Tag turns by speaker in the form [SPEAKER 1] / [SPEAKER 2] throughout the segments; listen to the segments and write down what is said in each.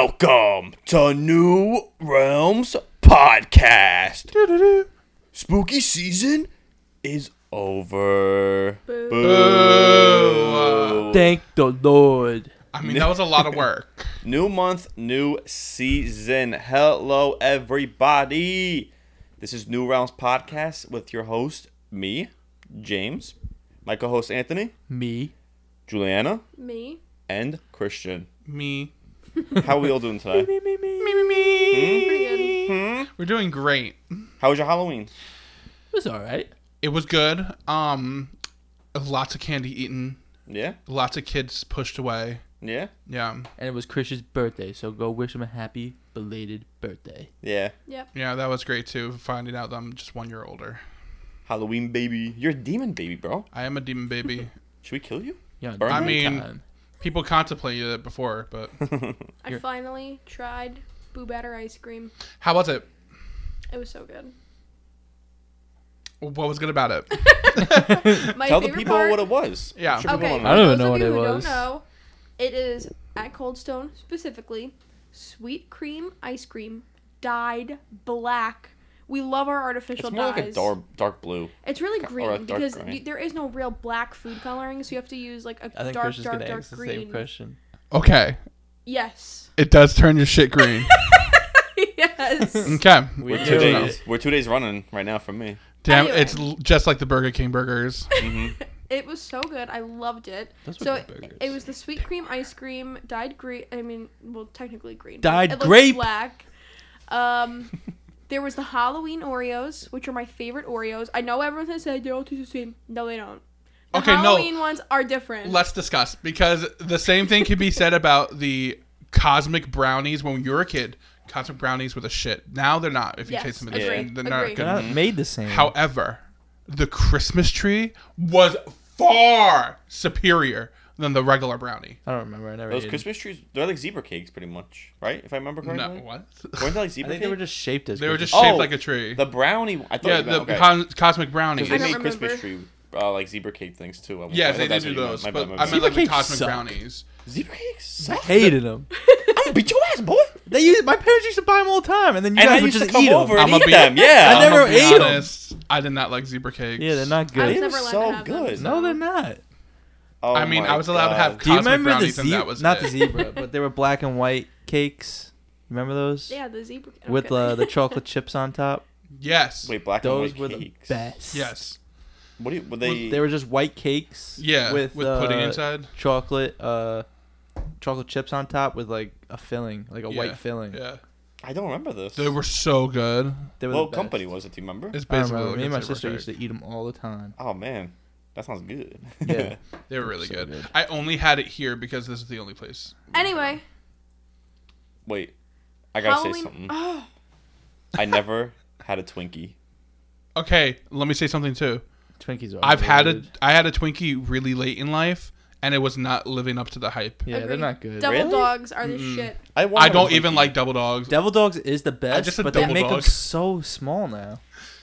[SPEAKER 1] Welcome to New Realms Podcast. Spooky season is over.
[SPEAKER 2] Thank the Lord.
[SPEAKER 3] I mean, that was a lot of work.
[SPEAKER 1] New month, new season. Hello, everybody. This is New Realms Podcast with your host, me, James, my co host, Anthony,
[SPEAKER 2] Me.
[SPEAKER 1] Juliana,
[SPEAKER 4] Me?
[SPEAKER 1] and Christian.
[SPEAKER 3] Me.
[SPEAKER 1] How are we all doing today?
[SPEAKER 2] me, me.
[SPEAKER 3] Me, me, me.
[SPEAKER 4] Pretty good.
[SPEAKER 1] Hmm?
[SPEAKER 3] We're doing great.
[SPEAKER 1] How was your Halloween?
[SPEAKER 2] It was alright.
[SPEAKER 3] It was good. Um, lots of candy eaten.
[SPEAKER 1] Yeah?
[SPEAKER 3] Lots of kids pushed away.
[SPEAKER 1] Yeah?
[SPEAKER 3] Yeah,
[SPEAKER 2] And it was Chris's birthday, so go wish him a happy belated birthday.
[SPEAKER 1] Yeah.
[SPEAKER 4] Yep.
[SPEAKER 3] yeah, that was great too. Finding out that I'm just one year older.
[SPEAKER 1] Halloween baby. You're a demon baby, bro.
[SPEAKER 3] I am a demon baby.
[SPEAKER 1] Should we kill you?
[SPEAKER 2] Yeah,
[SPEAKER 1] I
[SPEAKER 3] mean- People contemplated it before, but
[SPEAKER 4] I
[SPEAKER 2] You're-
[SPEAKER 4] finally tried Boo Batter ice cream.
[SPEAKER 3] how was it?
[SPEAKER 4] It was so good.
[SPEAKER 3] What was good about it?
[SPEAKER 4] My
[SPEAKER 1] Tell the
[SPEAKER 4] favorite
[SPEAKER 1] people
[SPEAKER 4] part,
[SPEAKER 1] what it was.
[SPEAKER 3] Yeah.
[SPEAKER 1] Should people
[SPEAKER 4] Okay.
[SPEAKER 1] wanna
[SPEAKER 2] I don't
[SPEAKER 1] know?
[SPEAKER 2] even
[SPEAKER 4] for
[SPEAKER 2] know
[SPEAKER 4] those
[SPEAKER 2] what
[SPEAKER 4] of
[SPEAKER 2] it
[SPEAKER 4] you who
[SPEAKER 2] was.
[SPEAKER 4] Don't know, it is at Cold Stone specifically sweet cream ice cream dyed black. We love our artificial
[SPEAKER 1] It's more
[SPEAKER 4] dyes.
[SPEAKER 1] like a dark, dark blue.
[SPEAKER 4] It's really green
[SPEAKER 1] dark
[SPEAKER 4] because
[SPEAKER 1] green.
[SPEAKER 4] You, there is no real black food coloring, so you have to use like a
[SPEAKER 2] I think
[SPEAKER 4] dark,
[SPEAKER 2] Chris is
[SPEAKER 4] dark,
[SPEAKER 2] gonna
[SPEAKER 4] dark
[SPEAKER 2] ask the
[SPEAKER 4] green.
[SPEAKER 2] same question.
[SPEAKER 3] Okay,
[SPEAKER 4] Yes.
[SPEAKER 3] it does turn your shit green.
[SPEAKER 4] yes.
[SPEAKER 3] Okay,
[SPEAKER 2] We
[SPEAKER 1] We're
[SPEAKER 2] Yeah.
[SPEAKER 1] two
[SPEAKER 2] do.
[SPEAKER 1] days. We're two days running right now from me.
[SPEAKER 3] damn,
[SPEAKER 4] Anyway.
[SPEAKER 3] it's l- just like the Burger King burgers.
[SPEAKER 4] It was so good. I loved it.
[SPEAKER 2] Those were
[SPEAKER 4] so
[SPEAKER 2] good
[SPEAKER 4] it,
[SPEAKER 2] burgers.
[SPEAKER 4] it was the sweet cream ice cream, dyed green. I mean, well, technically green. but
[SPEAKER 2] Dyed
[SPEAKER 4] it looked
[SPEAKER 2] grape.
[SPEAKER 4] Black. Um, there was the Halloween Oreos, which are my favorite Oreos. I know everyone's gonna say they all taste the same. No, they don't. The
[SPEAKER 3] Okay, no.
[SPEAKER 4] Halloween ones are different.
[SPEAKER 3] Let's discuss because the same thing can be said about the cosmic brownies when you were a kid. Cosmic brownies were the shit. Now they're not. If you
[SPEAKER 4] Yes,
[SPEAKER 3] taste them in
[SPEAKER 4] agree,
[SPEAKER 3] the they're not
[SPEAKER 4] agree.
[SPEAKER 3] good.
[SPEAKER 2] They're not made the same.
[SPEAKER 3] However, the Christmas tree was far superior than the regular brownie.
[SPEAKER 2] I don't remember. I never.
[SPEAKER 1] Those
[SPEAKER 2] ate 'em.
[SPEAKER 1] Christmas trees, they're like zebra cakes, pretty much, right? If I remember
[SPEAKER 3] No,
[SPEAKER 1] correctly.
[SPEAKER 3] what?
[SPEAKER 1] Weren't they like
[SPEAKER 2] I
[SPEAKER 1] zebra
[SPEAKER 2] think they were
[SPEAKER 1] cakes?
[SPEAKER 2] just shaped as.
[SPEAKER 3] They were
[SPEAKER 2] Christmas
[SPEAKER 3] just
[SPEAKER 1] Oh,
[SPEAKER 3] shaped like a tree.
[SPEAKER 1] The brownie. I thought
[SPEAKER 3] yeah,
[SPEAKER 1] you
[SPEAKER 3] the
[SPEAKER 1] meant, okay.
[SPEAKER 3] con- cosmic
[SPEAKER 1] 'Cause
[SPEAKER 3] brownies.
[SPEAKER 1] they
[SPEAKER 4] don't
[SPEAKER 1] make
[SPEAKER 4] remember.
[SPEAKER 1] Christmas tree uh, like zebra cake things too. I- I
[SPEAKER 3] Yes,
[SPEAKER 1] thought
[SPEAKER 3] they did
[SPEAKER 1] that's
[SPEAKER 3] do
[SPEAKER 1] what you meant.
[SPEAKER 3] those,
[SPEAKER 1] My
[SPEAKER 3] but
[SPEAKER 1] bad, my
[SPEAKER 3] I
[SPEAKER 1] bad.
[SPEAKER 3] meant like the
[SPEAKER 2] cakes
[SPEAKER 3] cosmic
[SPEAKER 2] suck.
[SPEAKER 3] brownies.
[SPEAKER 1] zebra cakes. Suck.
[SPEAKER 2] tree. hated them.
[SPEAKER 1] I'm gonna beat your ass, boy.
[SPEAKER 2] They used my parents used to buy them all the time, and then you
[SPEAKER 1] And I
[SPEAKER 2] guys would
[SPEAKER 1] used to
[SPEAKER 2] just
[SPEAKER 1] come
[SPEAKER 2] eat
[SPEAKER 1] over
[SPEAKER 2] them.
[SPEAKER 1] and
[SPEAKER 3] I'ma
[SPEAKER 1] eat
[SPEAKER 3] be-
[SPEAKER 1] them. Yeah.
[SPEAKER 2] I
[SPEAKER 3] I'ma
[SPEAKER 2] never
[SPEAKER 3] be
[SPEAKER 2] ate 'em.
[SPEAKER 3] honest, I did not like zebra cakes.
[SPEAKER 2] Yeah, they're not
[SPEAKER 4] I was
[SPEAKER 1] They
[SPEAKER 2] good.
[SPEAKER 4] never
[SPEAKER 1] were
[SPEAKER 4] allowed
[SPEAKER 1] so
[SPEAKER 4] to have
[SPEAKER 1] good.
[SPEAKER 4] Them,
[SPEAKER 2] No, they're not.
[SPEAKER 1] Oh
[SPEAKER 3] I mean,
[SPEAKER 1] my
[SPEAKER 3] I was allowed to have
[SPEAKER 1] God.
[SPEAKER 2] Do you
[SPEAKER 3] Cosmic
[SPEAKER 2] remember the
[SPEAKER 3] brownies, and
[SPEAKER 2] zebra?
[SPEAKER 3] that was
[SPEAKER 2] Not the
[SPEAKER 3] it.
[SPEAKER 2] zebra, but they were black and white cakes. Remember those?
[SPEAKER 4] Yeah, the zebra. I'm
[SPEAKER 2] With
[SPEAKER 4] kidding.
[SPEAKER 2] uh, the chocolate chips on top.
[SPEAKER 3] Yes.
[SPEAKER 1] Wait, black
[SPEAKER 2] Those
[SPEAKER 1] and
[SPEAKER 2] were
[SPEAKER 1] white
[SPEAKER 2] the
[SPEAKER 1] cakes.
[SPEAKER 2] best.
[SPEAKER 3] Yes.
[SPEAKER 1] What do you, were they?
[SPEAKER 2] They were just white cakes.
[SPEAKER 3] Yeah,
[SPEAKER 2] With,
[SPEAKER 3] with pudding
[SPEAKER 2] uh,
[SPEAKER 3] inside.
[SPEAKER 2] Chocolate, uh, chocolate chips on top with like a filling, like a
[SPEAKER 3] Yeah,
[SPEAKER 2] white filling.
[SPEAKER 3] Yeah.
[SPEAKER 1] I don't remember this.
[SPEAKER 3] They were so good.
[SPEAKER 2] They were the
[SPEAKER 1] What
[SPEAKER 2] best.
[SPEAKER 1] company was it? Do you remember?
[SPEAKER 3] It's
[SPEAKER 2] I
[SPEAKER 3] basically
[SPEAKER 2] remember.
[SPEAKER 3] like
[SPEAKER 2] Me
[SPEAKER 3] a
[SPEAKER 2] and my
[SPEAKER 3] zebra
[SPEAKER 2] sister
[SPEAKER 3] cake.
[SPEAKER 2] used to eat them all the time.
[SPEAKER 1] Oh man, that sounds good.
[SPEAKER 2] Yeah.
[SPEAKER 3] They were really
[SPEAKER 2] So
[SPEAKER 3] good.
[SPEAKER 2] good.
[SPEAKER 3] I only had it here because this is the only place.
[SPEAKER 4] Anyway,
[SPEAKER 1] Wait, I gotta say
[SPEAKER 4] Halloween.
[SPEAKER 1] something.
[SPEAKER 4] Oh,
[SPEAKER 1] I never had a Twinkie.
[SPEAKER 3] Okay, let me say something too.
[SPEAKER 2] Twinkies are.
[SPEAKER 3] I've had a
[SPEAKER 2] overrated.
[SPEAKER 3] I had a Twinkie really late in life, and it was not living up to the hype.
[SPEAKER 2] Yeah, they're
[SPEAKER 4] agreed.
[SPEAKER 2] not good.
[SPEAKER 4] Double
[SPEAKER 1] Really?
[SPEAKER 4] dogs are the shit.
[SPEAKER 1] I, wanted
[SPEAKER 3] I
[SPEAKER 1] a
[SPEAKER 3] don't even
[SPEAKER 1] Twinkie.
[SPEAKER 3] like Double Dogs.
[SPEAKER 2] Devil Dogs is the best,
[SPEAKER 3] just said
[SPEAKER 2] but they
[SPEAKER 3] Double
[SPEAKER 2] make them
[SPEAKER 3] Dog.
[SPEAKER 2] so small now.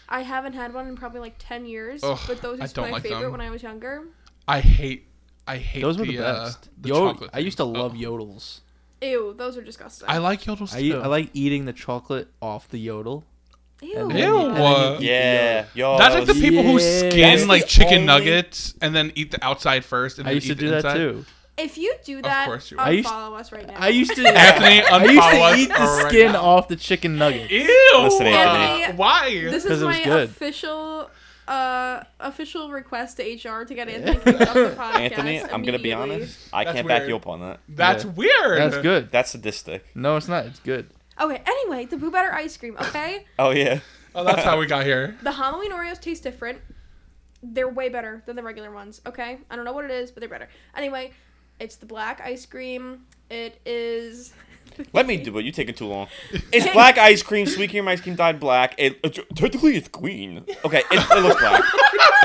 [SPEAKER 4] I haven't had one in probably like ten years,
[SPEAKER 3] Ugh,
[SPEAKER 4] but those
[SPEAKER 3] I
[SPEAKER 4] used to
[SPEAKER 3] don't
[SPEAKER 4] be my
[SPEAKER 3] like
[SPEAKER 4] favorite
[SPEAKER 3] them.
[SPEAKER 4] when I was younger.
[SPEAKER 3] I hate I hate
[SPEAKER 2] Those were the,
[SPEAKER 3] the, uh,
[SPEAKER 2] best.
[SPEAKER 3] the
[SPEAKER 2] Yo-
[SPEAKER 3] chocolate
[SPEAKER 2] I used to
[SPEAKER 3] things.
[SPEAKER 2] love
[SPEAKER 3] Oh.
[SPEAKER 2] yodels.
[SPEAKER 4] Ew, those are disgusting.
[SPEAKER 3] I like Yodels
[SPEAKER 2] I, eat-
[SPEAKER 3] too.
[SPEAKER 2] I like eating the chocolate off the yodel.
[SPEAKER 4] Ew.
[SPEAKER 2] And
[SPEAKER 3] then- Ew.
[SPEAKER 2] then you eat
[SPEAKER 1] Yeah, yo,
[SPEAKER 3] That's
[SPEAKER 1] that
[SPEAKER 3] like the
[SPEAKER 1] was-
[SPEAKER 2] pe-
[SPEAKER 3] people
[SPEAKER 2] Oh,
[SPEAKER 3] who
[SPEAKER 2] Yeah.
[SPEAKER 3] skin
[SPEAKER 2] That's
[SPEAKER 3] like
[SPEAKER 1] the
[SPEAKER 3] chicken
[SPEAKER 1] only-
[SPEAKER 3] nuggets and then eat the outside first. And
[SPEAKER 2] I
[SPEAKER 3] then
[SPEAKER 2] used to
[SPEAKER 3] eat the
[SPEAKER 2] do that
[SPEAKER 3] inside.
[SPEAKER 2] too.
[SPEAKER 4] If you do that,
[SPEAKER 3] course you would.
[SPEAKER 4] unfollow
[SPEAKER 2] I used-
[SPEAKER 4] us right now.
[SPEAKER 2] I used to.
[SPEAKER 3] Anthony,
[SPEAKER 2] I used
[SPEAKER 3] unfollow
[SPEAKER 2] to
[SPEAKER 3] us
[SPEAKER 2] eat the
[SPEAKER 3] right
[SPEAKER 2] skin
[SPEAKER 3] now.
[SPEAKER 2] off the chicken nugget.
[SPEAKER 3] Ew!
[SPEAKER 1] Listen,
[SPEAKER 4] Anthony.
[SPEAKER 3] uh, why?
[SPEAKER 4] This
[SPEAKER 2] 'Cause
[SPEAKER 4] is
[SPEAKER 2] it was
[SPEAKER 4] my
[SPEAKER 2] good.
[SPEAKER 4] official, uh, official request to HR to get Anthony kicked off the podcast.
[SPEAKER 1] Anthony, I'm gonna be
[SPEAKER 4] immediately.
[SPEAKER 1] honest. I
[SPEAKER 3] That's
[SPEAKER 1] can't back
[SPEAKER 3] weird.
[SPEAKER 1] you up on that.
[SPEAKER 3] That's
[SPEAKER 2] Yeah.
[SPEAKER 3] weird.
[SPEAKER 2] That's good.
[SPEAKER 1] That's sadistic.
[SPEAKER 2] No, it's not. It's good.
[SPEAKER 4] Okay. Anyway, the Boo Batter ice cream. Okay,
[SPEAKER 1] Oh yeah.
[SPEAKER 3] Oh, that's how we got here.
[SPEAKER 4] the Halloween Oreos taste different. They're way better than the regular ones. Okay, I don't know what it is, but they're better. Anyway, it's the black ice cream. It is.
[SPEAKER 1] Let me do it. You're taking too long. It's black ice cream, sweet cream ice cream dyed black. It, it's- technically it's green. Okay, it, it looks black.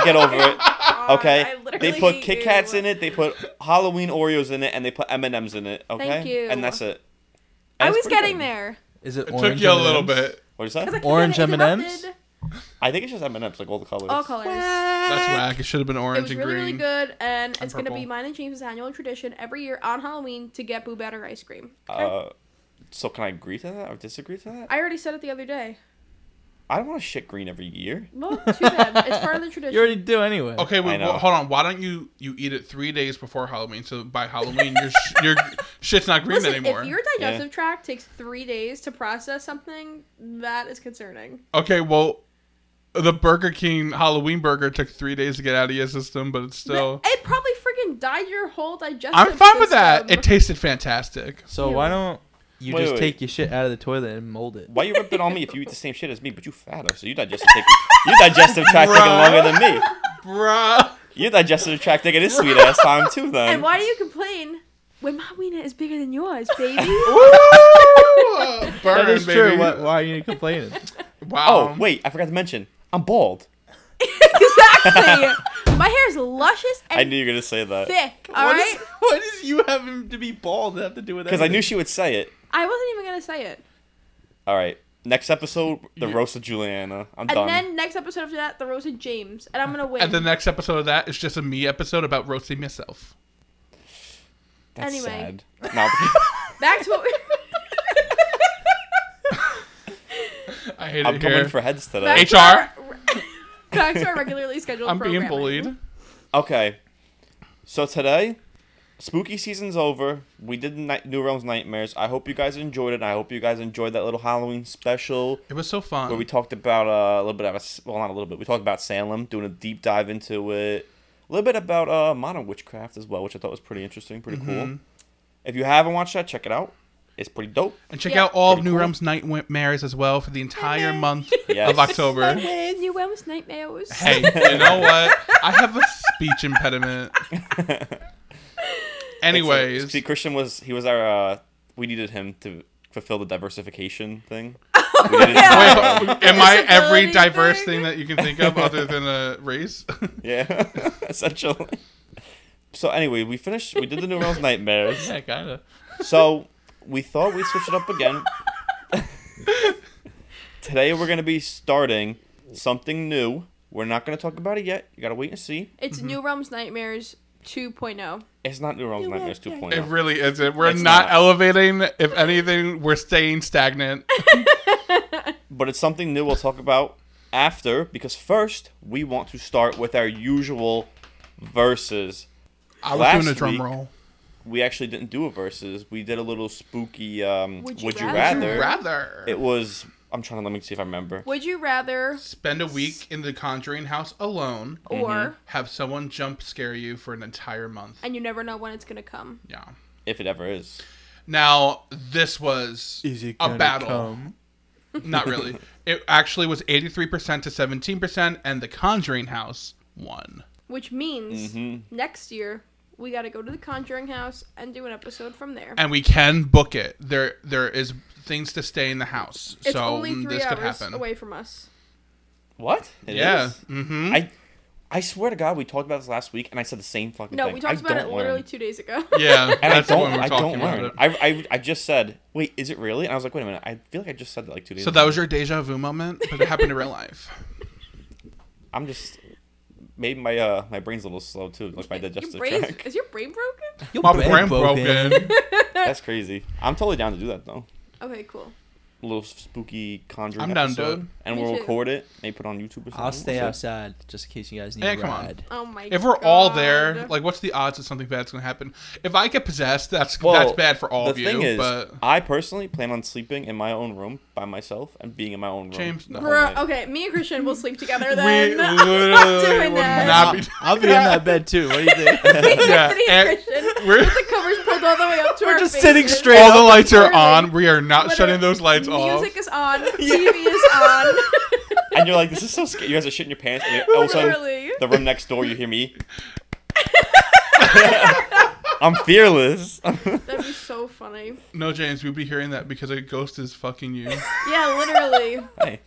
[SPEAKER 1] Get over it.
[SPEAKER 4] Oh God, I
[SPEAKER 1] Okay.
[SPEAKER 4] literally
[SPEAKER 1] They put
[SPEAKER 4] hate
[SPEAKER 1] Kit
[SPEAKER 4] you.
[SPEAKER 1] Kats in it. They put Halloween Oreos in it, and they put M and M's in it. Okay.
[SPEAKER 4] you.
[SPEAKER 1] And that's it.
[SPEAKER 4] I
[SPEAKER 1] And
[SPEAKER 4] was
[SPEAKER 1] it's pretty
[SPEAKER 4] getting
[SPEAKER 1] good.
[SPEAKER 4] there.
[SPEAKER 2] Is it,
[SPEAKER 3] It
[SPEAKER 2] orange?
[SPEAKER 3] took you a little
[SPEAKER 2] M&Ms?
[SPEAKER 3] bit.
[SPEAKER 1] What is that?
[SPEAKER 4] I was like,
[SPEAKER 2] Orange
[SPEAKER 4] "You're gonna
[SPEAKER 2] M&Ms?
[SPEAKER 4] interrupt it."
[SPEAKER 1] I think it's just M and M's, like all the colors.
[SPEAKER 4] All colors.
[SPEAKER 3] That's whack. It should have been
[SPEAKER 4] Uh, It
[SPEAKER 3] orange
[SPEAKER 4] was
[SPEAKER 3] and
[SPEAKER 4] really,
[SPEAKER 3] green.
[SPEAKER 4] really good, and it's going to
[SPEAKER 3] purple.
[SPEAKER 4] be mine and James's annual tradition every year on Halloween to get Boo Batter ice cream.
[SPEAKER 1] Uh, So can I agree to that or disagree to that?
[SPEAKER 4] I already said it the other day.
[SPEAKER 1] I don't want to shit green every year.
[SPEAKER 4] Well, too bad. It's part of the tradition.
[SPEAKER 2] You already do anyway.
[SPEAKER 3] Okay, wait,
[SPEAKER 1] know.
[SPEAKER 3] well, hold on. Why don't you you eat it three days before Halloween? So by Halloween, your sh- your shit's not green
[SPEAKER 4] Listen,
[SPEAKER 3] anymore.
[SPEAKER 4] if your digestive tract takes three days to process something, that is concerning.
[SPEAKER 3] Okay, well, the Burger King Halloween burger took three days to get out of your system, but it's still.
[SPEAKER 4] But it probably freaking died your whole digestive.
[SPEAKER 3] I'm fine with that.
[SPEAKER 4] system.
[SPEAKER 3] It tasted fantastic.
[SPEAKER 2] So why don't you
[SPEAKER 1] Wait,
[SPEAKER 2] just
[SPEAKER 1] wait,
[SPEAKER 2] take
[SPEAKER 1] wait.
[SPEAKER 2] your shit out of the toilet and mold it?
[SPEAKER 1] Why you ripping on me if you eat the same shit as me, but you fatter, so you digestive take your digestive tract taking
[SPEAKER 3] Bruh.
[SPEAKER 1] longer than me.
[SPEAKER 3] Bruh.
[SPEAKER 1] Your digestive tract taking this sweet ass time too then.
[SPEAKER 4] and why do you complain when my wiener is bigger than yours, baby?
[SPEAKER 3] Woo! Burn,
[SPEAKER 2] That is
[SPEAKER 3] baby.
[SPEAKER 2] true. Why, why are you complaining?
[SPEAKER 3] Wow.
[SPEAKER 1] oh, wait, I forgot to mention. I'm bald.
[SPEAKER 4] exactly. my hair is luscious and
[SPEAKER 1] I knew you were gonna say that.
[SPEAKER 4] thick. All right.
[SPEAKER 2] what does you having to be bald have to do with that?
[SPEAKER 1] Because I knew she would say it.
[SPEAKER 4] I wasn't even gonna say it.
[SPEAKER 1] Alright. Next episode, the roast of Juliana. I'm
[SPEAKER 4] And
[SPEAKER 1] done.
[SPEAKER 4] then next episode after that, the roasted James, and I'm gonna win.
[SPEAKER 3] And the next episode of that is just a me episode about roasting myself.
[SPEAKER 1] That's
[SPEAKER 4] anyway.
[SPEAKER 1] sad. No,
[SPEAKER 4] Back to what we.
[SPEAKER 3] I hate
[SPEAKER 1] I'm
[SPEAKER 3] it
[SPEAKER 1] coming
[SPEAKER 3] here.
[SPEAKER 1] for heads today.
[SPEAKER 4] Back to
[SPEAKER 3] HR.
[SPEAKER 4] our- Back to our regularly scheduled.
[SPEAKER 3] I'm being
[SPEAKER 4] programming.
[SPEAKER 3] bullied.
[SPEAKER 1] Okay. So today, spooky season's over. We did Night- New Realms Nightmares. I hope you guys enjoyed it. and I hope you guys enjoyed that little Halloween special
[SPEAKER 3] It was so fun.
[SPEAKER 1] where we talked about uh, a little bit about well, not a little bit. We talked about Salem, doing a deep dive into it. A little bit about uh, modern witchcraft as well, which I thought was pretty interesting, pretty cool. If you haven't watched that, check it out. It's pretty dope.
[SPEAKER 3] and check
[SPEAKER 4] Yeah.
[SPEAKER 3] out all of
[SPEAKER 1] Pretty
[SPEAKER 3] New
[SPEAKER 1] cool.
[SPEAKER 3] Realms Nightmares as well for the entire
[SPEAKER 4] Nightmares.
[SPEAKER 3] month
[SPEAKER 1] Yes.
[SPEAKER 3] of October.
[SPEAKER 4] New Realms Nightmares.
[SPEAKER 3] Hey, you know what? I have a speech impediment. Anyways,
[SPEAKER 1] uh, see, Christian was he was our uh, we needed him to fulfill the diversification thing. We needed-
[SPEAKER 4] yeah.
[SPEAKER 1] uh,
[SPEAKER 3] wait, am I every
[SPEAKER 4] Disability
[SPEAKER 3] diverse
[SPEAKER 4] thing.
[SPEAKER 3] thing that you can think of other than a race?
[SPEAKER 1] Yeah, essentially. So anyway, we finished. We did the New Realms Nightmares.
[SPEAKER 3] yeah, kind of.
[SPEAKER 1] So we thought we'd switch it up again. Today we're gonna be starting something new. We're not gonna talk about it yet. You gotta wait and see.
[SPEAKER 4] It's New
[SPEAKER 3] Mm-hmm.
[SPEAKER 4] Realms Nightmares oh. 2.0.
[SPEAKER 1] It's not New Realms Nightmares oh.
[SPEAKER 3] It
[SPEAKER 1] 2.0.
[SPEAKER 3] really isn't. We're
[SPEAKER 1] It's
[SPEAKER 3] not,
[SPEAKER 1] not.
[SPEAKER 3] elevating. If anything, we're staying stagnant.
[SPEAKER 1] But it's something new we'll talk about after because first we want to start with our usual verses.
[SPEAKER 3] I was
[SPEAKER 1] Last
[SPEAKER 3] doing a drum
[SPEAKER 1] week-
[SPEAKER 3] roll.
[SPEAKER 1] We actually didn't do a verses. We did a little spooky um would you, rather?
[SPEAKER 4] Rather.
[SPEAKER 3] Rather
[SPEAKER 1] It was I'm trying to let me see if I remember.
[SPEAKER 4] Would you rather
[SPEAKER 3] spend a week in the Conjuring house alone,
[SPEAKER 4] or
[SPEAKER 3] have someone jump scare you for an entire month.
[SPEAKER 4] and you never know when it's gonna come.
[SPEAKER 3] Yeah.
[SPEAKER 1] If it ever is.
[SPEAKER 3] Now this was a battle. Not really. it actually was 83% to 17%, and the Conjuring House won.
[SPEAKER 4] Which means
[SPEAKER 3] Mm-hmm.
[SPEAKER 4] next year we gotta go to the Conjuring House and do an episode from there.
[SPEAKER 3] And we can book it. There, there is things to stay in the house,
[SPEAKER 4] it's
[SPEAKER 3] so
[SPEAKER 4] only three
[SPEAKER 3] this could
[SPEAKER 4] hours
[SPEAKER 3] happen.
[SPEAKER 4] away from us.
[SPEAKER 1] What? It
[SPEAKER 3] Yeah.
[SPEAKER 1] is?
[SPEAKER 3] Mm-hmm.
[SPEAKER 1] I I swear to God, we talked about this last week, and I said the same fucking
[SPEAKER 4] No,
[SPEAKER 1] thing.
[SPEAKER 4] we talked
[SPEAKER 1] I
[SPEAKER 4] about it
[SPEAKER 1] don't
[SPEAKER 4] literally
[SPEAKER 1] learn.
[SPEAKER 4] two days ago.
[SPEAKER 3] Yeah,
[SPEAKER 1] And I
[SPEAKER 3] that's the
[SPEAKER 1] don't,
[SPEAKER 3] one we're
[SPEAKER 1] I don't
[SPEAKER 3] talking about.
[SPEAKER 1] learn.
[SPEAKER 3] It.
[SPEAKER 1] I, I, I just said, wait, is it really? And I was like, wait a minute, I feel like I just said that like two days
[SPEAKER 3] So that was your deja vu moment, but it happened in real life.
[SPEAKER 1] I'm just, maybe my uh my brain's a little slow too, like my
[SPEAKER 4] your
[SPEAKER 1] digestive
[SPEAKER 4] brain
[SPEAKER 1] tract.
[SPEAKER 4] is your brain broken?
[SPEAKER 2] Your
[SPEAKER 3] My brain broken.
[SPEAKER 1] That's crazy. I'm totally down to do that though.
[SPEAKER 4] Okay, cool.
[SPEAKER 1] A little spooky conjuring
[SPEAKER 3] I'm down,
[SPEAKER 1] episode,
[SPEAKER 3] dude.
[SPEAKER 1] And
[SPEAKER 4] Me
[SPEAKER 1] we'll
[SPEAKER 4] too.
[SPEAKER 1] record it, maybe put it on YouTube or something.
[SPEAKER 2] I'll stay
[SPEAKER 1] We'll see.
[SPEAKER 2] outside just in case you guys need
[SPEAKER 3] Yeah,
[SPEAKER 2] a
[SPEAKER 3] come on.
[SPEAKER 2] ride.
[SPEAKER 4] Oh my god.
[SPEAKER 3] If we're all there, like, what's the odds that something bad's gonna happen? If I get possessed, that's that's
[SPEAKER 1] Well,
[SPEAKER 3] bad for all
[SPEAKER 1] the
[SPEAKER 3] of you.
[SPEAKER 1] thing is,
[SPEAKER 3] but
[SPEAKER 1] I personally plan on sleeping in my own room by myself and being in my own room.
[SPEAKER 3] James,
[SPEAKER 1] the
[SPEAKER 3] no.
[SPEAKER 1] whole
[SPEAKER 4] Bruh,
[SPEAKER 1] night.
[SPEAKER 4] okay, me and Christian will sleep together
[SPEAKER 3] we
[SPEAKER 4] then.
[SPEAKER 3] literally
[SPEAKER 4] I'm not doing
[SPEAKER 3] would
[SPEAKER 4] that.
[SPEAKER 3] not be.
[SPEAKER 2] I'll, I'll be in that bed too. What do you think?
[SPEAKER 3] yeah,
[SPEAKER 4] Anthony and
[SPEAKER 3] and
[SPEAKER 4] Christian.
[SPEAKER 3] we're
[SPEAKER 4] The covers pulled all the way up to our
[SPEAKER 2] just sitting
[SPEAKER 4] faces.
[SPEAKER 2] straight
[SPEAKER 3] all the lights are
[SPEAKER 4] Literally.
[SPEAKER 3] on. We are not shutting those lights off.
[SPEAKER 4] Music is on. TV is on.
[SPEAKER 1] and you're like, this is so scary. You guys are shitting your pants, and you're, all of a sudden,
[SPEAKER 4] Literally.
[SPEAKER 1] the room next door, you hear me. I'm fearless.
[SPEAKER 4] That'd be so funny.
[SPEAKER 3] No, James, we'd be hearing that because a ghost is fucking you.
[SPEAKER 4] Yeah, literally.
[SPEAKER 1] hey,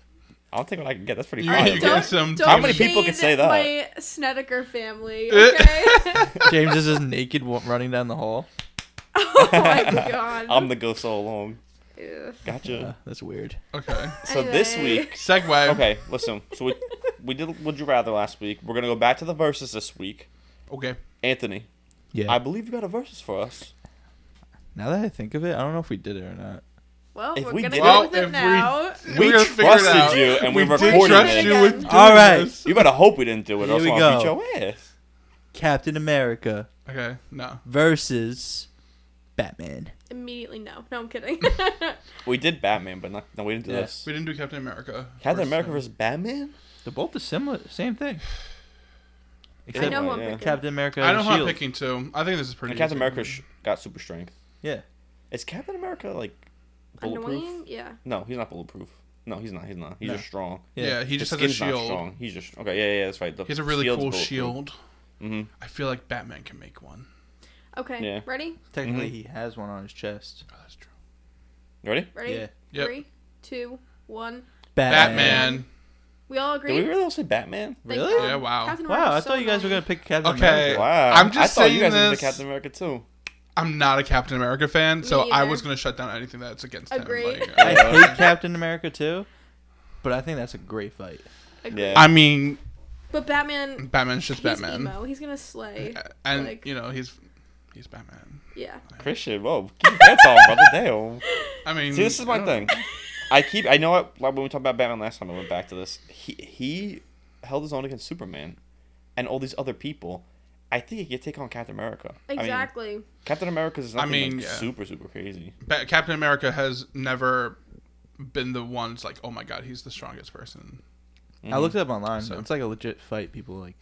[SPEAKER 1] I'll take what I can get. That's pretty
[SPEAKER 3] You-
[SPEAKER 1] fine.
[SPEAKER 3] you get- some-
[SPEAKER 1] How many people
[SPEAKER 4] shade
[SPEAKER 1] could say that?
[SPEAKER 4] My Snedeker family. Okay.
[SPEAKER 2] James is just naked wa- running down the hall.
[SPEAKER 4] oh my god.
[SPEAKER 1] I'm the ghost all along.
[SPEAKER 4] Ew.
[SPEAKER 2] Uh,
[SPEAKER 1] Gotcha.
[SPEAKER 2] that's weird.
[SPEAKER 3] Okay.
[SPEAKER 1] So this
[SPEAKER 4] Anyway.
[SPEAKER 1] week,
[SPEAKER 3] Segway.
[SPEAKER 1] okay, listen. So we we did Would You Rather last week. We're gonna go back to the verses this week.
[SPEAKER 3] Okay.
[SPEAKER 1] Anthony,
[SPEAKER 2] Yeah.
[SPEAKER 1] I believe you got a verses for us.
[SPEAKER 2] now that I think of it, I don't know if we did it or not.
[SPEAKER 4] Well,
[SPEAKER 1] If
[SPEAKER 4] we're
[SPEAKER 1] we
[SPEAKER 4] gonna
[SPEAKER 1] did
[SPEAKER 4] go
[SPEAKER 1] it-
[SPEAKER 4] with it
[SPEAKER 3] If we-
[SPEAKER 4] now.
[SPEAKER 1] We
[SPEAKER 3] gotta figure it
[SPEAKER 1] trusted
[SPEAKER 3] out.
[SPEAKER 1] you and we
[SPEAKER 3] did
[SPEAKER 1] recorded
[SPEAKER 3] trust
[SPEAKER 4] it.
[SPEAKER 3] you with doing
[SPEAKER 2] All right.
[SPEAKER 3] this.
[SPEAKER 1] You better hope we didn't do it, or
[SPEAKER 2] Here
[SPEAKER 1] else
[SPEAKER 2] we
[SPEAKER 1] I'll beat
[SPEAKER 2] go.
[SPEAKER 1] your ass.
[SPEAKER 2] Captain America
[SPEAKER 3] Okay, no.
[SPEAKER 2] versus Batman.
[SPEAKER 4] Immediately, no. No, I'm kidding.
[SPEAKER 1] We did Batman, but not, no, we didn't do
[SPEAKER 2] Yeah.
[SPEAKER 1] this.
[SPEAKER 3] We didn't do Captain America.
[SPEAKER 1] Captain
[SPEAKER 3] versus-
[SPEAKER 1] America versus Batman?
[SPEAKER 2] They're both the similar, same thing.
[SPEAKER 4] I
[SPEAKER 2] Except
[SPEAKER 4] know who I'm
[SPEAKER 1] Yeah.
[SPEAKER 4] picking.
[SPEAKER 2] Captain America.
[SPEAKER 3] I don't know
[SPEAKER 2] shield.
[SPEAKER 3] how I'm picking two. I think this is pretty.
[SPEAKER 1] E And Captain
[SPEAKER 3] easy.
[SPEAKER 1] America sh- got super strength.
[SPEAKER 2] Yeah.
[SPEAKER 1] Is Captain America like bulletproof?
[SPEAKER 4] Annoying? Yeah.
[SPEAKER 1] No, he's not bulletproof. No, he's not. He's not. He's
[SPEAKER 2] No.
[SPEAKER 1] just strong.
[SPEAKER 3] Yeah,
[SPEAKER 2] Yeah.
[SPEAKER 3] he
[SPEAKER 1] His
[SPEAKER 3] just has a
[SPEAKER 1] skin's not
[SPEAKER 3] shield.
[SPEAKER 1] strong. He's just okay. Yeah, yeah, that's right. The
[SPEAKER 3] He has a really
[SPEAKER 1] shield's
[SPEAKER 3] cool
[SPEAKER 1] bulletproof.
[SPEAKER 3] shield.
[SPEAKER 1] Mhm.
[SPEAKER 3] I feel like Batman can make one.
[SPEAKER 4] Okay.
[SPEAKER 1] Yeah.
[SPEAKER 4] Ready?
[SPEAKER 2] Technically,
[SPEAKER 1] Mhm.
[SPEAKER 2] he has one on his chest.
[SPEAKER 3] Oh, that's true.
[SPEAKER 1] You Ready?
[SPEAKER 4] Ready?
[SPEAKER 2] Yeah.
[SPEAKER 3] Yep.
[SPEAKER 4] Three, two, one.
[SPEAKER 3] Batman.
[SPEAKER 4] We all
[SPEAKER 1] Did
[SPEAKER 4] agree.
[SPEAKER 1] we really all say Batman?
[SPEAKER 4] Thank
[SPEAKER 2] Really?
[SPEAKER 4] God.
[SPEAKER 3] Yeah, wow.
[SPEAKER 4] Captain
[SPEAKER 2] Wow, I
[SPEAKER 4] America's so
[SPEAKER 2] thought you guys were gonna
[SPEAKER 4] annoying.
[SPEAKER 2] pick Captain
[SPEAKER 3] Okay.
[SPEAKER 2] America.
[SPEAKER 1] Wow.
[SPEAKER 3] I'm just
[SPEAKER 1] I thought you
[SPEAKER 3] saying
[SPEAKER 1] guys were into
[SPEAKER 3] this-
[SPEAKER 1] Captain America too.
[SPEAKER 3] I'm not a Captain America fan,
[SPEAKER 4] Me
[SPEAKER 3] so I
[SPEAKER 4] either.
[SPEAKER 3] was gonna shut down anything that's against
[SPEAKER 4] Agree.
[SPEAKER 3] him. Like,
[SPEAKER 2] I
[SPEAKER 3] uh,
[SPEAKER 2] hate Captain America too, but I think that's a great fight.
[SPEAKER 4] Agree.
[SPEAKER 1] Yeah.
[SPEAKER 3] I mean,
[SPEAKER 4] But Batman.
[SPEAKER 3] Batman's just
[SPEAKER 4] He's
[SPEAKER 3] Batman,
[SPEAKER 4] emo. He's gonna slay.
[SPEAKER 3] and
[SPEAKER 4] Like-
[SPEAKER 3] you know he's he's Batman.
[SPEAKER 4] Yeah.
[SPEAKER 1] Christian, whoa, keep your pants on, brother. Damn.
[SPEAKER 3] I mean,
[SPEAKER 1] See, this is my
[SPEAKER 3] I don't-
[SPEAKER 1] thing. I keep. I know. What, like when we talked about Batman last time, I went back to this. He he held his own against Superman, and all these other people. I think he could take on Captain America. I mean,
[SPEAKER 4] Exactly.
[SPEAKER 1] Captain America is
[SPEAKER 3] I
[SPEAKER 1] nothing
[SPEAKER 3] mean,
[SPEAKER 1] like,
[SPEAKER 3] yeah.
[SPEAKER 1] super super crazy.
[SPEAKER 3] Ba- Captain America has never been the ones like, oh my god, he's the strongest person.
[SPEAKER 2] I looked it up online.
[SPEAKER 3] So-
[SPEAKER 2] It's like a legit fight. People like.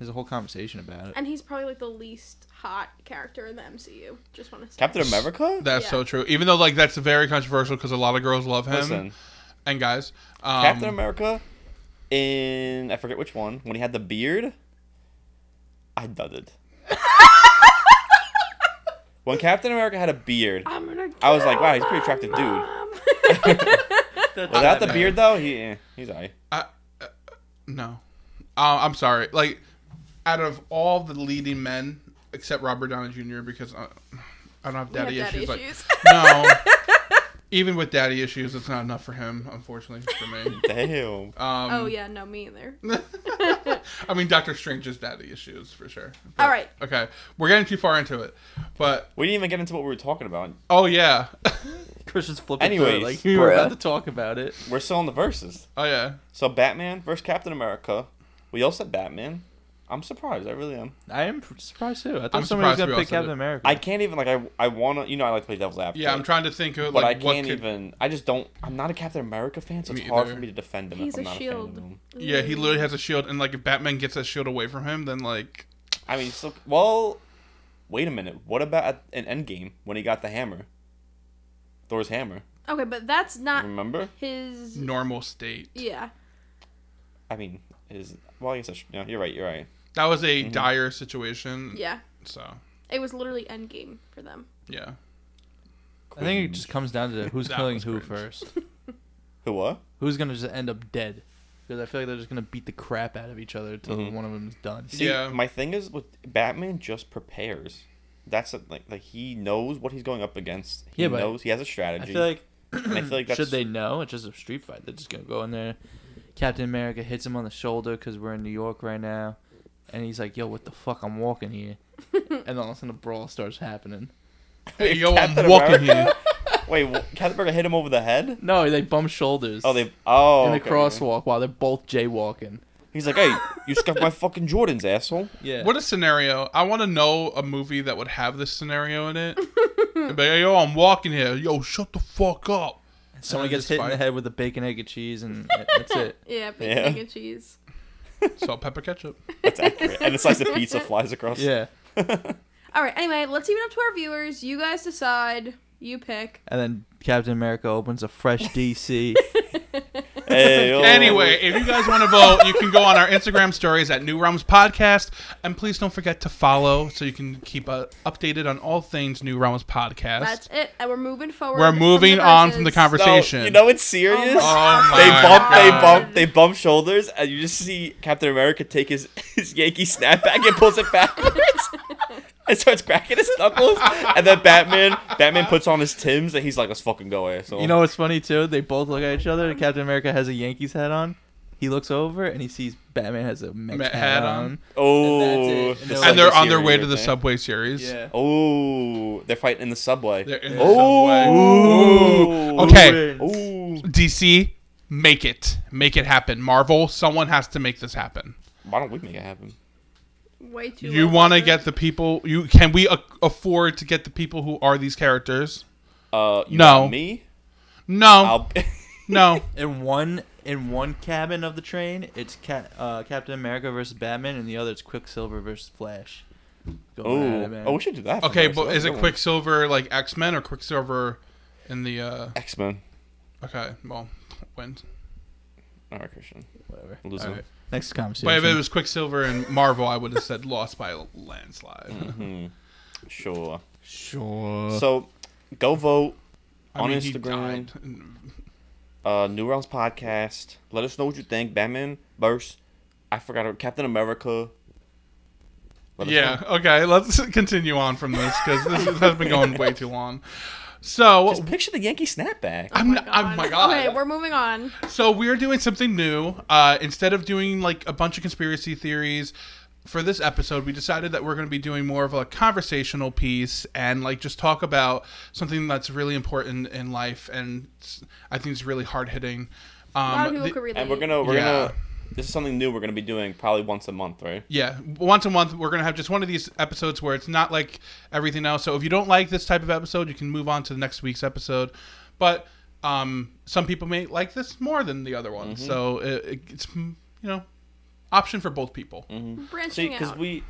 [SPEAKER 2] There's a whole conversation about it.
[SPEAKER 4] and he's probably like the least hot character in the MCU. Just want to say.
[SPEAKER 1] Captain America.
[SPEAKER 3] That's
[SPEAKER 4] Yeah.
[SPEAKER 3] so true. Even though like that's very controversial because a lot of girls love him
[SPEAKER 1] Listen,
[SPEAKER 3] and guys. Um,
[SPEAKER 1] Captain America, in I forget which one when he had the beard. I dudded. when Captain America had a beard,
[SPEAKER 4] I'm gonna.
[SPEAKER 1] I was like,
[SPEAKER 4] kill
[SPEAKER 1] wow, he's a
[SPEAKER 4] my
[SPEAKER 1] pretty attractive dude.
[SPEAKER 4] mom.
[SPEAKER 1] Without the
[SPEAKER 2] Batman.
[SPEAKER 1] beard though, he eh, he's alright.
[SPEAKER 3] No, uh, I'm sorry. Like, out of all the leading men except Robert Downey Jr. because I, I don't have
[SPEAKER 4] We have
[SPEAKER 3] daddy issues. like-
[SPEAKER 4] issues.
[SPEAKER 3] no. Even with daddy issues, it's not enough for him, unfortunately, for me.
[SPEAKER 1] Damn.
[SPEAKER 3] Um,
[SPEAKER 4] oh yeah, no, me either.
[SPEAKER 3] I mean, Doctor Strange is daddy issues for sure.
[SPEAKER 4] All right.
[SPEAKER 3] Okay, we're getting too far into it, but
[SPEAKER 1] We didn't even get into what we were talking about.
[SPEAKER 3] oh yeah,
[SPEAKER 2] Christian's flipping through
[SPEAKER 1] Anyways,
[SPEAKER 2] it like we were
[SPEAKER 1] bruh.
[SPEAKER 2] about to talk about it.
[SPEAKER 1] We're still on the verses.
[SPEAKER 3] oh yeah.
[SPEAKER 1] So Batman versus Captain America. We all said Batman. I'm surprised. I really am.
[SPEAKER 2] I am pr- surprised too. I thought
[SPEAKER 3] I'm
[SPEAKER 2] somebody was
[SPEAKER 3] surprised we
[SPEAKER 2] gonna
[SPEAKER 3] all
[SPEAKER 2] pick
[SPEAKER 3] said
[SPEAKER 2] Captain
[SPEAKER 3] it.
[SPEAKER 2] America.
[SPEAKER 1] I can't even like I I wanna you know I like to play devil's advocate.
[SPEAKER 3] Yeah, I'm trying to think of
[SPEAKER 1] But
[SPEAKER 3] like
[SPEAKER 1] I
[SPEAKER 3] what
[SPEAKER 1] can't
[SPEAKER 3] could-
[SPEAKER 1] even. I just don't. I'm not a Captain America fan, so
[SPEAKER 3] Me
[SPEAKER 1] it's hard
[SPEAKER 3] either.
[SPEAKER 1] for me to defend him
[SPEAKER 4] He's
[SPEAKER 1] if I'm
[SPEAKER 4] a
[SPEAKER 1] not a
[SPEAKER 4] shield.
[SPEAKER 1] fan of him.
[SPEAKER 3] Yeah, he literally has a shield, and like if Batman gets that shield away from him, then like
[SPEAKER 1] I mean, so well. Wait a minute. What about at, in Endgame when he got the hammer? Thor's hammer.
[SPEAKER 4] Okay, but that's not
[SPEAKER 1] Remember?
[SPEAKER 4] his.
[SPEAKER 3] normal state.
[SPEAKER 4] Yeah.
[SPEAKER 1] I mean, is well. I guess I should, no, you're right. You're right.
[SPEAKER 3] That was a
[SPEAKER 1] Mm-hmm.
[SPEAKER 3] dire situation.
[SPEAKER 4] Yeah.
[SPEAKER 3] So
[SPEAKER 4] It was literally Endgame for them.
[SPEAKER 3] yeah,
[SPEAKER 2] I think it just comes down to who's
[SPEAKER 3] That
[SPEAKER 2] killing
[SPEAKER 3] was
[SPEAKER 2] who
[SPEAKER 3] cringe.
[SPEAKER 2] first.
[SPEAKER 1] Who what?
[SPEAKER 2] Who's gonna just end up dead? Because I feel like they're just gonna beat the crap out of each other until
[SPEAKER 1] Mm-hmm.
[SPEAKER 2] one of them is done.
[SPEAKER 1] See,
[SPEAKER 3] Yeah.
[SPEAKER 1] my thing is with Batman just prepares. That's a, like like he knows what he's going up against. He
[SPEAKER 2] Yeah, but
[SPEAKER 1] knows he has a
[SPEAKER 2] I
[SPEAKER 1] strategy.
[SPEAKER 2] feel like
[SPEAKER 1] and I feel like that's
[SPEAKER 2] should they know? It's just a street fight. They're just gonna go in there. Captain America hits him on the shoulder because we're in New York right now, and he's like, "Yo, what the fuck? I'm walking here." and then all of a sudden, a brawl starts happening.
[SPEAKER 3] Hey, yo, I'm
[SPEAKER 1] Captain
[SPEAKER 3] walking
[SPEAKER 1] America? Wait, wha- Katzenberger hit him over the head?
[SPEAKER 2] No, they bump shoulders.
[SPEAKER 1] Oh, they oh
[SPEAKER 2] in the
[SPEAKER 1] okay.
[SPEAKER 2] crosswalk while they're both jaywalking.
[SPEAKER 1] He's like, hey, you scuffed my fucking Jordans, asshole.
[SPEAKER 2] Yeah.
[SPEAKER 3] What a scenario! I want to know a movie that would have this scenario in it. It'd be like, yo, I'm walking here. Yo, shut the fuck up.
[SPEAKER 2] Someone
[SPEAKER 3] And
[SPEAKER 2] gets
[SPEAKER 3] just
[SPEAKER 2] hit in the
[SPEAKER 3] fight.
[SPEAKER 2] head with a bacon, egg, and cheese, and that's it.
[SPEAKER 4] Yeah, bacon,
[SPEAKER 1] Yeah.
[SPEAKER 4] egg, and cheese.
[SPEAKER 3] Salt, pepper, ketchup.
[SPEAKER 1] That's accurate. And a slice of pizza flies across.
[SPEAKER 2] Yeah.
[SPEAKER 4] All right. Anyway, let's leave it up to our viewers. You guys decide. You pick.
[SPEAKER 2] And then Captain America opens a fresh DC.
[SPEAKER 1] Hey, yo.
[SPEAKER 3] Anyway, if you guys want to vote, you can go on our Instagram stories at New Realms Podcast, and please don't forget to follow so you can keep uh, updated on all things New Realms Podcast.
[SPEAKER 4] That's it. And we're moving forward.
[SPEAKER 3] We're
[SPEAKER 4] from
[SPEAKER 3] moving
[SPEAKER 4] the
[SPEAKER 3] on from the
[SPEAKER 4] verses.
[SPEAKER 1] no,
[SPEAKER 3] conversation.
[SPEAKER 1] you know it's serious.
[SPEAKER 3] Oh my
[SPEAKER 1] they bump, they
[SPEAKER 3] God.
[SPEAKER 1] bump, they bump shoulders, and you just see Captain America take his, his Yankee snapback and pulls it backwards, and starts cracking his knuckles. And then Batman, Batman puts on his Tims, and he's like, "Let's fucking go, asshole."
[SPEAKER 2] You know what's funny too? They both look at each other. and Captain America has a Yankees hat on. He looks over and he sees Batman has a Mets
[SPEAKER 3] Met
[SPEAKER 2] hat,
[SPEAKER 3] hat on.
[SPEAKER 2] on.
[SPEAKER 1] oh,
[SPEAKER 2] And that's it. And
[SPEAKER 1] the
[SPEAKER 2] they're
[SPEAKER 1] second
[SPEAKER 3] and they're on their
[SPEAKER 1] series
[SPEAKER 3] way
[SPEAKER 1] right
[SPEAKER 3] to the
[SPEAKER 1] there.
[SPEAKER 3] Subway Series.
[SPEAKER 1] Oh, they're fighting in the subway.
[SPEAKER 3] They're in the
[SPEAKER 1] Oh,
[SPEAKER 3] Subway.
[SPEAKER 1] Ooh.
[SPEAKER 3] Okay, Okay.
[SPEAKER 1] Ooh,
[SPEAKER 3] DC, make it. Make it happen. Marvel, someone has to make this happen.
[SPEAKER 1] why don't we make it happen?
[SPEAKER 4] Way too.
[SPEAKER 3] You
[SPEAKER 4] low
[SPEAKER 3] want to
[SPEAKER 4] budget.
[SPEAKER 3] get the people you can we a- afford to get the people who are these characters?
[SPEAKER 1] Uh, you
[SPEAKER 3] No.
[SPEAKER 1] want me.
[SPEAKER 3] No.
[SPEAKER 1] I'll.
[SPEAKER 3] No.
[SPEAKER 2] In one in one cabin of the train, it's Ca- uh, Captain America versus Batman, and the other it's Quicksilver versus Flash. Go at it,
[SPEAKER 1] Ooh,
[SPEAKER 2] man.
[SPEAKER 1] oh, we should do that.
[SPEAKER 3] Okay, but is it Quicksilver like X-Men or Quicksilver in the uh
[SPEAKER 1] X Men.
[SPEAKER 3] okay, well, when
[SPEAKER 1] All right, Christian.
[SPEAKER 2] Whatever.
[SPEAKER 1] We'll lose
[SPEAKER 3] All
[SPEAKER 1] him.
[SPEAKER 3] right.
[SPEAKER 2] Next conversation.
[SPEAKER 3] But if it was Quicksilver and Marvel, I would have said lost by a landslide.
[SPEAKER 1] Sure.
[SPEAKER 2] sure.
[SPEAKER 1] Mm-hmm. so, go vote.
[SPEAKER 3] Uh. I
[SPEAKER 1] On
[SPEAKER 3] mean, he
[SPEAKER 1] Instagram.
[SPEAKER 3] died.
[SPEAKER 1] Uh, New Realms podcast. Let us know what you think. Batman verse. I forgot Captain America. Let us
[SPEAKER 3] Yeah.
[SPEAKER 1] know.
[SPEAKER 3] Okay. Let's continue on from this because this has been going way too long. So
[SPEAKER 1] Just picture the Yankee snapback.
[SPEAKER 3] I'm. not- Oh my god. Um,
[SPEAKER 4] Okay, we're moving on.
[SPEAKER 3] so we're doing something new. Uh, instead of doing like a bunch of conspiracy theories for this episode, we decided that we're going to be doing more of a conversational piece and like just talk about something that's really important in life. And s- I think it's really hard hitting.
[SPEAKER 4] A lot of
[SPEAKER 3] Um,
[SPEAKER 4] people
[SPEAKER 3] the-
[SPEAKER 4] could relate.
[SPEAKER 1] And we're gonna we're
[SPEAKER 3] Yeah.
[SPEAKER 1] gonna this is something new we're gonna be doing probably once a month, right?
[SPEAKER 3] Yeah, once a month we're gonna have just one of these episodes where it's not like everything else. So if you don't like this type of episode, you can move on to the next week's episode. But um, some people may like this more than the other one, so it, it, it's mm, you know option for both people.
[SPEAKER 1] See,
[SPEAKER 4] branching
[SPEAKER 1] because
[SPEAKER 4] out.
[SPEAKER 1] we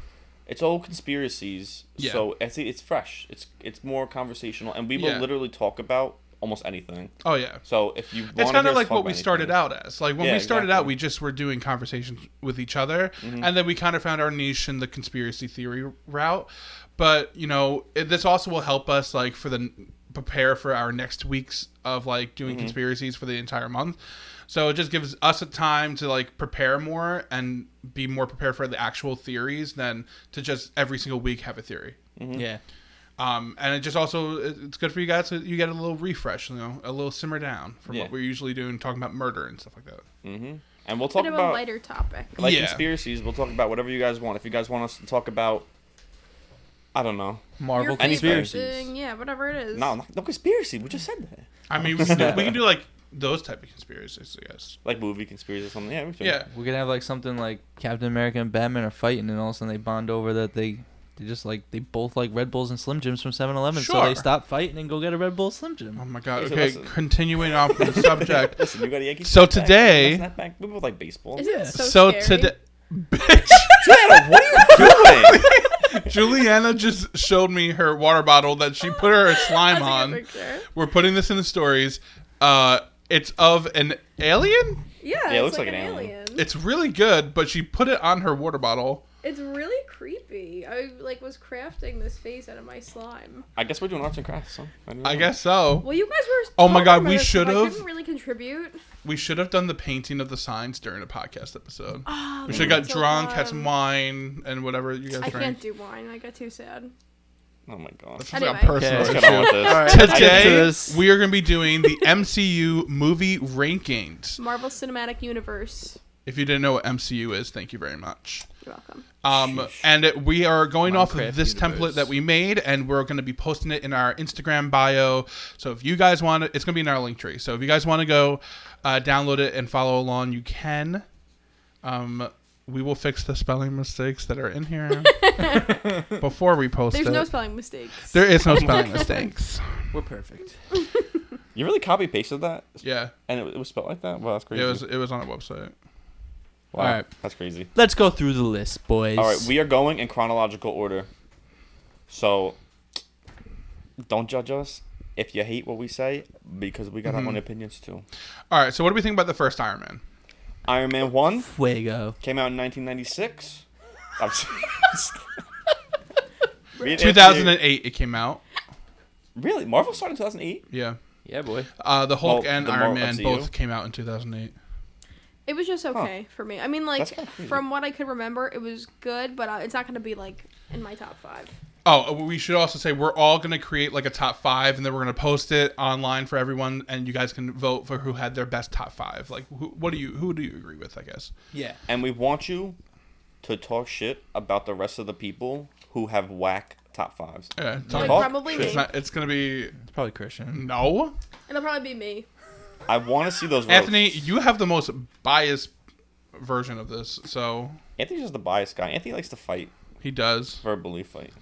[SPEAKER 1] it's all conspiracies,
[SPEAKER 3] Yeah.
[SPEAKER 1] so I see it's fresh. It's it's more conversational, and we will
[SPEAKER 3] Yeah.
[SPEAKER 1] literally talk about almost anything.
[SPEAKER 3] Oh yeah,
[SPEAKER 1] So if you
[SPEAKER 3] it's
[SPEAKER 1] wanna
[SPEAKER 3] kind
[SPEAKER 1] hear
[SPEAKER 3] of
[SPEAKER 1] us
[SPEAKER 3] like
[SPEAKER 1] talk
[SPEAKER 3] what
[SPEAKER 1] about
[SPEAKER 3] we started
[SPEAKER 1] anything-
[SPEAKER 3] out as. Like when
[SPEAKER 1] Yeah,
[SPEAKER 3] we started
[SPEAKER 1] exactly.
[SPEAKER 3] out,
[SPEAKER 1] Mm-hmm.
[SPEAKER 3] we just were doing conversations with each other, and then we kind of found our niche in the conspiracy theory route. But you know, it, this also will help us like for the prepare for our next weeks of like doing
[SPEAKER 1] Mm-hmm.
[SPEAKER 3] conspiracies for the entire month. So it just gives us a time to like prepare more and be more prepared for the actual theories than to just every single week have a theory.
[SPEAKER 2] yeah.
[SPEAKER 3] Um, and it just also it- it's good for you guys. So you get a little refresh, you know, a little simmer down from
[SPEAKER 1] Yeah.
[SPEAKER 3] what we're usually doing, talking about murder and stuff like that.
[SPEAKER 1] Mm-hmm. and we'll talk
[SPEAKER 4] Bit of a
[SPEAKER 1] about
[SPEAKER 4] lighter topic.
[SPEAKER 1] like
[SPEAKER 3] Yeah.
[SPEAKER 1] conspiracies. We'll talk about whatever you guys want. If you guys want us to talk about, I don't know.
[SPEAKER 2] Marvel
[SPEAKER 4] Your favorite
[SPEAKER 1] conspiracies.
[SPEAKER 4] thing, yeah, whatever it is.
[SPEAKER 1] No, no, no conspiracy. We just said that.
[SPEAKER 3] I mean, we, can- we can do like those type of conspiracies, I guess.
[SPEAKER 1] Like movie conspiracy or something. Yeah, we should.
[SPEAKER 3] Yeah,
[SPEAKER 2] We're gonna have like something like Captain America and Batman are fighting, and all of a sudden they bond over that they they just like they both like Red Bulls and Slim Jims from 7-Eleven, so
[SPEAKER 3] Sure.
[SPEAKER 2] they stop fighting and go get a Red Bull Slim Jim.
[SPEAKER 3] Oh my god.
[SPEAKER 1] Yeah, so
[SPEAKER 3] Okay,
[SPEAKER 1] listen.
[SPEAKER 3] continuing off the subject.
[SPEAKER 1] Listen, you got a Yankee.
[SPEAKER 3] So
[SPEAKER 1] snapback,
[SPEAKER 3] today-
[SPEAKER 1] snapback. We both like baseball.
[SPEAKER 4] Isn't
[SPEAKER 2] Yeah.
[SPEAKER 4] it so,
[SPEAKER 3] So,
[SPEAKER 4] scary?
[SPEAKER 3] today,
[SPEAKER 1] Juliana, what are you doing?
[SPEAKER 3] Juliana just showed me her water bottle that she put her
[SPEAKER 4] I'll
[SPEAKER 3] slime
[SPEAKER 4] take a
[SPEAKER 3] on.
[SPEAKER 4] picture.
[SPEAKER 3] We're putting this in the stories. Uh, it's of an alien.
[SPEAKER 4] Yeah,
[SPEAKER 1] it
[SPEAKER 4] it's
[SPEAKER 1] looks
[SPEAKER 4] like,
[SPEAKER 1] like
[SPEAKER 4] an
[SPEAKER 1] an
[SPEAKER 4] alien.
[SPEAKER 1] alien.
[SPEAKER 3] It's really good, but she put it on her water bottle.
[SPEAKER 4] It's really creepy. I like was crafting this face out of my slime.
[SPEAKER 1] I guess we're doing arts and crafts. So I, don't
[SPEAKER 3] I
[SPEAKER 1] know.
[SPEAKER 3] guess so.
[SPEAKER 4] Well, you guys were.
[SPEAKER 3] Oh my
[SPEAKER 4] talking
[SPEAKER 3] God,
[SPEAKER 4] about
[SPEAKER 3] we
[SPEAKER 4] this, so I
[SPEAKER 3] should've.
[SPEAKER 4] couldn't really contribute.
[SPEAKER 3] We should have done the painting of the signs during a podcast episode.
[SPEAKER 4] Oh,
[SPEAKER 3] we should have got drunk, had some wine, and whatever you guys
[SPEAKER 4] I
[SPEAKER 3] drank.
[SPEAKER 4] can't do wine. I got too sad.
[SPEAKER 1] Oh my god.
[SPEAKER 3] That sounds like a
[SPEAKER 4] Anyway.
[SPEAKER 2] Okay.
[SPEAKER 3] personal
[SPEAKER 1] Let's
[SPEAKER 3] issue.
[SPEAKER 1] get on with this.
[SPEAKER 2] right, let's get to
[SPEAKER 3] Today
[SPEAKER 2] this.
[SPEAKER 3] we are going to be doing the MCU movie rankings.
[SPEAKER 4] Marvel Cinematic Universe.
[SPEAKER 3] If you didn't know what MCU is, thank you very much.
[SPEAKER 4] You're welcome.
[SPEAKER 3] Um, and it- we are going off
[SPEAKER 2] Minecraft
[SPEAKER 3] of this
[SPEAKER 2] universe.
[SPEAKER 3] template that we made, and we're going to be posting it in our Instagram bio. So if you guys want to, it's going to be in our link tree. So if you guys want to go uh, download it and follow along, you can. Um, we will fix the spelling mistakes that are in here before we post
[SPEAKER 4] There's
[SPEAKER 3] it.
[SPEAKER 4] no spelling mistakes.
[SPEAKER 3] there is no spelling mistakes.
[SPEAKER 2] We're perfect.
[SPEAKER 1] You really copy pasted that,
[SPEAKER 3] Yeah,
[SPEAKER 1] and it, it was spelled like that. Wow, that's crazy.
[SPEAKER 3] it was it was on a website.
[SPEAKER 1] wow,
[SPEAKER 2] Alright.
[SPEAKER 1] that's crazy.
[SPEAKER 2] Let's go through the list, boys.
[SPEAKER 1] All right, we are going in chronological order. So don't judge us if you hate what we say because we got our
[SPEAKER 3] Mm-hmm.
[SPEAKER 1] own opinions too.
[SPEAKER 3] All right, so what do we think about the first Iron Man?
[SPEAKER 1] Iron Man 1
[SPEAKER 2] Fuego.
[SPEAKER 1] came out in 1996. I'm s- Me and Anthony-
[SPEAKER 3] 2008 it came out.
[SPEAKER 1] Really? Marvel started in 2008?
[SPEAKER 3] Yeah.
[SPEAKER 2] Yeah, boy.
[SPEAKER 3] Uh, the Hulk
[SPEAKER 1] Well,
[SPEAKER 3] and
[SPEAKER 1] the
[SPEAKER 3] Iron
[SPEAKER 1] Marvel
[SPEAKER 3] Man
[SPEAKER 1] MCU.
[SPEAKER 3] both came out in 2008.
[SPEAKER 4] It was just okay for me. I mean, like
[SPEAKER 1] That's kinda crazy.
[SPEAKER 4] from what I could remember, it was good, but uh, it's not gonna be like in my top five.
[SPEAKER 3] Oh, we should also say we're all going to create like a top five, and then we're going to post it online for everyone, and you guys can vote for who had their best top five. Like, who, what do you who do you agree with? I guess.
[SPEAKER 2] Yeah.
[SPEAKER 1] And we want you to talk shit about the rest of the people who have whack top fives.
[SPEAKER 3] Yeah,
[SPEAKER 4] Like,
[SPEAKER 1] Talk
[SPEAKER 4] probably
[SPEAKER 1] shit.
[SPEAKER 3] It's
[SPEAKER 4] me.
[SPEAKER 3] not. It's gonna be
[SPEAKER 2] It's probably Christian.
[SPEAKER 3] no.
[SPEAKER 4] It'll probably be me.
[SPEAKER 1] I want to see those. roasts.
[SPEAKER 3] Anthony, you have the most biased version of this, so
[SPEAKER 1] Anthony's just the biased guy. Anthony likes to fight,
[SPEAKER 3] he does.
[SPEAKER 1] verbally fight.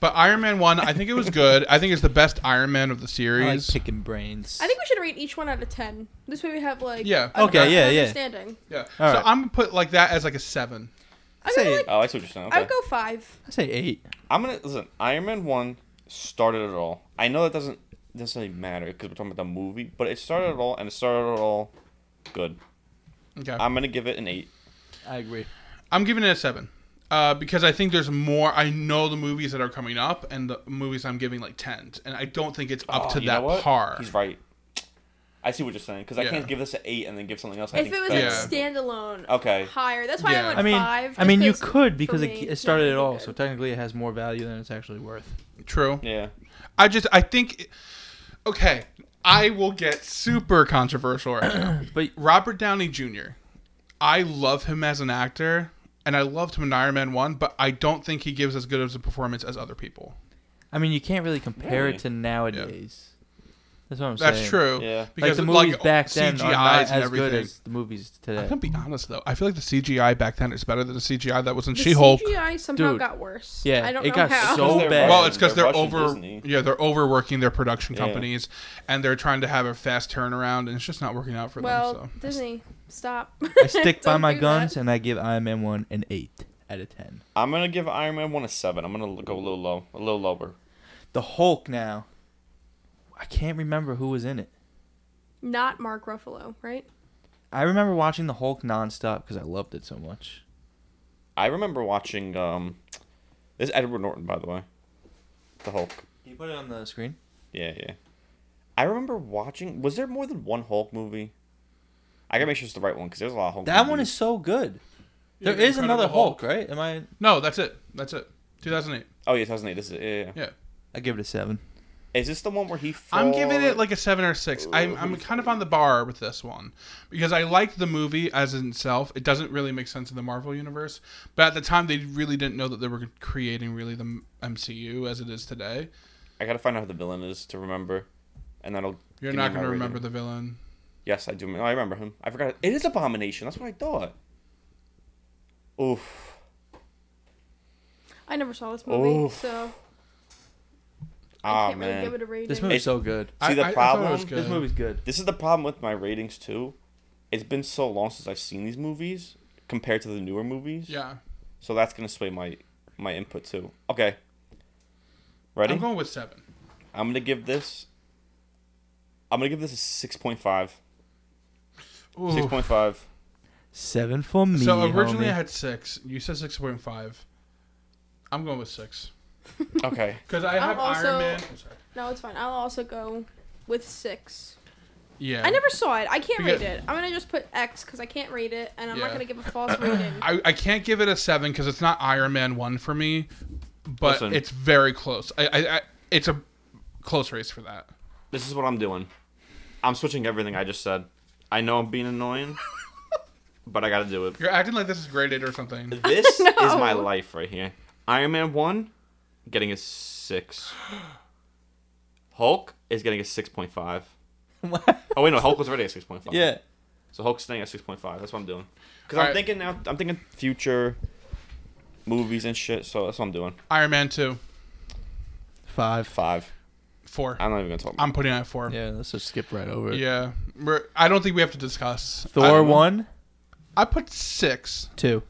[SPEAKER 3] But Iron Man one, I think it was good. I think it's the best Iron Man of the
[SPEAKER 2] I like
[SPEAKER 3] series.
[SPEAKER 2] picking brains.
[SPEAKER 4] I think we should rate each one out of ten. This way we have like
[SPEAKER 3] Yeah.
[SPEAKER 4] a-
[SPEAKER 2] Okay,
[SPEAKER 4] an
[SPEAKER 2] yeah, yeah.
[SPEAKER 4] Understanding.
[SPEAKER 3] yeah.
[SPEAKER 2] All
[SPEAKER 3] so
[SPEAKER 2] right.
[SPEAKER 3] I'm gonna put like that as like a seven.
[SPEAKER 4] I
[SPEAKER 2] Say
[SPEAKER 4] would
[SPEAKER 2] it.
[SPEAKER 4] like,
[SPEAKER 1] Oh, I see what you're saying.
[SPEAKER 4] I
[SPEAKER 1] Okay.
[SPEAKER 4] would go five.
[SPEAKER 2] I say eight.
[SPEAKER 1] I'm gonna listen. Iron Man one started it all. I know that doesn't necessarily matter because we're talking about the movie, but it started it all, and it started it all good.
[SPEAKER 3] Okay. I'm,
[SPEAKER 1] I'm gonna give it an eight.
[SPEAKER 2] I agree.
[SPEAKER 3] giving it a seven. Uh, because I think there's more. I know the movies that are coming up, and the movies I'm giving like tens, and I don't think it's up
[SPEAKER 1] Oh,
[SPEAKER 3] to
[SPEAKER 1] you know
[SPEAKER 3] that
[SPEAKER 1] what?
[SPEAKER 3] par.
[SPEAKER 1] He's right. I see what you're saying because I
[SPEAKER 3] Yeah.
[SPEAKER 1] can't give this an eight and then give something else. I
[SPEAKER 4] If
[SPEAKER 1] think
[SPEAKER 4] it was
[SPEAKER 1] better.
[SPEAKER 4] like
[SPEAKER 3] Yeah.
[SPEAKER 4] standalone,
[SPEAKER 1] Okay.
[SPEAKER 4] higher. That's why
[SPEAKER 3] Yeah.
[SPEAKER 4] I went
[SPEAKER 2] I mean,
[SPEAKER 4] five.
[SPEAKER 2] I mean, you
[SPEAKER 4] just 'cause
[SPEAKER 2] could
[SPEAKER 4] for
[SPEAKER 2] because
[SPEAKER 4] me,
[SPEAKER 2] it, it started
[SPEAKER 4] yeah,
[SPEAKER 2] it
[SPEAKER 4] you
[SPEAKER 2] all,
[SPEAKER 4] could.
[SPEAKER 2] so technically it has more value than it's actually worth.
[SPEAKER 3] True.
[SPEAKER 1] Yeah.
[SPEAKER 3] I just I think okay, I will get super controversial right now.
[SPEAKER 2] But-
[SPEAKER 3] Robert Downey Jr. I love him as an actor and I loved him in Iron Man 1, but I don't think he gives as good of a performance as other people.
[SPEAKER 2] I mean, you can't really compare
[SPEAKER 1] Really?
[SPEAKER 2] it to nowadays. That's what I'm saying.
[SPEAKER 3] That's true.
[SPEAKER 1] Yeah. Like
[SPEAKER 2] Like the movies back then are not
[SPEAKER 3] CGIs
[SPEAKER 2] as good as the movies
[SPEAKER 3] I'm
[SPEAKER 2] today.
[SPEAKER 3] gonna be honest though. I feel like the CGI back then is better than the CGI that was in
[SPEAKER 4] The
[SPEAKER 3] She-Hulk.
[SPEAKER 4] CGI somehow
[SPEAKER 2] Dude.
[SPEAKER 4] got worse.
[SPEAKER 2] Yeah,
[SPEAKER 4] I don't
[SPEAKER 2] it
[SPEAKER 4] know
[SPEAKER 2] got so
[SPEAKER 4] how.
[SPEAKER 1] Because they're
[SPEAKER 2] bad.
[SPEAKER 3] Well, it's because
[SPEAKER 1] They're
[SPEAKER 3] they're,
[SPEAKER 1] Russian
[SPEAKER 3] over,
[SPEAKER 1] Disney.
[SPEAKER 3] yeah, they're overworking their production
[SPEAKER 1] Yeah.
[SPEAKER 3] companies, and they're trying to have a fast turnaround, and it's just not working out for
[SPEAKER 4] well,
[SPEAKER 3] them. So.
[SPEAKER 4] Disney, stop.
[SPEAKER 2] I stick by
[SPEAKER 4] Don't
[SPEAKER 2] my
[SPEAKER 4] do
[SPEAKER 2] guns
[SPEAKER 4] that.
[SPEAKER 2] and I give Iron Man one an eight out of ten.
[SPEAKER 1] I'm gonna give Iron Man one a seven. I'm gonna go a little low, a little lower.
[SPEAKER 2] The Hulk now. I can't remember who was in it.
[SPEAKER 4] Not Mark Ruffalo, right?
[SPEAKER 2] I remember watching the Hulk nonstop because I loved it so much.
[SPEAKER 1] I remember watching um, this is Edward Norton by the way, the Hulk.
[SPEAKER 2] Can you put it on the screen?
[SPEAKER 1] Yeah, yeah. I remember watching. Was there more than one Hulk movie? I gotta make sure it's the right one because there's a lot of Hulk.
[SPEAKER 2] That one
[SPEAKER 1] movies.
[SPEAKER 2] is so good.
[SPEAKER 3] Yeah,
[SPEAKER 2] There is
[SPEAKER 3] Incredible
[SPEAKER 2] another
[SPEAKER 3] Hulk.
[SPEAKER 2] Hulk, right? Am I?
[SPEAKER 3] No, that's it. That's it. 2008.
[SPEAKER 1] Oh yeah, 2008. This is yeah, yeah. yeah.
[SPEAKER 3] Yeah.
[SPEAKER 2] I give it a seven.
[SPEAKER 1] Is this the one where he? Fought...
[SPEAKER 3] I'm giving it like a seven or six. I'm, I'm kind of on the bar with this one because I like the movie as in itself. It doesn't really make sense in the Marvel universe, but at the time they really didn't know that they were creating really the M- MCU as it is today.
[SPEAKER 1] I gotta find out who the villain is to remember, and that'll.
[SPEAKER 3] You're
[SPEAKER 1] give me
[SPEAKER 3] not
[SPEAKER 1] my
[SPEAKER 3] going to
[SPEAKER 1] rating.
[SPEAKER 3] remember the villain.
[SPEAKER 1] Yes, I do. remember- I remember him. I forgot. It is Abomination. That's what I thought. Oof.
[SPEAKER 4] I never saw this movie,
[SPEAKER 1] Oof.
[SPEAKER 4] so I
[SPEAKER 1] Ah
[SPEAKER 4] can't really
[SPEAKER 1] man.
[SPEAKER 4] give it a rating.
[SPEAKER 2] This movie's so good.
[SPEAKER 1] See, the
[SPEAKER 3] I, I, I thought it
[SPEAKER 1] problem-
[SPEAKER 3] was good.
[SPEAKER 2] This movie's good.
[SPEAKER 1] This is the problem with my ratings too. It's been so long since I've seen these movies compared to the newer movies.
[SPEAKER 3] Yeah.
[SPEAKER 1] So that's gonna sway my my input too. Okay. Ready?
[SPEAKER 3] I'm going with seven.
[SPEAKER 1] I'm gonna give this. I'm gonna give this a six point five.
[SPEAKER 3] Ooh.
[SPEAKER 1] Six point five.
[SPEAKER 2] Seven for me.
[SPEAKER 3] so originally
[SPEAKER 2] homie.
[SPEAKER 3] I had six. You said 6.5. I'm going with six
[SPEAKER 1] Okay.
[SPEAKER 3] because I have
[SPEAKER 4] also-
[SPEAKER 3] Iron Man. I'm sorry.
[SPEAKER 4] no, it's fine. I'll also go with six.
[SPEAKER 3] Yeah.
[SPEAKER 4] I never saw it. I can't
[SPEAKER 3] Because-
[SPEAKER 4] rate it. I'm gonna just put X because I can't rate it, and I'm
[SPEAKER 3] Yeah.
[SPEAKER 4] not gonna give a false rating.
[SPEAKER 3] I, I can't give it a seven because it's not Iron Man one for me, but
[SPEAKER 1] Listen.
[SPEAKER 3] it's very close. I, I, I it's a close race for that.
[SPEAKER 1] This is what I'm doing. I'm switching everything I just said. I know I'm being annoying, but I gotta do it.
[SPEAKER 3] You're acting like this is graded or something.
[SPEAKER 1] This
[SPEAKER 4] No.
[SPEAKER 1] is my life right here. Iron Man one, getting a six. Hulk is getting a six point five. Oh wait, no, Hulk was already at six point five.
[SPEAKER 2] yeah.
[SPEAKER 1] So Hulk's staying at six point five. That's what I'm doing. Because I'm
[SPEAKER 3] Alright.
[SPEAKER 1] thinking now. I'm thinking future movies and shit. So that's what I'm doing.
[SPEAKER 3] Iron Man two,
[SPEAKER 2] Five.
[SPEAKER 1] Five.
[SPEAKER 3] four.
[SPEAKER 1] I'm not even gonna talk. About
[SPEAKER 3] I'm putting it at four. Yeah.
[SPEAKER 2] Yeah, let's just skip right over it.
[SPEAKER 3] We're, I don't think we have to discuss. I
[SPEAKER 2] Thor
[SPEAKER 3] don't know.
[SPEAKER 2] one,
[SPEAKER 3] I put six.
[SPEAKER 2] two.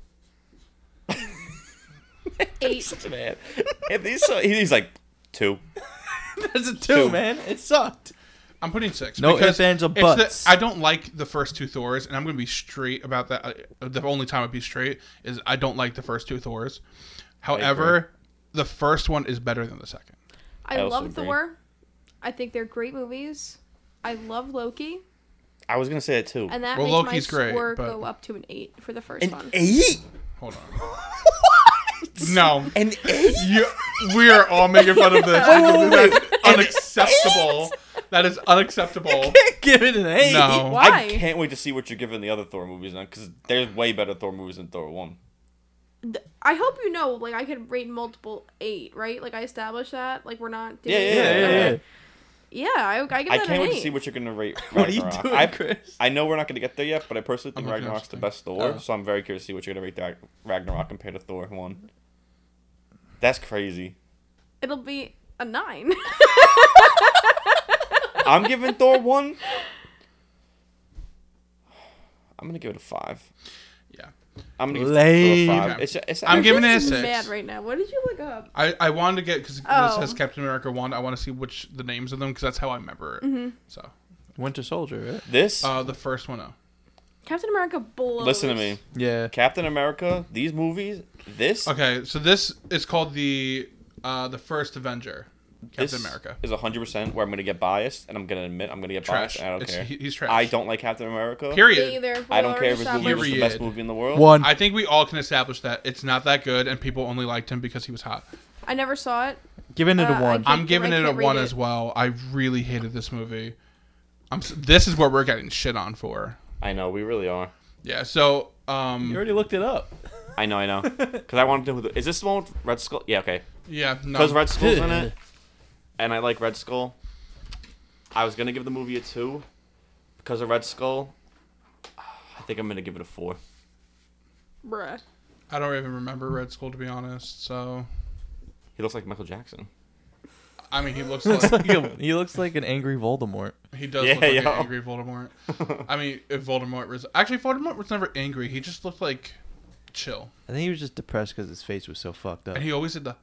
[SPEAKER 4] Eight.
[SPEAKER 1] it. man. If he's so, he's like two.
[SPEAKER 2] That's a two,
[SPEAKER 1] Two.
[SPEAKER 2] man. It sucked.
[SPEAKER 3] I'm putting six.
[SPEAKER 2] No
[SPEAKER 3] because
[SPEAKER 2] ifs, ands, or
[SPEAKER 3] it's the-
[SPEAKER 2] buts.
[SPEAKER 3] I don't like the first two Thors, and I'm going to be straight about that. I- The only time I'd be straight is I don't like the first two Thors. However, the first one is better than the second.
[SPEAKER 4] I
[SPEAKER 1] I also
[SPEAKER 4] love
[SPEAKER 1] agree.
[SPEAKER 4] Thor. I think they're great movies. I love Loki,
[SPEAKER 1] I was gonna say it too.
[SPEAKER 4] and that
[SPEAKER 3] Well,
[SPEAKER 4] makes
[SPEAKER 3] Loki's
[SPEAKER 4] my
[SPEAKER 3] great,
[SPEAKER 4] score
[SPEAKER 3] but-
[SPEAKER 4] go up to an eight for the first one.
[SPEAKER 1] eight.
[SPEAKER 3] Hold on. No.
[SPEAKER 1] An eight.
[SPEAKER 3] You, we are all making fun of this. That's unacceptable. That is unacceptable.
[SPEAKER 2] Give it an eight.
[SPEAKER 3] No.
[SPEAKER 4] Why?
[SPEAKER 1] I can't wait to see what you're giving the other Thor movies now, because there's way better Thor movies than Thor one.
[SPEAKER 4] th- I hope you know, like I could rate multiple eight, right? Like I established that. Like we're not doing.
[SPEAKER 1] Yeah, yeah, yeah,
[SPEAKER 4] Okay.
[SPEAKER 1] yeah,
[SPEAKER 4] Yeah, I, I give
[SPEAKER 1] I
[SPEAKER 4] that
[SPEAKER 1] can't
[SPEAKER 4] an
[SPEAKER 1] wait to
[SPEAKER 4] eight.
[SPEAKER 1] see what you're gonna rate.
[SPEAKER 2] What are you
[SPEAKER 1] Ragnarok.
[SPEAKER 2] doing,
[SPEAKER 1] I,
[SPEAKER 2] Chris?
[SPEAKER 1] I know we're not gonna get there yet, but I personally think
[SPEAKER 3] I'm looking at
[SPEAKER 1] Ragnarok's the
[SPEAKER 3] something.
[SPEAKER 1] best Thor,
[SPEAKER 2] Oh.
[SPEAKER 1] so I'm very curious to see what you're gonna rate that Ragnarok compared to Thor one. That's crazy.
[SPEAKER 4] It'll be a nine.
[SPEAKER 1] I'm giving Thor one. I'm gonna give it a five.
[SPEAKER 3] Yeah.
[SPEAKER 1] I'm gonna give
[SPEAKER 2] Lame.
[SPEAKER 1] Thor a five. It's, it's,
[SPEAKER 3] I'm giving it a
[SPEAKER 4] Jason's
[SPEAKER 3] six.
[SPEAKER 4] Mad right now. What did you look up?
[SPEAKER 3] I, I wanted to get because this
[SPEAKER 4] Oh.
[SPEAKER 3] has Captain America one. I want to see which the names of them because that's how I remember it. So
[SPEAKER 2] Winter Soldier, right?
[SPEAKER 1] this.
[SPEAKER 3] uh, the first one, oh,
[SPEAKER 4] Captain America blows.
[SPEAKER 1] listen to me,
[SPEAKER 2] Yeah.
[SPEAKER 1] Captain America. These movies. This.
[SPEAKER 3] okay. So this is called the uh, the first Avenger, Captain
[SPEAKER 1] this
[SPEAKER 3] America.
[SPEAKER 1] is 100 percent where I'm gonna get biased, and I'm gonna admit I'm gonna get biased.
[SPEAKER 3] Trash.
[SPEAKER 1] and I don't
[SPEAKER 3] It's-
[SPEAKER 1] care.
[SPEAKER 3] he- he's trash.
[SPEAKER 1] I don't like Captain America.
[SPEAKER 4] Me
[SPEAKER 3] Period.
[SPEAKER 4] either. We
[SPEAKER 1] I don't care
[SPEAKER 4] already
[SPEAKER 1] if his movie
[SPEAKER 4] established
[SPEAKER 1] was the best
[SPEAKER 3] Period.
[SPEAKER 1] movie in the world.
[SPEAKER 2] One.
[SPEAKER 3] I think we all can establish that it's not that good, and people only liked him because he was hot.
[SPEAKER 4] that. I never saw it.
[SPEAKER 2] Giving it
[SPEAKER 4] Uh,
[SPEAKER 2] a
[SPEAKER 4] I
[SPEAKER 2] one.
[SPEAKER 4] can't-
[SPEAKER 3] I'm giving
[SPEAKER 4] I
[SPEAKER 3] it a
[SPEAKER 4] can't read
[SPEAKER 3] one
[SPEAKER 4] it.
[SPEAKER 3] as well. I really hated this movie. I'm. s- This is what we're getting shit on for.
[SPEAKER 1] I know we really are.
[SPEAKER 3] Yeah. So um.
[SPEAKER 2] you already looked it up.
[SPEAKER 1] I know, I know. Because I wanted to. Know who the, is this the one with Red Skull? Yeah, okay.
[SPEAKER 3] yeah. No.
[SPEAKER 1] Because Red Skull's in it, and I like Red Skull. I was gonna give the movie a two, because of Red Skull. I think I'm gonna give it a four.
[SPEAKER 4] Bruh.
[SPEAKER 3] I don't even remember Red Skull to be honest. So
[SPEAKER 1] He looks like Michael Jackson.
[SPEAKER 3] I mean, he looks
[SPEAKER 2] Looks
[SPEAKER 3] like
[SPEAKER 2] like a- he looks like an angry Voldemort.
[SPEAKER 3] He does
[SPEAKER 1] Yeah,
[SPEAKER 3] look like
[SPEAKER 1] yo.
[SPEAKER 3] an angry Voldemort. I mean, if Voldemort was actually Voldemort was never angry. He just looked like chill,
[SPEAKER 2] I think he was just depressed because his face was so fucked up.
[SPEAKER 3] and he always did the.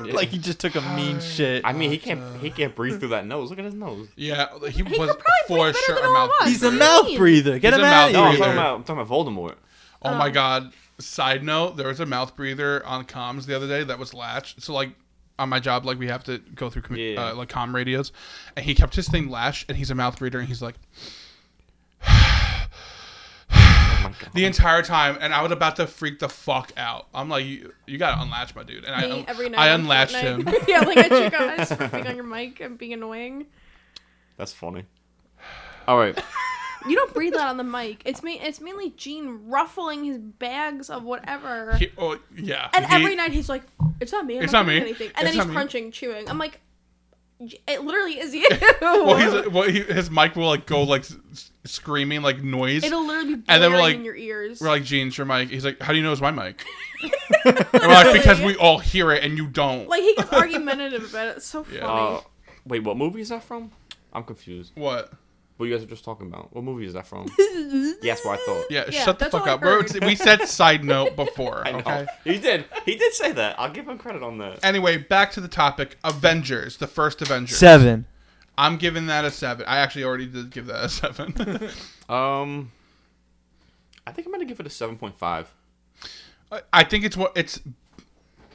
[SPEAKER 2] like he just took a mean shit.
[SPEAKER 1] I mean, he can't. He can't breathe through that nose. Look at his nose.
[SPEAKER 3] Yeah, he,
[SPEAKER 4] He
[SPEAKER 3] was
[SPEAKER 4] could probably
[SPEAKER 3] for
[SPEAKER 4] breathe better
[SPEAKER 3] sure
[SPEAKER 4] than
[SPEAKER 3] a
[SPEAKER 4] all
[SPEAKER 3] mouth.
[SPEAKER 4] of us.
[SPEAKER 2] He's a
[SPEAKER 4] What do you
[SPEAKER 2] mouth
[SPEAKER 4] mean?
[SPEAKER 2] breather. Get
[SPEAKER 3] He's
[SPEAKER 2] him
[SPEAKER 3] a
[SPEAKER 2] out
[SPEAKER 1] No,
[SPEAKER 2] of
[SPEAKER 1] I'm
[SPEAKER 2] here.
[SPEAKER 1] talking about. I'm talking about Voldemort.
[SPEAKER 3] Oh
[SPEAKER 4] Um,
[SPEAKER 3] my god! Side note: There was a mouth breather on comms the other day that was latched. So like, on my job, like we have to go through commu-
[SPEAKER 1] Yeah.
[SPEAKER 3] uh, like comm radios, and he kept his thing latched, and he's a mouth breather, and he's like
[SPEAKER 1] Oh my god.
[SPEAKER 3] the entire time, and I was about to freak the fuck out. I'm like, you, you gotta unlatch my dude, and I
[SPEAKER 4] Me
[SPEAKER 3] un-
[SPEAKER 4] every night.
[SPEAKER 3] I
[SPEAKER 4] on
[SPEAKER 3] unlatched him.
[SPEAKER 4] Fortnite. yeah, like I check out. I just freaking on your mic. I'm being annoying.
[SPEAKER 1] That's funny. All right.
[SPEAKER 4] You don't breathe that on the mic. It's me. It's mainly Gene ruffling his bags of whatever.
[SPEAKER 3] He, oh yeah.
[SPEAKER 4] and
[SPEAKER 3] He-
[SPEAKER 4] every night he's like, "It's not me. I'm
[SPEAKER 3] It's
[SPEAKER 4] not,
[SPEAKER 3] not
[SPEAKER 4] doing
[SPEAKER 3] me.
[SPEAKER 4] Anything." And
[SPEAKER 3] It's
[SPEAKER 4] then
[SPEAKER 3] not
[SPEAKER 4] he's
[SPEAKER 3] me.
[SPEAKER 4] crunching, chewing. I'm like, "It literally is you."
[SPEAKER 3] Well, he's, well he, his mic will like go like s- s- screaming like noise.
[SPEAKER 4] It'll literally be
[SPEAKER 3] And
[SPEAKER 4] and
[SPEAKER 3] then we're like-
[SPEAKER 4] in your ears.
[SPEAKER 3] we're like, Gene's your mic. He's like, how do you know it's my mic? And we're like, because we all hear it and you don't.
[SPEAKER 4] Like, he gets argumentative about it. It's so funny.
[SPEAKER 3] Yeah.
[SPEAKER 1] Uh, wait, what movie is that from? I'm confused.
[SPEAKER 3] what?
[SPEAKER 1] What you guys were just talking about? What movie is that from?
[SPEAKER 2] Oh.
[SPEAKER 1] yes, what I thought.
[SPEAKER 3] Yeah,
[SPEAKER 4] Yeah,
[SPEAKER 3] shut the
[SPEAKER 4] that's all
[SPEAKER 3] fuck
[SPEAKER 4] I
[SPEAKER 3] up. We're-
[SPEAKER 4] heard.
[SPEAKER 3] we said side note before.
[SPEAKER 1] I know.
[SPEAKER 3] okay.
[SPEAKER 1] Oh, He did. He did say that. I'll give him credit on that.
[SPEAKER 3] Anyway, back to the topic. Avengers, the first Avenger.
[SPEAKER 2] Seven.
[SPEAKER 3] I'm giving that a seven. I actually already did give that a seven.
[SPEAKER 1] Um, I think I'm gonna give it a seven point five.
[SPEAKER 3] I- I think it's what it's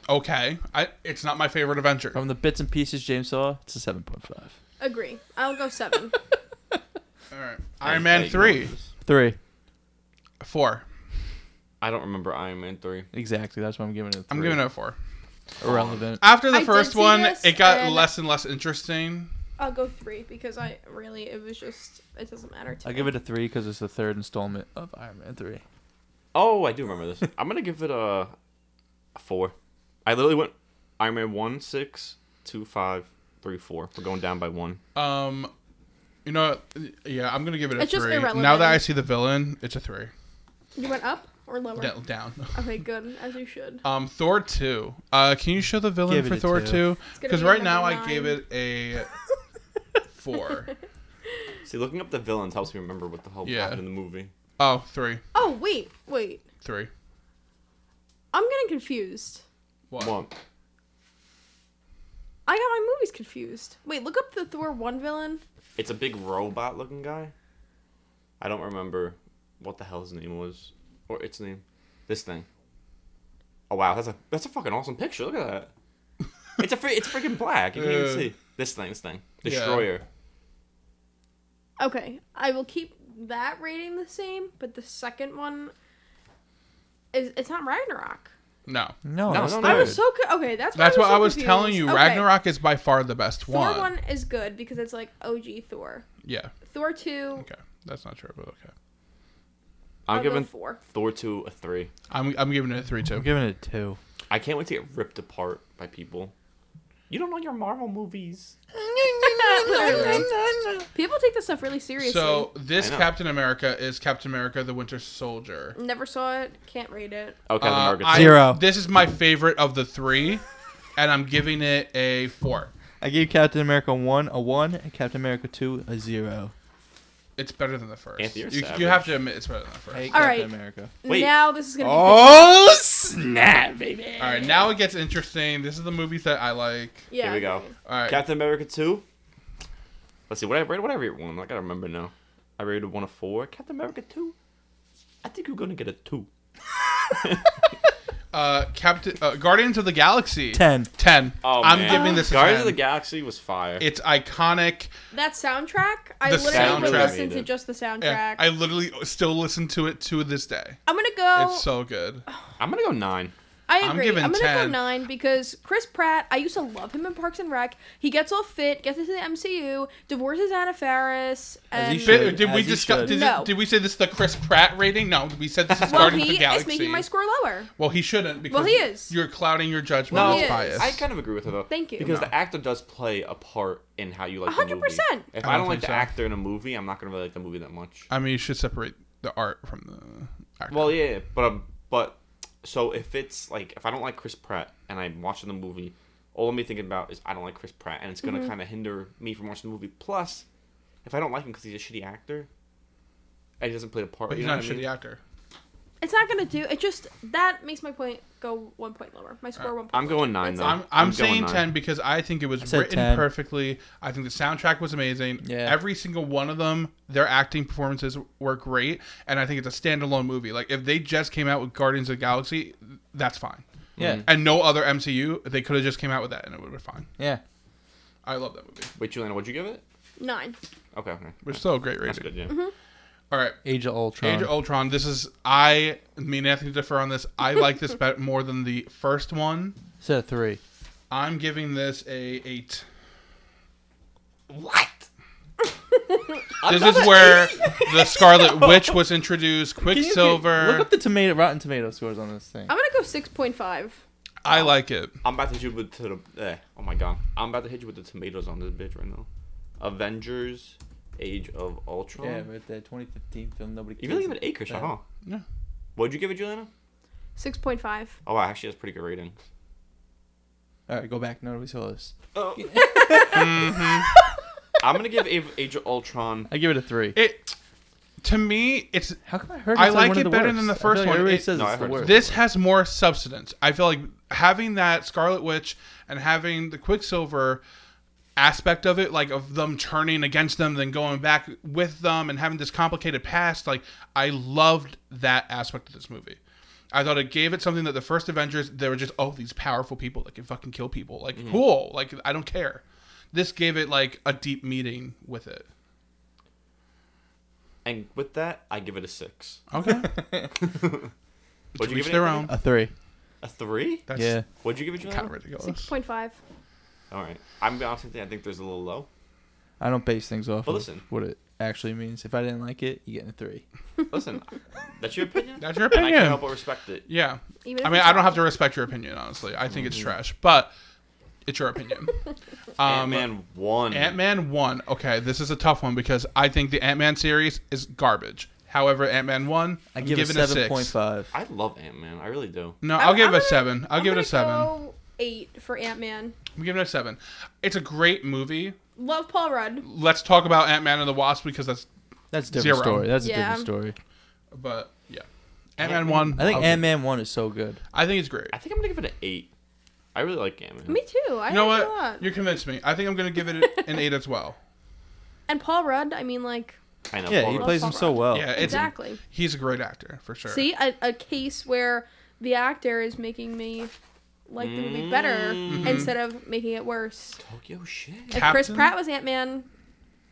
[SPEAKER 3] okay. I it's not my favorite Avenger.
[SPEAKER 1] Oh.
[SPEAKER 2] From the bits and pieces James saw, it's a seven point five.
[SPEAKER 4] Agree. I'll go seven.
[SPEAKER 3] All right. Iron Man three,
[SPEAKER 2] Three.
[SPEAKER 3] four.
[SPEAKER 1] I don't remember Iron Man three.
[SPEAKER 2] Exactly. That's why I'm giving it. A three.
[SPEAKER 3] I'm giving it a four.
[SPEAKER 2] irrelevant.
[SPEAKER 3] After the
[SPEAKER 4] I did
[SPEAKER 3] first
[SPEAKER 4] see
[SPEAKER 3] one,
[SPEAKER 4] this,
[SPEAKER 3] it got
[SPEAKER 4] and-
[SPEAKER 3] less and less interesting.
[SPEAKER 4] I'll go three because I really it was just it doesn't matter to
[SPEAKER 2] I
[SPEAKER 4] me.
[SPEAKER 2] give it a three because it's the third installment of Iron Man three.
[SPEAKER 1] Oh, I do remember this. I'm gonna give it a, a four. I literally went Iron Man one six two five three four. We're going down by one.
[SPEAKER 3] Um, you know, yeah, I'm gonna give it a
[SPEAKER 4] It's just
[SPEAKER 3] three.
[SPEAKER 4] irrelevant.
[SPEAKER 3] Now that I see the villain, it's a three.
[SPEAKER 4] You went up or lower?
[SPEAKER 3] Da- down.
[SPEAKER 4] Okay, good as you should.
[SPEAKER 3] Um, Thor two. Uh, can you show the villain
[SPEAKER 2] Give it
[SPEAKER 3] for
[SPEAKER 2] a
[SPEAKER 3] Thor
[SPEAKER 2] two.
[SPEAKER 3] two?
[SPEAKER 4] gonna
[SPEAKER 3] Because
[SPEAKER 4] be
[SPEAKER 3] right
[SPEAKER 4] number
[SPEAKER 3] now I
[SPEAKER 4] nine.
[SPEAKER 3] gave it a four.
[SPEAKER 1] See, looking up the villains helps me remember what the hell
[SPEAKER 3] Yeah.
[SPEAKER 1] happened in the movie.
[SPEAKER 3] Oh, three,
[SPEAKER 4] Oh wait, wait.
[SPEAKER 3] three.
[SPEAKER 4] I'm getting confused.
[SPEAKER 3] What?
[SPEAKER 1] One.
[SPEAKER 4] I got my movies confused. Wait, look up the Thor one villain.
[SPEAKER 1] It's a big robot looking guy. I don't remember what the hell his name was or its name. This thing. Oh wow, that's a that's a fucking awesome picture. Look at that. It's a free, it's freaking black. You can't even
[SPEAKER 3] Yeah.
[SPEAKER 1] see this thing. This thing.
[SPEAKER 3] Yeah.
[SPEAKER 1] Destroyer.
[SPEAKER 4] Okay, I will keep that rating the same, but the second one is it's not Ragnarok.
[SPEAKER 3] No.
[SPEAKER 2] No,
[SPEAKER 1] No,
[SPEAKER 2] it's
[SPEAKER 1] no, no.
[SPEAKER 4] I
[SPEAKER 2] third.
[SPEAKER 4] was so co- okay. That's why
[SPEAKER 3] That's
[SPEAKER 4] I was
[SPEAKER 3] what
[SPEAKER 4] so
[SPEAKER 3] I was
[SPEAKER 4] confused.
[SPEAKER 3] telling you.
[SPEAKER 4] Okay,
[SPEAKER 3] Ragnarok is by far the best
[SPEAKER 4] Thor
[SPEAKER 3] one.
[SPEAKER 4] one is good because it's like OG Thor.
[SPEAKER 3] Yeah.
[SPEAKER 4] Thor two
[SPEAKER 3] Okay. That's not true, but okay.
[SPEAKER 4] I'll
[SPEAKER 1] I'm
[SPEAKER 4] give
[SPEAKER 1] giving
[SPEAKER 4] four.
[SPEAKER 1] Thor two a three.
[SPEAKER 3] I'm, I'm giving it a three
[SPEAKER 2] I'm
[SPEAKER 3] too.
[SPEAKER 2] giving it a two.
[SPEAKER 1] I can't wait to get ripped apart by people. You don't know your Marvel movies.
[SPEAKER 4] Literally. People take this stuff really seriously.
[SPEAKER 3] So this
[SPEAKER 1] I know.
[SPEAKER 3] Captain America is Captain America: The Winter Soldier.
[SPEAKER 4] Never saw it. Can't rate it.
[SPEAKER 1] Oh, Captain
[SPEAKER 3] Uh,
[SPEAKER 1] America.
[SPEAKER 3] I-
[SPEAKER 1] two.
[SPEAKER 2] Zero.
[SPEAKER 3] This is my favorite of the three, and I'm giving it a four.
[SPEAKER 2] I gave Captain America one a one and Captain America two a zero.
[SPEAKER 3] It's better than the first.
[SPEAKER 1] Anthony, you're
[SPEAKER 3] you, you
[SPEAKER 1] savage.
[SPEAKER 3] have to admit it's better than the first.
[SPEAKER 2] I hate
[SPEAKER 4] All
[SPEAKER 2] Captain
[SPEAKER 4] right.
[SPEAKER 2] America.
[SPEAKER 1] Wait.
[SPEAKER 4] Now this is gonna be.
[SPEAKER 2] Oh snap, baby!
[SPEAKER 3] All right, now it gets interesting. This is the movies that I like.
[SPEAKER 4] yeah.
[SPEAKER 1] Here we go.
[SPEAKER 3] All right,
[SPEAKER 1] Captain America two. Let's see. What I rated? What I rated one? I gotta remember now. I rated one a four. Captain America two. I think you're gonna get a two.
[SPEAKER 3] uh, Captain uh, Guardians of the Galaxy.
[SPEAKER 2] Ten.
[SPEAKER 3] Ten.
[SPEAKER 1] Oh,
[SPEAKER 3] I'm
[SPEAKER 1] man.
[SPEAKER 3] giving this a
[SPEAKER 1] Guardians of the
[SPEAKER 3] ten.
[SPEAKER 1] Galaxy was fire.
[SPEAKER 3] it's iconic.
[SPEAKER 4] That soundtrack. I
[SPEAKER 3] The
[SPEAKER 4] literally would
[SPEAKER 1] soundtrack.
[SPEAKER 4] listen to just the soundtrack.
[SPEAKER 3] Yeah, I literally still listen to it to this day.
[SPEAKER 4] I'm gonna go.
[SPEAKER 3] It's so good.
[SPEAKER 1] I'm gonna go nine.
[SPEAKER 4] I
[SPEAKER 3] I'm
[SPEAKER 4] agree. I'm,
[SPEAKER 3] giving
[SPEAKER 4] gonna
[SPEAKER 3] 10.
[SPEAKER 4] go nine because Chris Pratt. I used to love him in Parks and Rec. He gets all fit, gets into the MCU, divorces Anna Faris,
[SPEAKER 2] As he
[SPEAKER 4] and
[SPEAKER 2] should.
[SPEAKER 3] Did, did we
[SPEAKER 2] As you
[SPEAKER 3] discuss?
[SPEAKER 2] should.
[SPEAKER 3] Did,
[SPEAKER 4] No.
[SPEAKER 3] did we say this is the Chris Pratt rating? No, we said this is
[SPEAKER 4] well,
[SPEAKER 3] Guardians of the
[SPEAKER 4] he
[SPEAKER 3] Galaxy.
[SPEAKER 4] is making my score lower.
[SPEAKER 3] Well, he shouldn't because
[SPEAKER 4] Well, he is.
[SPEAKER 3] You're clouding your judgment
[SPEAKER 1] No,
[SPEAKER 4] he
[SPEAKER 3] with
[SPEAKER 4] is.
[SPEAKER 3] bias.
[SPEAKER 1] I kind of agree with her though.
[SPEAKER 4] Thank you.
[SPEAKER 1] Because
[SPEAKER 4] No.
[SPEAKER 1] the actor does play a part in how you like the movie.
[SPEAKER 4] 100%.
[SPEAKER 1] If
[SPEAKER 3] I
[SPEAKER 1] I,
[SPEAKER 3] don't
[SPEAKER 1] don't like
[SPEAKER 3] think
[SPEAKER 1] the
[SPEAKER 3] so.
[SPEAKER 1] actor in a movie, I'm not gonna really like the movie that much.
[SPEAKER 3] I mean, you should separate the art from the actor.
[SPEAKER 1] Well, yeah, but um, but so if it's like if I don't like Chris Pratt and I'm watching the movie, all I'm thinking about is I don't like Chris Pratt, and it's gonna kind of hinder me from watching the movie. Plus, if I don't like him because he's a shitty actor, and he doesn't play the part,
[SPEAKER 3] but
[SPEAKER 1] you
[SPEAKER 3] he's
[SPEAKER 1] know
[SPEAKER 3] not a
[SPEAKER 1] what I
[SPEAKER 3] shitty
[SPEAKER 1] mean?
[SPEAKER 3] actor.
[SPEAKER 4] It's not gonna do. It just that makes my point go one point lower. My score one point.
[SPEAKER 1] I'm going nine
[SPEAKER 4] That's
[SPEAKER 1] though.
[SPEAKER 4] it.
[SPEAKER 3] I'm, I'm, saying 10 because I think it was
[SPEAKER 2] said
[SPEAKER 3] written
[SPEAKER 2] 10.
[SPEAKER 3] perfectly. I think the soundtrack was amazing.
[SPEAKER 2] Yeah.
[SPEAKER 3] Every single one of them, their acting performances were great. And I think it's a standalone movie. Like, if they just came out with Guardians of the Galaxy, that's fine.
[SPEAKER 2] Yeah,
[SPEAKER 3] And no other MCU, they could have just came out with that and it would have been fine.
[SPEAKER 2] yeah.
[SPEAKER 3] I love that movie.
[SPEAKER 1] Wait, Juliana, what'd you give it?
[SPEAKER 4] Nine.
[SPEAKER 1] Okay, okay.
[SPEAKER 3] It was still a great
[SPEAKER 1] That's
[SPEAKER 3] rating.
[SPEAKER 1] good. Yeah.
[SPEAKER 3] All right.
[SPEAKER 2] Age of Ultron.
[SPEAKER 3] Age of Ultron. This is I me and Anthony differ on this. I like this bet more than the first one.
[SPEAKER 2] Set of three.
[SPEAKER 3] I'm giving this a eight.
[SPEAKER 1] What?
[SPEAKER 3] This is where the Scarlet Witch was introduced. Quicksilver.
[SPEAKER 2] Look up the tomato Rotten Tomato scores on this thing.
[SPEAKER 4] I'm gonna go six point five.
[SPEAKER 3] I like it.
[SPEAKER 1] I'm about to hit you with to the. Eh, oh my god. I'm about to hit you with the tomatoes on this bitch right now. Avengers, Age of
[SPEAKER 3] Oh.
[SPEAKER 1] Ultron.
[SPEAKER 2] Yeah, right there. 2015 film. Nobody.
[SPEAKER 1] You really
[SPEAKER 2] cares.
[SPEAKER 1] give it eight, Krisha,
[SPEAKER 2] Yeah.
[SPEAKER 1] huh?
[SPEAKER 3] Yeah.
[SPEAKER 1] What'd you give it, Juliana?
[SPEAKER 4] Six point five.
[SPEAKER 1] Oh, wow, actually, that's pretty good rating.
[SPEAKER 2] All right, go back. Nobody saw this.
[SPEAKER 1] I'm gonna give Age- Age of Ultron.
[SPEAKER 2] I give it a three.
[SPEAKER 3] It to me, it's
[SPEAKER 2] How come I heard?
[SPEAKER 3] I
[SPEAKER 2] it's
[SPEAKER 3] like
[SPEAKER 2] one of
[SPEAKER 3] it
[SPEAKER 2] the
[SPEAKER 3] better
[SPEAKER 2] worst?
[SPEAKER 3] than the
[SPEAKER 2] I feel
[SPEAKER 3] first
[SPEAKER 2] like
[SPEAKER 3] one.
[SPEAKER 2] Everybody
[SPEAKER 3] It-
[SPEAKER 2] says
[SPEAKER 1] No, I
[SPEAKER 2] it's the
[SPEAKER 1] heard it.
[SPEAKER 2] worst.
[SPEAKER 3] this has more substance. I feel like having that Scarlet Witch and having the Quicksilver aspect of it, like of them turning against them, then going back with them, and having this complicated past. Like I loved that aspect of this movie. I thought it gave it something that the first Avengers they were just oh these powerful people that can fucking kill people like
[SPEAKER 1] Mm-hmm.
[SPEAKER 3] cool like I don't care. This gave it like a deep meaning with it.
[SPEAKER 1] And with that, I give it a six.
[SPEAKER 3] Okay,
[SPEAKER 1] What'd you
[SPEAKER 3] each
[SPEAKER 1] give it?
[SPEAKER 3] their
[SPEAKER 1] Anthony?
[SPEAKER 3] own.
[SPEAKER 2] a three.
[SPEAKER 1] A three?
[SPEAKER 3] That's
[SPEAKER 2] Yeah.
[SPEAKER 1] What'd you give it,
[SPEAKER 3] kind
[SPEAKER 1] Juliana?
[SPEAKER 3] of
[SPEAKER 4] Six
[SPEAKER 3] ridiculous.
[SPEAKER 4] point five.
[SPEAKER 1] All right. I'm gonna be honest with you. I think there's a little low.
[SPEAKER 2] I don't base things off
[SPEAKER 1] Well,
[SPEAKER 2] of
[SPEAKER 1] listen.
[SPEAKER 2] what it actually means. If I didn't like it, you get a three.
[SPEAKER 1] Listen, that's your opinion.
[SPEAKER 3] That's your
[SPEAKER 1] And I can't
[SPEAKER 3] opinion.
[SPEAKER 1] help but respect it.
[SPEAKER 3] Yeah.
[SPEAKER 4] Even
[SPEAKER 3] I
[SPEAKER 4] if
[SPEAKER 3] mean,
[SPEAKER 4] it's
[SPEAKER 3] I don't
[SPEAKER 4] not-
[SPEAKER 3] have to respect your opinion, honestly. I think
[SPEAKER 2] Mm-hmm.
[SPEAKER 3] it's trash, but it's your opinion.
[SPEAKER 1] Ant
[SPEAKER 3] Um,
[SPEAKER 1] Man one.
[SPEAKER 3] Ant Man 1. Okay, this is a tough one because I think the Ant Man series is garbage. However, Ant Man 1,
[SPEAKER 2] I
[SPEAKER 3] I'm
[SPEAKER 2] give it
[SPEAKER 3] giving a
[SPEAKER 2] seven
[SPEAKER 3] 6.
[SPEAKER 2] point five.
[SPEAKER 1] I love Ant Man. I really do.
[SPEAKER 3] No,
[SPEAKER 4] I'm-
[SPEAKER 3] I'll give
[SPEAKER 4] I'm
[SPEAKER 3] it a
[SPEAKER 4] gonna-
[SPEAKER 3] 7. I'll
[SPEAKER 4] I'm
[SPEAKER 3] give it a
[SPEAKER 4] gonna
[SPEAKER 3] 7.
[SPEAKER 4] Go eight for Ant Man.
[SPEAKER 3] I'm giving it a 7. It's a great movie.
[SPEAKER 4] Love Paul Rudd.
[SPEAKER 3] Let's talk about Ant Man and the Wasp because that's,
[SPEAKER 2] That's a different
[SPEAKER 3] Zero.
[SPEAKER 2] story. That's
[SPEAKER 4] Yeah.
[SPEAKER 2] a different story.
[SPEAKER 3] but yeah. Ant Man 1.
[SPEAKER 2] I think
[SPEAKER 3] I'll-
[SPEAKER 2] Ant Man one is so good.
[SPEAKER 3] I think it's great.
[SPEAKER 1] I think I'm gonna give it an eight. I really like Ant Man.
[SPEAKER 4] Me too. I
[SPEAKER 3] You know
[SPEAKER 4] liked it a
[SPEAKER 3] what?
[SPEAKER 4] lot.
[SPEAKER 3] You convinced me. I think I'm going to give it an 8 as well.
[SPEAKER 4] And Paul Rudd. I mean, like
[SPEAKER 1] I know.
[SPEAKER 2] Yeah,
[SPEAKER 1] Paul
[SPEAKER 2] he
[SPEAKER 1] Rudd.
[SPEAKER 2] plays him so well.
[SPEAKER 3] Yeah, it's
[SPEAKER 4] exactly.
[SPEAKER 3] he's a great actor for sure.
[SPEAKER 4] See, a, a case where the actor is making me like the movie better instead of making it worse.
[SPEAKER 1] Tokyo shit.
[SPEAKER 4] If Chris
[SPEAKER 3] Mm-hmm. Captain-
[SPEAKER 4] Pratt was Ant Man,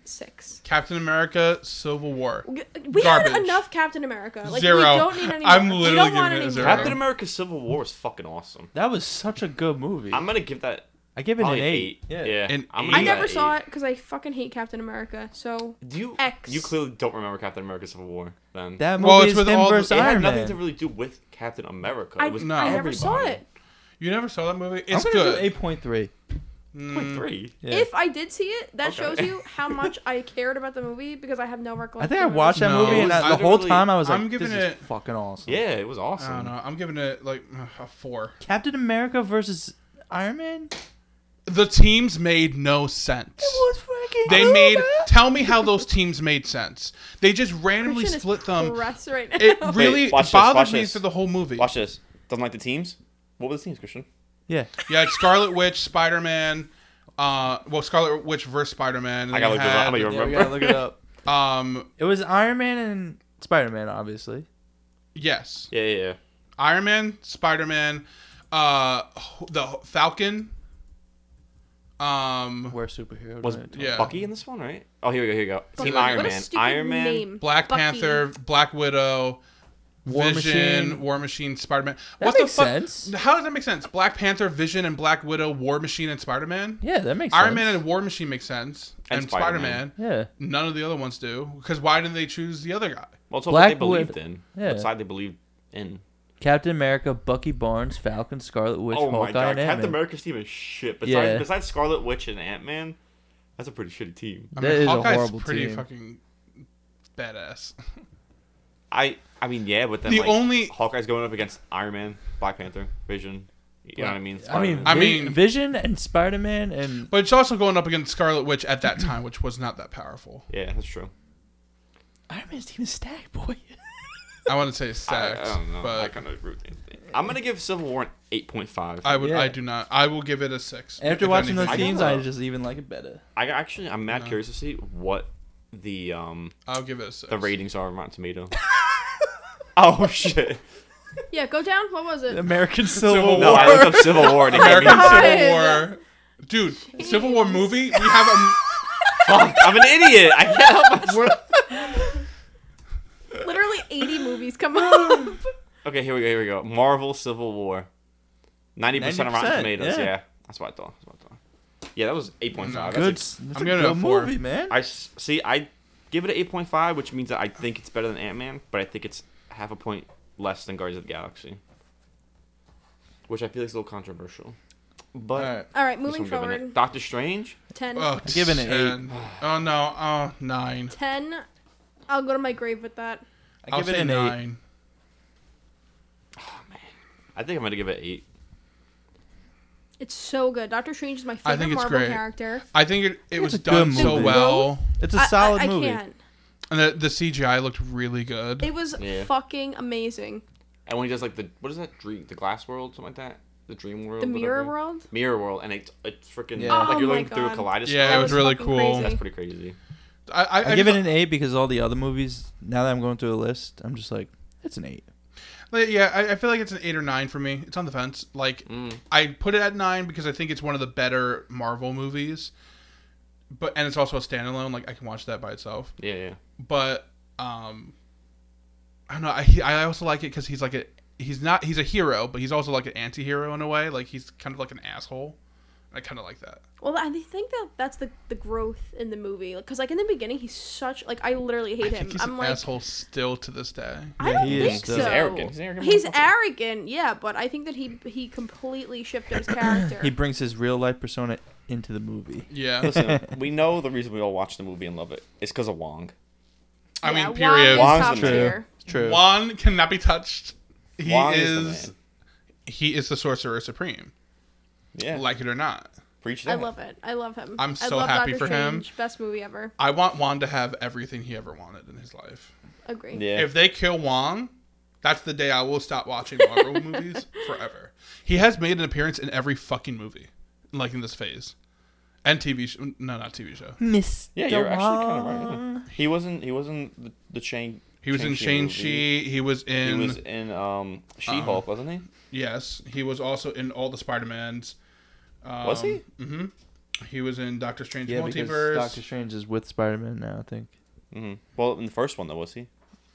[SPEAKER 4] six.
[SPEAKER 3] Captain America: Civil War.
[SPEAKER 4] G- We
[SPEAKER 3] Garbage.
[SPEAKER 4] had enough Captain America. Like,
[SPEAKER 3] Zero.
[SPEAKER 4] We don't need any.
[SPEAKER 3] I'm
[SPEAKER 4] more.
[SPEAKER 3] literally
[SPEAKER 4] we don't want
[SPEAKER 3] giving it
[SPEAKER 4] any
[SPEAKER 3] a zero.
[SPEAKER 4] more.
[SPEAKER 1] Captain America: Civil War was fucking awesome.
[SPEAKER 2] That was such a good movie.
[SPEAKER 1] I'm gonna give that
[SPEAKER 2] I give it
[SPEAKER 5] Probably
[SPEAKER 2] an eight.
[SPEAKER 5] Yeah.
[SPEAKER 3] An
[SPEAKER 5] I'm gonna
[SPEAKER 3] eight.
[SPEAKER 4] I
[SPEAKER 5] give that
[SPEAKER 4] never
[SPEAKER 5] an
[SPEAKER 4] saw
[SPEAKER 5] eight.
[SPEAKER 4] it because I fucking hate Captain America. So
[SPEAKER 5] Do you?
[SPEAKER 4] X.
[SPEAKER 5] You clearly don't remember Captain America: Civil War. Then
[SPEAKER 2] That movie
[SPEAKER 3] Well, it's
[SPEAKER 2] is
[SPEAKER 3] with
[SPEAKER 2] him
[SPEAKER 3] all the-
[SPEAKER 2] versus
[SPEAKER 5] it had
[SPEAKER 2] Iron
[SPEAKER 5] nothing
[SPEAKER 2] Man.
[SPEAKER 5] to really do with Captain America.
[SPEAKER 4] I, Mm.
[SPEAKER 5] it was
[SPEAKER 3] No.
[SPEAKER 4] I never saw
[SPEAKER 5] everybody.
[SPEAKER 4] it.
[SPEAKER 3] You never saw that movie?
[SPEAKER 2] I'm
[SPEAKER 3] It's
[SPEAKER 2] gonna
[SPEAKER 3] good.
[SPEAKER 2] do eight point three.
[SPEAKER 5] Point three.
[SPEAKER 2] Yeah.
[SPEAKER 4] If I did see it, that
[SPEAKER 5] Okay.
[SPEAKER 4] shows you how much I cared about the movie because I have no
[SPEAKER 2] I
[SPEAKER 4] recollection.
[SPEAKER 2] think I
[SPEAKER 4] of it.
[SPEAKER 2] watched that
[SPEAKER 3] No.
[SPEAKER 2] movie, and
[SPEAKER 5] It was
[SPEAKER 2] I, the whole
[SPEAKER 5] literally-
[SPEAKER 2] time I was like,
[SPEAKER 3] I'm giving
[SPEAKER 2] "This
[SPEAKER 3] it-
[SPEAKER 2] is fucking awesome."
[SPEAKER 5] Yeah, it was
[SPEAKER 3] I don't
[SPEAKER 5] awesome.
[SPEAKER 3] know. I'm giving it like a four.
[SPEAKER 2] Captain America versus Iron Man. It
[SPEAKER 3] The teams made no sense.
[SPEAKER 2] was freaking.
[SPEAKER 3] They
[SPEAKER 2] cool,
[SPEAKER 3] made.
[SPEAKER 2] man.
[SPEAKER 3] Tell me how those teams made sense. They just randomly
[SPEAKER 4] Christian is
[SPEAKER 3] split them.
[SPEAKER 4] pressed right now.
[SPEAKER 3] It really
[SPEAKER 1] watch this,
[SPEAKER 3] bothered
[SPEAKER 1] watch
[SPEAKER 3] me
[SPEAKER 1] this.
[SPEAKER 3] through the whole movie.
[SPEAKER 1] Watch this. Doesn't like the teams. What were the teams, Christian?
[SPEAKER 2] Yeah,
[SPEAKER 3] Yeah, it's Scarlet Witch, Spider Man. Uh, well, Scarlet Witch versus Spider Man.
[SPEAKER 1] I gotta look this up. I don't even
[SPEAKER 2] yeah, we
[SPEAKER 1] remember.
[SPEAKER 2] gotta look it up.
[SPEAKER 3] Um,
[SPEAKER 2] It was Iron Man and Spider Man, obviously.
[SPEAKER 3] yes,
[SPEAKER 5] Yeah, yeah, yeah.
[SPEAKER 3] Iron Man, Spider Man, uh, the Falcon. Um,
[SPEAKER 2] We're superheroes.
[SPEAKER 5] Was
[SPEAKER 2] right?
[SPEAKER 3] yeah,
[SPEAKER 5] Bucky in this one, right? Oh, here we go. Here we go.
[SPEAKER 4] But
[SPEAKER 5] Team
[SPEAKER 4] what a
[SPEAKER 5] Iron Man.
[SPEAKER 4] stupid
[SPEAKER 5] Iron Man.
[SPEAKER 4] name.
[SPEAKER 3] Black
[SPEAKER 4] Bucky.
[SPEAKER 3] Panther, Black Widow,
[SPEAKER 2] War
[SPEAKER 3] Vision,
[SPEAKER 2] Machine.
[SPEAKER 3] War Machine, Spider Man.
[SPEAKER 2] That makes sense.
[SPEAKER 3] How does that make sense? Black Panther, Vision, and Black Widow, War Machine, and Spider Man.
[SPEAKER 2] Yeah, that makes
[SPEAKER 3] Iron
[SPEAKER 2] sense.
[SPEAKER 3] Man and War Machine make sense,
[SPEAKER 5] And
[SPEAKER 3] and, Spider
[SPEAKER 5] Spider-Man.
[SPEAKER 3] Man.
[SPEAKER 2] Yeah,
[SPEAKER 3] None of the other ones do, because why didn't they choose the other guy?
[SPEAKER 5] Well, it's
[SPEAKER 2] Black
[SPEAKER 5] what they believed
[SPEAKER 2] Widow.
[SPEAKER 5] in.
[SPEAKER 2] Yeah.
[SPEAKER 5] What side they believed in.
[SPEAKER 2] Captain America, Bucky Barnes, Falcon, Scarlet Witch,
[SPEAKER 5] oh
[SPEAKER 2] Hawkeye,
[SPEAKER 5] my god,
[SPEAKER 2] and Ant
[SPEAKER 5] Captain
[SPEAKER 2] Man.
[SPEAKER 5] America's team is shit. Besides,
[SPEAKER 2] Yeah.
[SPEAKER 5] besides Scarlet Witch and Ant Man, that's a pretty shitty team.
[SPEAKER 3] I
[SPEAKER 2] That is a
[SPEAKER 3] Hawkeye's
[SPEAKER 2] horrible
[SPEAKER 3] pretty
[SPEAKER 2] team.
[SPEAKER 3] fucking badass.
[SPEAKER 5] I, I mean, yeah, but then
[SPEAKER 3] The
[SPEAKER 5] like,
[SPEAKER 3] only-
[SPEAKER 5] Hawkeye's going up against Iron Man, Black Panther, Vision. You know what I mean?
[SPEAKER 2] I mean,
[SPEAKER 5] Spider-Man.
[SPEAKER 3] I
[SPEAKER 2] Vi-
[SPEAKER 3] mean-
[SPEAKER 2] Vision and Spider Man and
[SPEAKER 3] But it's also going up against Scarlet Witch at that time, which was not that powerful.
[SPEAKER 5] yeah, that's true.
[SPEAKER 2] Iron Man's team is stacked, boy.
[SPEAKER 3] I want to say
[SPEAKER 5] I,
[SPEAKER 3] stacked,
[SPEAKER 5] I don't know. I
[SPEAKER 3] but
[SPEAKER 5] kind of root. I'm gonna give Civil War an eight point five.
[SPEAKER 3] I would,
[SPEAKER 2] Yeah.
[SPEAKER 3] I do not. I will give it a six.
[SPEAKER 2] After
[SPEAKER 3] if
[SPEAKER 2] watching
[SPEAKER 3] anything.
[SPEAKER 2] those
[SPEAKER 5] I
[SPEAKER 2] teams,
[SPEAKER 5] don't
[SPEAKER 2] I
[SPEAKER 5] know.
[SPEAKER 2] just even like it better.
[SPEAKER 5] I actually, I'm mad curious to see what the um
[SPEAKER 3] I'll give it a six.
[SPEAKER 5] the ratings are on Rotten Tomato. oh shit!
[SPEAKER 4] Yeah, go down. What was it?
[SPEAKER 2] American Civil,
[SPEAKER 3] Civil
[SPEAKER 2] War.
[SPEAKER 5] No, I looked up Civil War and it gave me
[SPEAKER 3] American Civil
[SPEAKER 4] Oh God.
[SPEAKER 3] War, dude. Civil War movie. We have a.
[SPEAKER 5] fuck. I'm an idiot. I can't help myself.
[SPEAKER 4] Literally 80 movies come up.
[SPEAKER 5] Okay, here we go. Here we go. Marvel Civil War. Ninety percent of Rotten
[SPEAKER 2] 90%,
[SPEAKER 5] Tomatoes.
[SPEAKER 2] yeah.
[SPEAKER 5] Yeah. that's what I thought. That's what I thought. Yeah, that was eight point five.
[SPEAKER 2] Good.
[SPEAKER 5] That's
[SPEAKER 2] s- That's
[SPEAKER 3] I'm
[SPEAKER 2] a
[SPEAKER 3] giving it a
[SPEAKER 2] good
[SPEAKER 3] four.
[SPEAKER 2] movie, man.
[SPEAKER 5] a- I s- see. I give it an eight point five, which means that I think it's better than Ant Man, but I think it's half a point less than Guardians of the Galaxy, which I feel is a little controversial. But
[SPEAKER 2] Alright.
[SPEAKER 4] All right,
[SPEAKER 5] this
[SPEAKER 4] moving
[SPEAKER 5] one giving it-
[SPEAKER 4] forward.
[SPEAKER 5] Doctor Strange.
[SPEAKER 4] 10.
[SPEAKER 3] Oh,
[SPEAKER 2] giving it eight.
[SPEAKER 3] 10. Oh no. Oh nine.
[SPEAKER 4] 10. I'll go to my grave with that.
[SPEAKER 2] I
[SPEAKER 3] I'll
[SPEAKER 2] give it
[SPEAKER 3] say
[SPEAKER 2] an eight.
[SPEAKER 3] nine.
[SPEAKER 5] I think I'm gonna give it eight.
[SPEAKER 4] It's so good. Doctor Strange is my favorite
[SPEAKER 3] I think it's
[SPEAKER 4] Marvel
[SPEAKER 3] great.
[SPEAKER 4] character.
[SPEAKER 3] I think it, it was
[SPEAKER 2] it's a
[SPEAKER 3] done
[SPEAKER 2] good
[SPEAKER 3] so
[SPEAKER 2] movie.
[SPEAKER 3] well,
[SPEAKER 2] It's
[SPEAKER 4] I-
[SPEAKER 2] a
[SPEAKER 4] I-
[SPEAKER 2] solid
[SPEAKER 4] I,
[SPEAKER 2] movie.
[SPEAKER 4] can't.
[SPEAKER 3] and the, the CGI looked really good.
[SPEAKER 4] It was
[SPEAKER 5] Yeah.
[SPEAKER 4] fucking amazing.
[SPEAKER 5] And when he does like the what is that dream? The glass world, something like that. The dream world.
[SPEAKER 4] The Mirror
[SPEAKER 5] whatever.
[SPEAKER 4] World.
[SPEAKER 5] Mirror world, and it's it's freaking
[SPEAKER 2] Yeah.
[SPEAKER 5] like
[SPEAKER 4] Oh
[SPEAKER 5] you're
[SPEAKER 4] my
[SPEAKER 5] looking through a
[SPEAKER 4] God.
[SPEAKER 5] kaleidoscope.
[SPEAKER 3] Yeah, it
[SPEAKER 4] That
[SPEAKER 3] was really
[SPEAKER 4] fucking
[SPEAKER 3] cool.
[SPEAKER 5] That's
[SPEAKER 4] crazy.
[SPEAKER 5] pretty crazy.
[SPEAKER 3] I, I,
[SPEAKER 2] I, give it an eight because all the other movies. Now that I'm going through a list, I'm just like, it's an eight.
[SPEAKER 3] Like, yeah, I, I feel like it's an eight or nine for me. It's on the fence. Like
[SPEAKER 5] Mm.
[SPEAKER 3] I put it at nine because I think it's one of the better Marvel movies, but and it's also a standalone. Like I can watch that by itself.
[SPEAKER 5] Yeah, yeah.
[SPEAKER 3] But um, I don't know. I I also like it because he's like a he's not he's a hero, but he's also like an anti-hero in a way. Like he's kind of like an asshole. I kind of like that.
[SPEAKER 4] Well, I think that that's the the growth in the movie. Because like in the beginning, he's such like I literally hate
[SPEAKER 3] I
[SPEAKER 4] him.
[SPEAKER 3] think he's
[SPEAKER 4] I'm
[SPEAKER 3] an
[SPEAKER 4] like
[SPEAKER 3] asshole still to this day.
[SPEAKER 4] I
[SPEAKER 2] Yeah,
[SPEAKER 4] don't
[SPEAKER 2] he is
[SPEAKER 4] think so.
[SPEAKER 2] still- He's
[SPEAKER 1] arrogant. He's an arrogant
[SPEAKER 4] He's
[SPEAKER 1] motherfucker.
[SPEAKER 4] arrogant, Yeah, but I think that he he completely shifted his character.
[SPEAKER 2] He brings his real life persona into the movie.
[SPEAKER 3] Yeah,
[SPEAKER 1] Listen, we know the reason we all watch the movie and love it. It's because of Wong.
[SPEAKER 3] I
[SPEAKER 4] Yeah,
[SPEAKER 3] mean,
[SPEAKER 4] Wong
[SPEAKER 3] period.
[SPEAKER 4] is
[SPEAKER 1] Wong's
[SPEAKER 4] top
[SPEAKER 1] the
[SPEAKER 2] man.
[SPEAKER 4] tier.
[SPEAKER 2] True.
[SPEAKER 3] Juan cannot be touched. He
[SPEAKER 1] Wong
[SPEAKER 3] is,
[SPEAKER 1] the man.
[SPEAKER 3] he is the sorcerer supreme,
[SPEAKER 1] Yeah,
[SPEAKER 3] like it or not.
[SPEAKER 1] preach that.
[SPEAKER 4] I love it. I love him.
[SPEAKER 3] I'm
[SPEAKER 4] I
[SPEAKER 3] so
[SPEAKER 4] love
[SPEAKER 3] happy for him.
[SPEAKER 4] Strange. Best movie ever.
[SPEAKER 3] I want Juan to have everything he ever wanted in his life.
[SPEAKER 4] Agree.
[SPEAKER 1] Yeah.
[SPEAKER 3] If they kill Juan, that's the day I will stop watching Marvel movies forever. He has made an appearance in every fucking movie, like in this phase, and TV show. No, not TV show.
[SPEAKER 2] Miss.
[SPEAKER 1] Yeah, you're actually kind of right. yeah. He wasn't. He wasn't the, the chain.
[SPEAKER 3] He was in Shane She. He was
[SPEAKER 1] He
[SPEAKER 3] in
[SPEAKER 1] was in um She
[SPEAKER 3] uh-huh.
[SPEAKER 1] Hulk, wasn't he?
[SPEAKER 3] yes. He was also in all the Spider Mans. Um,
[SPEAKER 1] Was he?
[SPEAKER 3] hmm He was in Doctor Strange
[SPEAKER 2] Yeah,
[SPEAKER 3] Multiverse.
[SPEAKER 2] because Doctor Strange is with Spider Man now. I think.
[SPEAKER 3] mm-hmm.
[SPEAKER 1] hmm Well, in the first one though, was he? In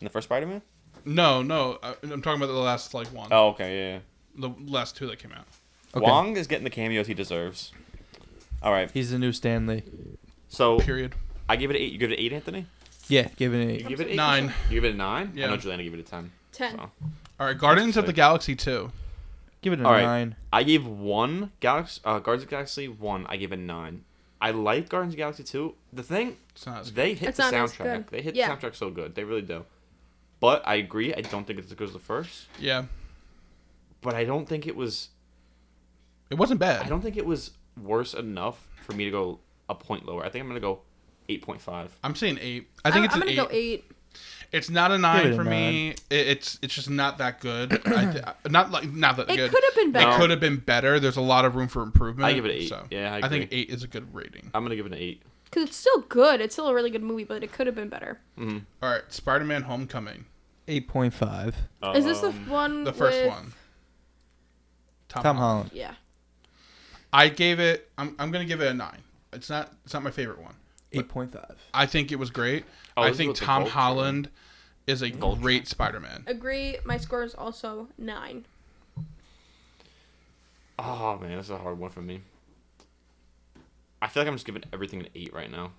[SPEAKER 1] the first Spider-Man?
[SPEAKER 3] Uh-huh. No, no. I, I'm talking about the last like one,
[SPEAKER 1] Oh, okay, yeah. yeah.
[SPEAKER 3] the last two that came out.
[SPEAKER 2] Okay.
[SPEAKER 1] Wong is getting the cameos he deserves. All right.
[SPEAKER 2] He's the new Stanley.
[SPEAKER 5] So
[SPEAKER 3] Period.
[SPEAKER 5] I give it an eight. You give it an eight, Anthony.
[SPEAKER 2] Yeah, give it an
[SPEAKER 5] You
[SPEAKER 2] eight.
[SPEAKER 5] give it an eight.
[SPEAKER 3] Nine.
[SPEAKER 5] You give it a nine.
[SPEAKER 3] Yeah.
[SPEAKER 5] I know Juliana give it a ten.
[SPEAKER 4] Ten.
[SPEAKER 5] So.
[SPEAKER 3] All right, Guardians of
[SPEAKER 5] sick.
[SPEAKER 3] the Galaxy two.
[SPEAKER 2] Give it a
[SPEAKER 5] All right.
[SPEAKER 2] nine.
[SPEAKER 5] I gave one Galaxy uh, Guardians of the Galaxy one. I gave a nine. I like Guardians of the Galaxy two. The thing
[SPEAKER 3] It's not as good.
[SPEAKER 5] they hit
[SPEAKER 4] It's
[SPEAKER 5] the
[SPEAKER 4] not as good.
[SPEAKER 5] soundtrack. They hit the
[SPEAKER 4] Yeah.
[SPEAKER 5] soundtrack so good. They really do. But I agree. I don't think it's as good as the first.
[SPEAKER 3] Yeah,
[SPEAKER 5] But I don't think it was.
[SPEAKER 3] it wasn't bad.
[SPEAKER 5] I don't think it was worse enough for me to go a point lower. I think I'm gonna go eight point five.
[SPEAKER 3] I'm saying eight. I think it's
[SPEAKER 4] I'm
[SPEAKER 3] an eight.
[SPEAKER 4] gonna go eight.
[SPEAKER 3] It's not a nine
[SPEAKER 2] it a
[SPEAKER 3] for me. It, it's it's just not that good. I th- not like not that
[SPEAKER 4] It
[SPEAKER 3] good.
[SPEAKER 4] could have been better.
[SPEAKER 5] No.
[SPEAKER 3] It could have been better. There's a lot of room for improvement.
[SPEAKER 5] I give it an eight. Yeah, I
[SPEAKER 3] think
[SPEAKER 5] agree.
[SPEAKER 3] eight is a good rating.
[SPEAKER 5] I'm gonna give it an eight.
[SPEAKER 4] Because it's still good. It's still a really good movie, but it could have been better.
[SPEAKER 5] Mm-hmm.
[SPEAKER 3] All right, Spider-Man: Homecoming,
[SPEAKER 2] Eight point five.
[SPEAKER 4] Is this the
[SPEAKER 5] Um,
[SPEAKER 4] one?
[SPEAKER 3] the first
[SPEAKER 4] with-
[SPEAKER 3] one.
[SPEAKER 2] Tom Holland.
[SPEAKER 4] Yeah.
[SPEAKER 3] I gave it. I'm, I'm gonna give it a nine. It's not. It's not my favorite one.
[SPEAKER 2] Eight point five.
[SPEAKER 3] I think it was great.
[SPEAKER 5] Oh,
[SPEAKER 3] I
[SPEAKER 5] this is
[SPEAKER 3] think
[SPEAKER 5] with the
[SPEAKER 3] Tom
[SPEAKER 5] vulture.
[SPEAKER 3] Holland is a great Spider-Man.
[SPEAKER 4] Agree. My score is also nine.
[SPEAKER 5] Oh man, this is a hard one for me. I feel like I'm just giving everything an eight right now,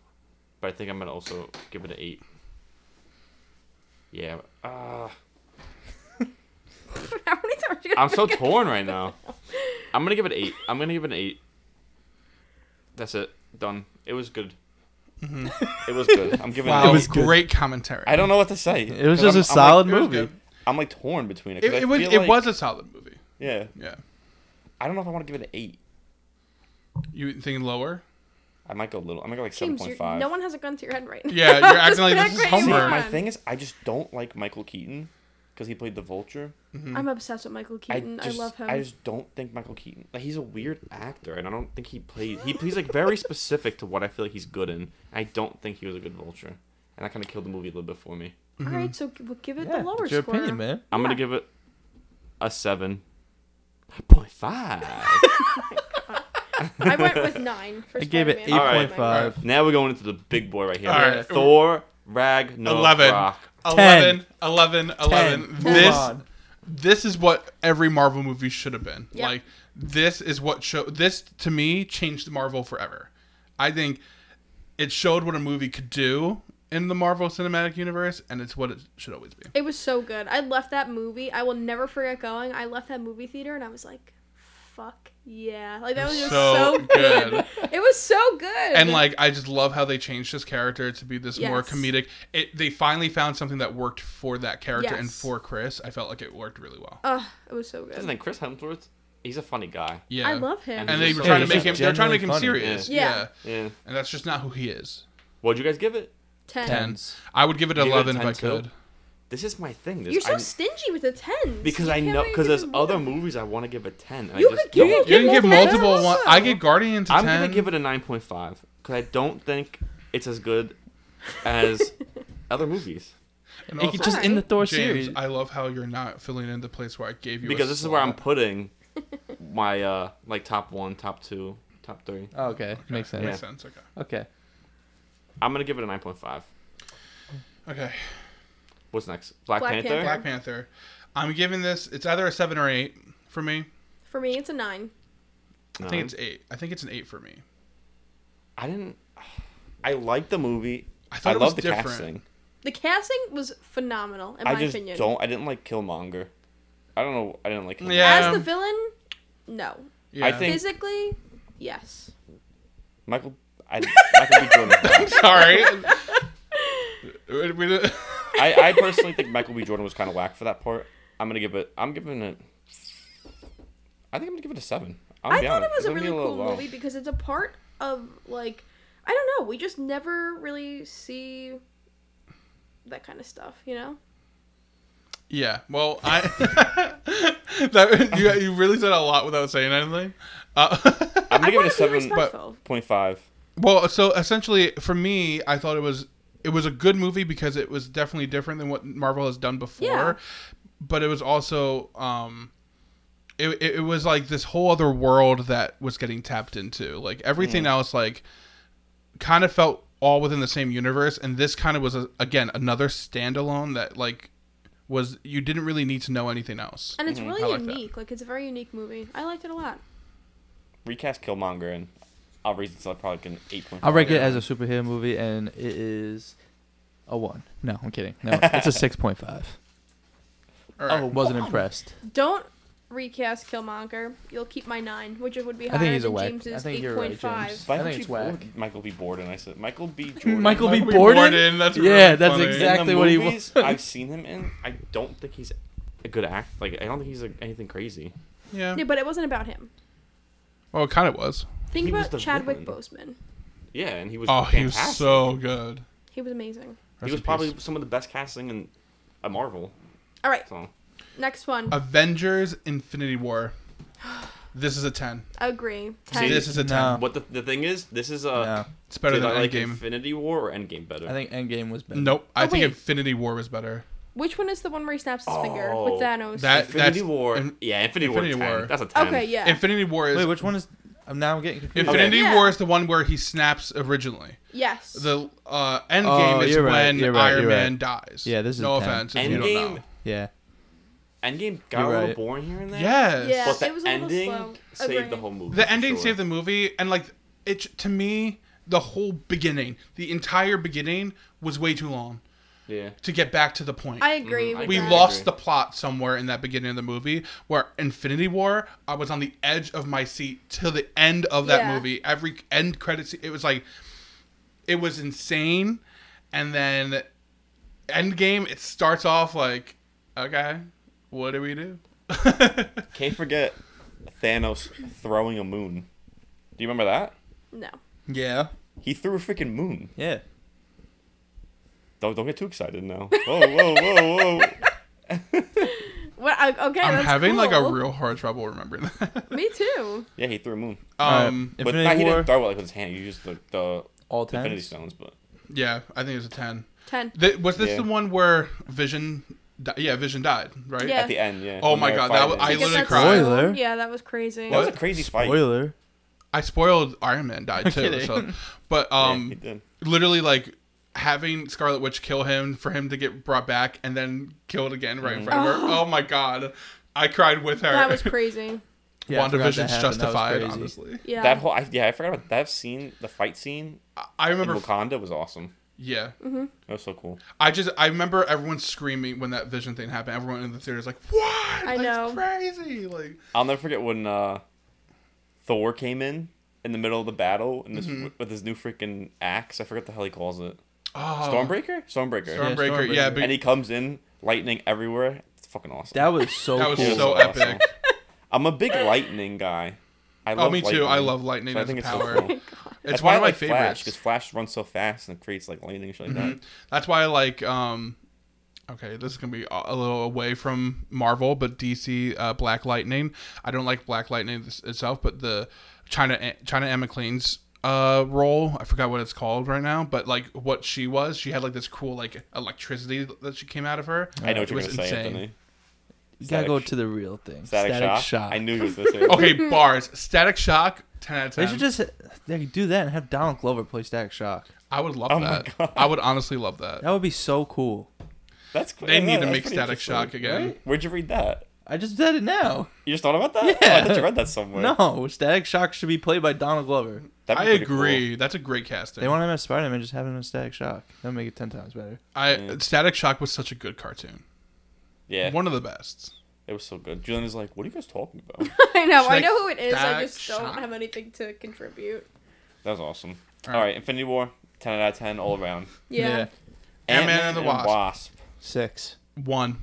[SPEAKER 5] but I think I'm gonna also give it an eight. Yeah, uh,
[SPEAKER 4] How many times are you gonna
[SPEAKER 5] I'm so
[SPEAKER 4] make it?
[SPEAKER 5] torn right now. I'm gonna give it eight. I'm gonna give it an eight. That's it. Done. It was good. It was good. I'm giving.
[SPEAKER 2] Mm-hmm. Wow.
[SPEAKER 5] It,
[SPEAKER 3] It
[SPEAKER 5] an
[SPEAKER 3] was
[SPEAKER 5] was.
[SPEAKER 2] good.
[SPEAKER 3] great commentary.
[SPEAKER 1] I don't know what to say.
[SPEAKER 2] It was
[SPEAKER 1] 'cause
[SPEAKER 2] just a
[SPEAKER 1] I'm- I'm
[SPEAKER 2] solid
[SPEAKER 3] It was
[SPEAKER 2] movie.
[SPEAKER 3] good.
[SPEAKER 1] Like, I'm like torn between it. 'cause
[SPEAKER 3] It,
[SPEAKER 1] I
[SPEAKER 3] it was.
[SPEAKER 1] feel
[SPEAKER 3] It
[SPEAKER 1] like-
[SPEAKER 3] was a solid movie.
[SPEAKER 1] Yeah.
[SPEAKER 3] Yeah.
[SPEAKER 1] I don't know if I want to give it an eight.
[SPEAKER 3] You thinking lower?
[SPEAKER 1] I might go a little. I might go like seven
[SPEAKER 4] James,
[SPEAKER 1] point
[SPEAKER 4] you're,
[SPEAKER 1] five.
[SPEAKER 4] no one has a gun to your head right now.
[SPEAKER 3] Yeah, you're acting
[SPEAKER 4] Just
[SPEAKER 3] like this
[SPEAKER 4] pick
[SPEAKER 3] is
[SPEAKER 4] what you
[SPEAKER 1] See,
[SPEAKER 3] Homer.
[SPEAKER 4] want.
[SPEAKER 1] my thing is, I just don't like Michael Keaton because he played the Vulture.
[SPEAKER 4] I'm obsessed with Michael
[SPEAKER 1] I
[SPEAKER 4] Keaton. I,
[SPEAKER 1] just,
[SPEAKER 4] love him.
[SPEAKER 1] I just don't think Michael Keaton. Like, he's a weird actor, and I don't think he plays. He plays like very specific to what I feel like he's good in. I don't think he was a good Vulture, and that kind of killed the movie a little bit for me.
[SPEAKER 4] All right, so g- we'll give it
[SPEAKER 2] Mm-hmm. Yeah,
[SPEAKER 4] the lower
[SPEAKER 2] it's your
[SPEAKER 4] score.
[SPEAKER 2] opinion, man.
[SPEAKER 5] I'm
[SPEAKER 4] Yeah.
[SPEAKER 5] gonna give it a seven point five.
[SPEAKER 4] I went with nine for
[SPEAKER 2] I gave it eight
[SPEAKER 4] Spider-Man.
[SPEAKER 5] Alright.
[SPEAKER 2] point five.
[SPEAKER 5] now we're going into the big boy right here.
[SPEAKER 3] Alright.
[SPEAKER 5] Thor Ragnarok.
[SPEAKER 3] 11. 11, 11, 11.
[SPEAKER 2] Ten.
[SPEAKER 3] This
[SPEAKER 2] Move on.
[SPEAKER 3] this is what every Marvel movie should have been.
[SPEAKER 4] Yep.
[SPEAKER 3] Like this is what show this to me changed Marvel forever. I think it showed what a movie could do in the Marvel Cinematic Universe and it's what it should always be.
[SPEAKER 4] It was so good. I left that movie. I will never forget going. I left that movie theater and I was like, fuck yeah. Like, that was just so, good. It was so good.
[SPEAKER 3] And like I just love how they changed his character to be this more
[SPEAKER 4] Yes.
[SPEAKER 3] comedic. It they finally found something that worked for that character and
[SPEAKER 4] Yes.
[SPEAKER 3] for Chris. I felt like it worked really well.
[SPEAKER 4] Ugh, it was so good.
[SPEAKER 5] Isn't it Chris Hemsworth? He's a funny guy.
[SPEAKER 3] Yeah.
[SPEAKER 4] I love him.
[SPEAKER 5] And
[SPEAKER 3] and they
[SPEAKER 5] He's
[SPEAKER 3] were
[SPEAKER 5] so-
[SPEAKER 3] trying to
[SPEAKER 5] he's
[SPEAKER 3] make
[SPEAKER 5] just
[SPEAKER 3] him. They're trying to make him
[SPEAKER 2] genuinely funny.
[SPEAKER 3] serious.
[SPEAKER 4] Yeah. Yeah.
[SPEAKER 3] yeah.
[SPEAKER 5] Yeah.
[SPEAKER 3] and that's just not who he is.
[SPEAKER 5] What'd you guys give it?
[SPEAKER 4] 10.
[SPEAKER 2] Tens.
[SPEAKER 3] I would give it
[SPEAKER 5] Give it a
[SPEAKER 3] eleven
[SPEAKER 5] 10
[SPEAKER 3] if I could.
[SPEAKER 5] too. This is my thing. This
[SPEAKER 4] You're so
[SPEAKER 5] I'm-
[SPEAKER 4] stingy with the 10s.
[SPEAKER 5] because
[SPEAKER 4] You
[SPEAKER 5] I
[SPEAKER 4] can't
[SPEAKER 5] know
[SPEAKER 4] really
[SPEAKER 5] because
[SPEAKER 4] give
[SPEAKER 5] there's
[SPEAKER 4] him
[SPEAKER 5] other
[SPEAKER 4] more.
[SPEAKER 5] movies I want to give a ten. And
[SPEAKER 4] You
[SPEAKER 5] I just
[SPEAKER 4] could give
[SPEAKER 5] don't.
[SPEAKER 4] it-
[SPEAKER 3] You didn't give
[SPEAKER 4] Give multiple
[SPEAKER 3] multiple one.
[SPEAKER 4] also.
[SPEAKER 3] I give Guardian to
[SPEAKER 5] I'm
[SPEAKER 3] 10
[SPEAKER 5] gonna give it a nine point five because I don't think it's as good as other movies.
[SPEAKER 3] And
[SPEAKER 2] It
[SPEAKER 3] also,
[SPEAKER 2] could just in the Thor
[SPEAKER 3] James,
[SPEAKER 2] series.
[SPEAKER 3] I love how you're not filling in the place where I gave you. a
[SPEAKER 5] Because this is where I'm
[SPEAKER 3] slot.
[SPEAKER 5] putting my uh like top one, top two, top three.
[SPEAKER 2] Oh, okay. Makes sense.
[SPEAKER 5] Yeah.
[SPEAKER 3] Makes sense. Okay.
[SPEAKER 2] Okay.
[SPEAKER 5] I'm gonna give it a nine point five.
[SPEAKER 3] Okay.
[SPEAKER 5] What's next? Black,
[SPEAKER 4] Black
[SPEAKER 5] Panther.
[SPEAKER 4] Panther.
[SPEAKER 3] Black Panther. I'm giving this. It's either a seven or eight for me.
[SPEAKER 4] For me, it's a 9.
[SPEAKER 5] No,
[SPEAKER 3] I think it's eight. I think it's an eight for me.
[SPEAKER 5] I didn't.
[SPEAKER 1] I like the movie.
[SPEAKER 3] I thought
[SPEAKER 1] I,
[SPEAKER 3] it was
[SPEAKER 1] love the
[SPEAKER 3] different.
[SPEAKER 1] casting.
[SPEAKER 4] The casting was phenomenal, in
[SPEAKER 1] I
[SPEAKER 4] my
[SPEAKER 1] just
[SPEAKER 4] opinion.
[SPEAKER 1] don't. I didn't like Killmonger. I don't know. I didn't like. Killmonger.
[SPEAKER 3] Yeah.
[SPEAKER 4] As the villain, no.
[SPEAKER 3] Yeah.
[SPEAKER 1] I think-
[SPEAKER 4] Physically, yes.
[SPEAKER 1] Michael. I, Michael B. Jordan.
[SPEAKER 3] Sorry. We- we-
[SPEAKER 1] I, I personally think Michael B. Jordan was kind of whack for that part. I'm gonna give it. I'm giving it. I think I'm gonna give it a seven. I'm
[SPEAKER 4] I thought it was a really cool
[SPEAKER 1] low.
[SPEAKER 4] movie because it's a part of like I don't know, we just never really see that kind of stuff, you know?
[SPEAKER 3] yeah. Well, I. that, you, you really said a lot without saying anything. Uh,
[SPEAKER 1] I'm gonna
[SPEAKER 4] I
[SPEAKER 1] give it a
[SPEAKER 4] wanna be
[SPEAKER 1] seven
[SPEAKER 4] respectful.
[SPEAKER 1] point five.
[SPEAKER 3] Well, so essentially, for me, I thought it was it was a good movie because it was definitely different than what Marvel has done before,
[SPEAKER 4] Yeah.
[SPEAKER 3] but it was also um, it it it was like this whole other world that was getting tapped into. Like
[SPEAKER 4] Mm.
[SPEAKER 3] everything else, like kind of felt all within the same universe, and this kind of was a, again another standalone that like was you didn't really need to know anything else.
[SPEAKER 4] And it's
[SPEAKER 3] I
[SPEAKER 1] Mm-hmm,
[SPEAKER 4] really
[SPEAKER 3] like that.
[SPEAKER 4] unique. Like it's a very unique movie. I liked it a lot.
[SPEAKER 1] Recast Killmonger and I'll rate it to like probably like an eight point.
[SPEAKER 2] I'll rank it as a superhero movie, and it is a one. No, I'm kidding. No, it's a six point five.
[SPEAKER 3] All right.
[SPEAKER 2] I
[SPEAKER 4] Oh.
[SPEAKER 2] wasn't impressed.
[SPEAKER 4] Don't recast Killmonger. You'll keep my nine, which would be
[SPEAKER 2] I
[SPEAKER 4] higher
[SPEAKER 2] think he's a
[SPEAKER 4] than
[SPEAKER 2] whack.
[SPEAKER 4] James's
[SPEAKER 2] I think
[SPEAKER 4] eight
[SPEAKER 2] you're right,
[SPEAKER 4] point five.
[SPEAKER 2] James.
[SPEAKER 1] Why
[SPEAKER 2] I
[SPEAKER 1] don't
[SPEAKER 2] think
[SPEAKER 1] you
[SPEAKER 2] it's whack.
[SPEAKER 1] call Michael B. Jordan. I said Michael B. Jordan.
[SPEAKER 2] Michael B.
[SPEAKER 3] Michael B.
[SPEAKER 2] Borden.
[SPEAKER 3] Borden, that's
[SPEAKER 2] yeah,
[SPEAKER 3] really
[SPEAKER 2] that's
[SPEAKER 3] funny.
[SPEAKER 1] In the
[SPEAKER 2] exactly what he was.
[SPEAKER 1] movies I've seen him in. I don't think he's a good act. Like I don't think he's like, anything crazy.
[SPEAKER 3] yeah.
[SPEAKER 4] Yeah, but it wasn't about him.
[SPEAKER 3] Well, it kind of was.
[SPEAKER 4] Think
[SPEAKER 1] He was
[SPEAKER 4] about
[SPEAKER 1] the
[SPEAKER 4] Chadwick
[SPEAKER 1] villain.
[SPEAKER 4] Boseman.
[SPEAKER 1] Yeah, and he was
[SPEAKER 3] Oh, he was
[SPEAKER 1] fantastic.
[SPEAKER 3] so good.
[SPEAKER 4] He was amazing.
[SPEAKER 1] He
[SPEAKER 3] Rest
[SPEAKER 1] was
[SPEAKER 3] in
[SPEAKER 1] probably
[SPEAKER 3] peace.
[SPEAKER 1] some of the best casting in at Marvel.
[SPEAKER 4] All right,
[SPEAKER 1] So
[SPEAKER 4] next one.
[SPEAKER 3] Avengers: Infinity War. This is a ten.
[SPEAKER 4] Agree.
[SPEAKER 1] See,
[SPEAKER 4] Ten.
[SPEAKER 3] This is a ten.
[SPEAKER 2] No.
[SPEAKER 1] what the, the thing is, this is a
[SPEAKER 2] No,
[SPEAKER 3] It's better
[SPEAKER 1] did
[SPEAKER 3] than
[SPEAKER 1] I like
[SPEAKER 3] Endgame.
[SPEAKER 1] Infinity War or Endgame better.
[SPEAKER 2] I think Endgame was better.
[SPEAKER 3] nope, I
[SPEAKER 4] Oh,
[SPEAKER 3] think
[SPEAKER 4] wait.
[SPEAKER 3] Infinity War was better.
[SPEAKER 4] Which one is the one where he snaps his finger
[SPEAKER 1] Oh,
[SPEAKER 4] with Thanos?
[SPEAKER 3] that-
[SPEAKER 1] Infinity
[SPEAKER 3] that's-
[SPEAKER 1] War.
[SPEAKER 3] in-
[SPEAKER 1] yeah, Infinity,
[SPEAKER 3] Infinity
[SPEAKER 1] War. 10.
[SPEAKER 3] War.
[SPEAKER 1] That's a ten.
[SPEAKER 4] okay, yeah.
[SPEAKER 3] Infinity War is
[SPEAKER 2] Wait, which one is? I'm now I'm getting confused.
[SPEAKER 3] Infinity
[SPEAKER 4] Okay.
[SPEAKER 3] War is the one where he snaps originally.
[SPEAKER 4] yes.
[SPEAKER 3] The uh, Endgame
[SPEAKER 2] Oh,
[SPEAKER 3] is
[SPEAKER 2] you're
[SPEAKER 3] when
[SPEAKER 2] right, you're right,
[SPEAKER 3] Iron
[SPEAKER 2] you're
[SPEAKER 3] Man dies.
[SPEAKER 2] Yeah, this is
[SPEAKER 3] no
[SPEAKER 2] 10.
[SPEAKER 3] offense. If you don't
[SPEAKER 1] Endgame.
[SPEAKER 3] know.
[SPEAKER 2] Yeah,
[SPEAKER 1] Endgame got
[SPEAKER 2] You're
[SPEAKER 1] a little
[SPEAKER 2] right.
[SPEAKER 1] boring here and there.
[SPEAKER 3] Yes.
[SPEAKER 4] yeah,
[SPEAKER 1] But the
[SPEAKER 4] it was a little
[SPEAKER 1] ending
[SPEAKER 4] slow.
[SPEAKER 1] saved
[SPEAKER 4] Agree.
[SPEAKER 1] the whole movie.
[SPEAKER 3] The
[SPEAKER 1] for
[SPEAKER 3] ending
[SPEAKER 1] sure.
[SPEAKER 3] saved the movie, and like it to me, the whole beginning, the entire beginning was way too long
[SPEAKER 1] Yeah.
[SPEAKER 3] to get back to the point.
[SPEAKER 4] I agree. with
[SPEAKER 1] I
[SPEAKER 3] we
[SPEAKER 1] agree.
[SPEAKER 4] that.
[SPEAKER 3] lost the plot somewhere in that beginning of the movie where Infinity War, I was on the edge of my seat till the end of that
[SPEAKER 4] Yeah.
[SPEAKER 3] movie. Every end credits, it was like, it was insane. And then Endgame, it starts off like, okay, what do we do?
[SPEAKER 1] Can't forget Thanos throwing a moon. Do you remember that?
[SPEAKER 4] No.
[SPEAKER 2] yeah,
[SPEAKER 1] He threw a freaking moon.
[SPEAKER 2] yeah.
[SPEAKER 1] Don't, don't get too excited now. Whoa, whoa, whoa, whoa.
[SPEAKER 4] What? I, okay,
[SPEAKER 3] I'm
[SPEAKER 4] that's
[SPEAKER 3] having like a
[SPEAKER 4] cool.
[SPEAKER 3] real hard trouble remembering that.
[SPEAKER 4] Me too.
[SPEAKER 1] Yeah, he threw a moon.
[SPEAKER 3] um,
[SPEAKER 2] All right,
[SPEAKER 1] But
[SPEAKER 2] Infinity
[SPEAKER 1] not, he
[SPEAKER 2] War,
[SPEAKER 1] didn't throw it like with his hand. He used the, the
[SPEAKER 2] all
[SPEAKER 1] Infinity
[SPEAKER 2] times.
[SPEAKER 1] Stones, but
[SPEAKER 3] yeah, I think it was a 10.
[SPEAKER 4] Ten.
[SPEAKER 3] Th- was this
[SPEAKER 1] Yeah.
[SPEAKER 3] the one where Vision, di- yeah, Vision died, right?
[SPEAKER 4] Yeah.
[SPEAKER 1] at the end, yeah.
[SPEAKER 3] Oh
[SPEAKER 1] when
[SPEAKER 3] my
[SPEAKER 1] they were
[SPEAKER 3] God, that
[SPEAKER 1] fighting.
[SPEAKER 3] wa- I
[SPEAKER 4] guess
[SPEAKER 3] literally
[SPEAKER 4] that's
[SPEAKER 3] cried.
[SPEAKER 4] cool.
[SPEAKER 2] Spoiler.
[SPEAKER 4] Yeah, that was crazy.
[SPEAKER 1] That was a crazy fight.
[SPEAKER 2] Spoiler.
[SPEAKER 3] I spoiled Iron Man died too.
[SPEAKER 2] kidding.
[SPEAKER 3] So, but
[SPEAKER 1] Yeah,
[SPEAKER 3] um,
[SPEAKER 1] he did.
[SPEAKER 3] literally like having Scarlet Witch kill him for him to get brought back and then killed again right in front of her. Oh my god. I cried with her.
[SPEAKER 4] Mm-hmm. That was crazy.
[SPEAKER 2] Yeah, I forgot that happened. That
[SPEAKER 3] WandaVision's
[SPEAKER 2] was
[SPEAKER 3] justified,
[SPEAKER 2] crazy.
[SPEAKER 3] honestly.
[SPEAKER 4] Yeah.
[SPEAKER 1] That whole, I, yeah, I forgot about that scene. The fight scene
[SPEAKER 3] I- I
[SPEAKER 1] in
[SPEAKER 3] remember
[SPEAKER 1] Wakanda was awesome.
[SPEAKER 3] yeah.
[SPEAKER 1] That was so cool.
[SPEAKER 3] I just I remember everyone screaming when that vision thing happened. Everyone in the theater is like, "What?
[SPEAKER 4] I
[SPEAKER 3] That's
[SPEAKER 4] know.
[SPEAKER 3] crazy." Like
[SPEAKER 1] I'll never forget when uh, Thor came in in the middle of the battle and this,
[SPEAKER 3] Mm-hmm.
[SPEAKER 1] with his new freaking axe. I forget the hell he calls it.
[SPEAKER 3] oh,
[SPEAKER 1] Stormbreaker? Stormbreaker.
[SPEAKER 3] Stormbreaker. Yeah,
[SPEAKER 2] Stormbreaker.
[SPEAKER 3] but
[SPEAKER 1] And he comes in, lightning everywhere. It's fucking awesome.
[SPEAKER 2] That was so
[SPEAKER 3] that was
[SPEAKER 2] cool.
[SPEAKER 3] so
[SPEAKER 1] Awesome.
[SPEAKER 3] epic.
[SPEAKER 1] I'm a big lightning guy. I
[SPEAKER 3] Oh, me too. I love lightning
[SPEAKER 1] So I
[SPEAKER 3] as
[SPEAKER 1] think
[SPEAKER 3] a
[SPEAKER 1] it's so
[SPEAKER 3] power.
[SPEAKER 1] cool.
[SPEAKER 3] It's
[SPEAKER 1] That's
[SPEAKER 3] one
[SPEAKER 1] why I
[SPEAKER 3] of my
[SPEAKER 1] like Flash because
[SPEAKER 3] favorites.
[SPEAKER 1] Flash runs so fast and creates like lightning and shit like that.
[SPEAKER 3] That's why I like um okay, this is going to be a a little away from Marvel, but DC uh, Black Lightning. I don't like Black Lightning this- itself, but the China eh, China Emma Clean's uh role, I forgot what it's called right now, but like what she was, she had like this cool like electricity that she came out of her.
[SPEAKER 1] I know what
[SPEAKER 3] It
[SPEAKER 1] you're
[SPEAKER 3] was
[SPEAKER 1] gonna say,
[SPEAKER 3] insane.
[SPEAKER 1] Anthony.
[SPEAKER 2] You gotta go
[SPEAKER 1] Static-
[SPEAKER 2] to the real thing.
[SPEAKER 1] Static, shock. I knew you was gonna say. that.
[SPEAKER 3] Okay, bars. Static Shock 10 out of 10.
[SPEAKER 2] They should just they could do that and have Donald Glover play Static Shock.
[SPEAKER 3] I would love
[SPEAKER 1] Oh my
[SPEAKER 3] that.
[SPEAKER 1] God.
[SPEAKER 3] I would honestly love that.
[SPEAKER 2] That would be so cool.
[SPEAKER 1] that's cool.
[SPEAKER 3] They
[SPEAKER 1] Yeah,
[SPEAKER 3] need to
[SPEAKER 1] that's
[SPEAKER 3] make
[SPEAKER 1] pretty
[SPEAKER 3] Static
[SPEAKER 1] interesting.
[SPEAKER 3] Shock again.
[SPEAKER 1] Where'd you read that?
[SPEAKER 2] I just did it now.
[SPEAKER 1] You just thought about that?
[SPEAKER 2] Yeah.
[SPEAKER 1] Oh, I thought you read that somewhere.
[SPEAKER 2] No, Static Shock should be played by Donald Glover.
[SPEAKER 1] That'd
[SPEAKER 3] I
[SPEAKER 1] be pretty cool.
[SPEAKER 3] agree. That's a great casting.
[SPEAKER 2] They want him as Spider Man, just have him as Static Shock. That'll make it ten times better.
[SPEAKER 3] I
[SPEAKER 1] Yeah.
[SPEAKER 3] Static Shock was such a good cartoon.
[SPEAKER 1] Yeah,
[SPEAKER 3] One of the best.
[SPEAKER 1] it was so good. Julian is like, "What are you guys talking about?"
[SPEAKER 4] I know. I
[SPEAKER 3] Like,
[SPEAKER 4] know who it is. I
[SPEAKER 3] that
[SPEAKER 4] just don't
[SPEAKER 3] shot.
[SPEAKER 4] have anything to contribute.
[SPEAKER 1] that was awesome.
[SPEAKER 3] All
[SPEAKER 1] All right, Infinity War, ten out of ten all around.
[SPEAKER 4] Yeah.
[SPEAKER 3] Ant-Man
[SPEAKER 1] Ant-Man
[SPEAKER 3] and the Wasp.
[SPEAKER 2] Six.
[SPEAKER 3] One.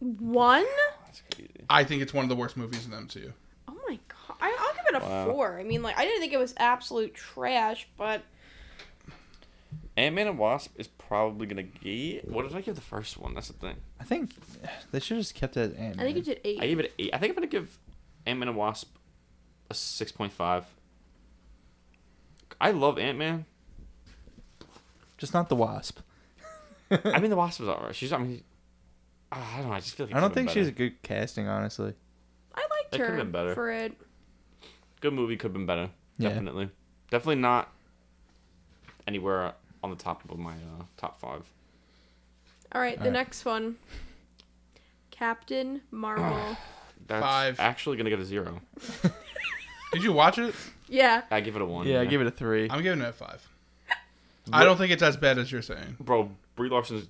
[SPEAKER 4] One?
[SPEAKER 1] That's crazy.
[SPEAKER 3] I think it's one of the worst movies in them too.
[SPEAKER 4] Oh my god. I, I'll give it a
[SPEAKER 1] Wow.
[SPEAKER 4] four. I mean, like, I didn't think it was absolute trash, but
[SPEAKER 1] Ant-Man and Wasp is probably gonna get. What did I give the first one? That's the thing.
[SPEAKER 2] I think they should have just kept it as Ant
[SPEAKER 4] I think you did eight.
[SPEAKER 1] I gave it an eight. I think I'm gonna give Ant Man and Wasp a six point five. I love Ant Man.
[SPEAKER 2] Just not the Wasp.
[SPEAKER 1] I mean, the Wasp is alright. She's. I mean, ah, I don't know. I just feel like. it
[SPEAKER 2] I don't
[SPEAKER 1] could've been
[SPEAKER 2] think she's
[SPEAKER 1] better.
[SPEAKER 2] good casting, honestly.
[SPEAKER 4] I liked
[SPEAKER 1] That
[SPEAKER 4] her
[SPEAKER 1] could've been better.
[SPEAKER 4] for it.
[SPEAKER 1] good movie. Could have been better.
[SPEAKER 2] Yeah.
[SPEAKER 1] Definitely. Definitely not anywhere on the top of my uh, top five.
[SPEAKER 4] All right, the
[SPEAKER 2] Alright.
[SPEAKER 4] next one. Captain Marvel.
[SPEAKER 1] That's
[SPEAKER 3] Five.
[SPEAKER 1] actually gonna get a zero.
[SPEAKER 3] Did you watch it?
[SPEAKER 4] Yeah.
[SPEAKER 1] I give it a one.
[SPEAKER 2] Yeah, I give it a three.
[SPEAKER 3] I'm giving it a five. I don't think it's as bad as you're saying.
[SPEAKER 1] Bro, Brie Larson's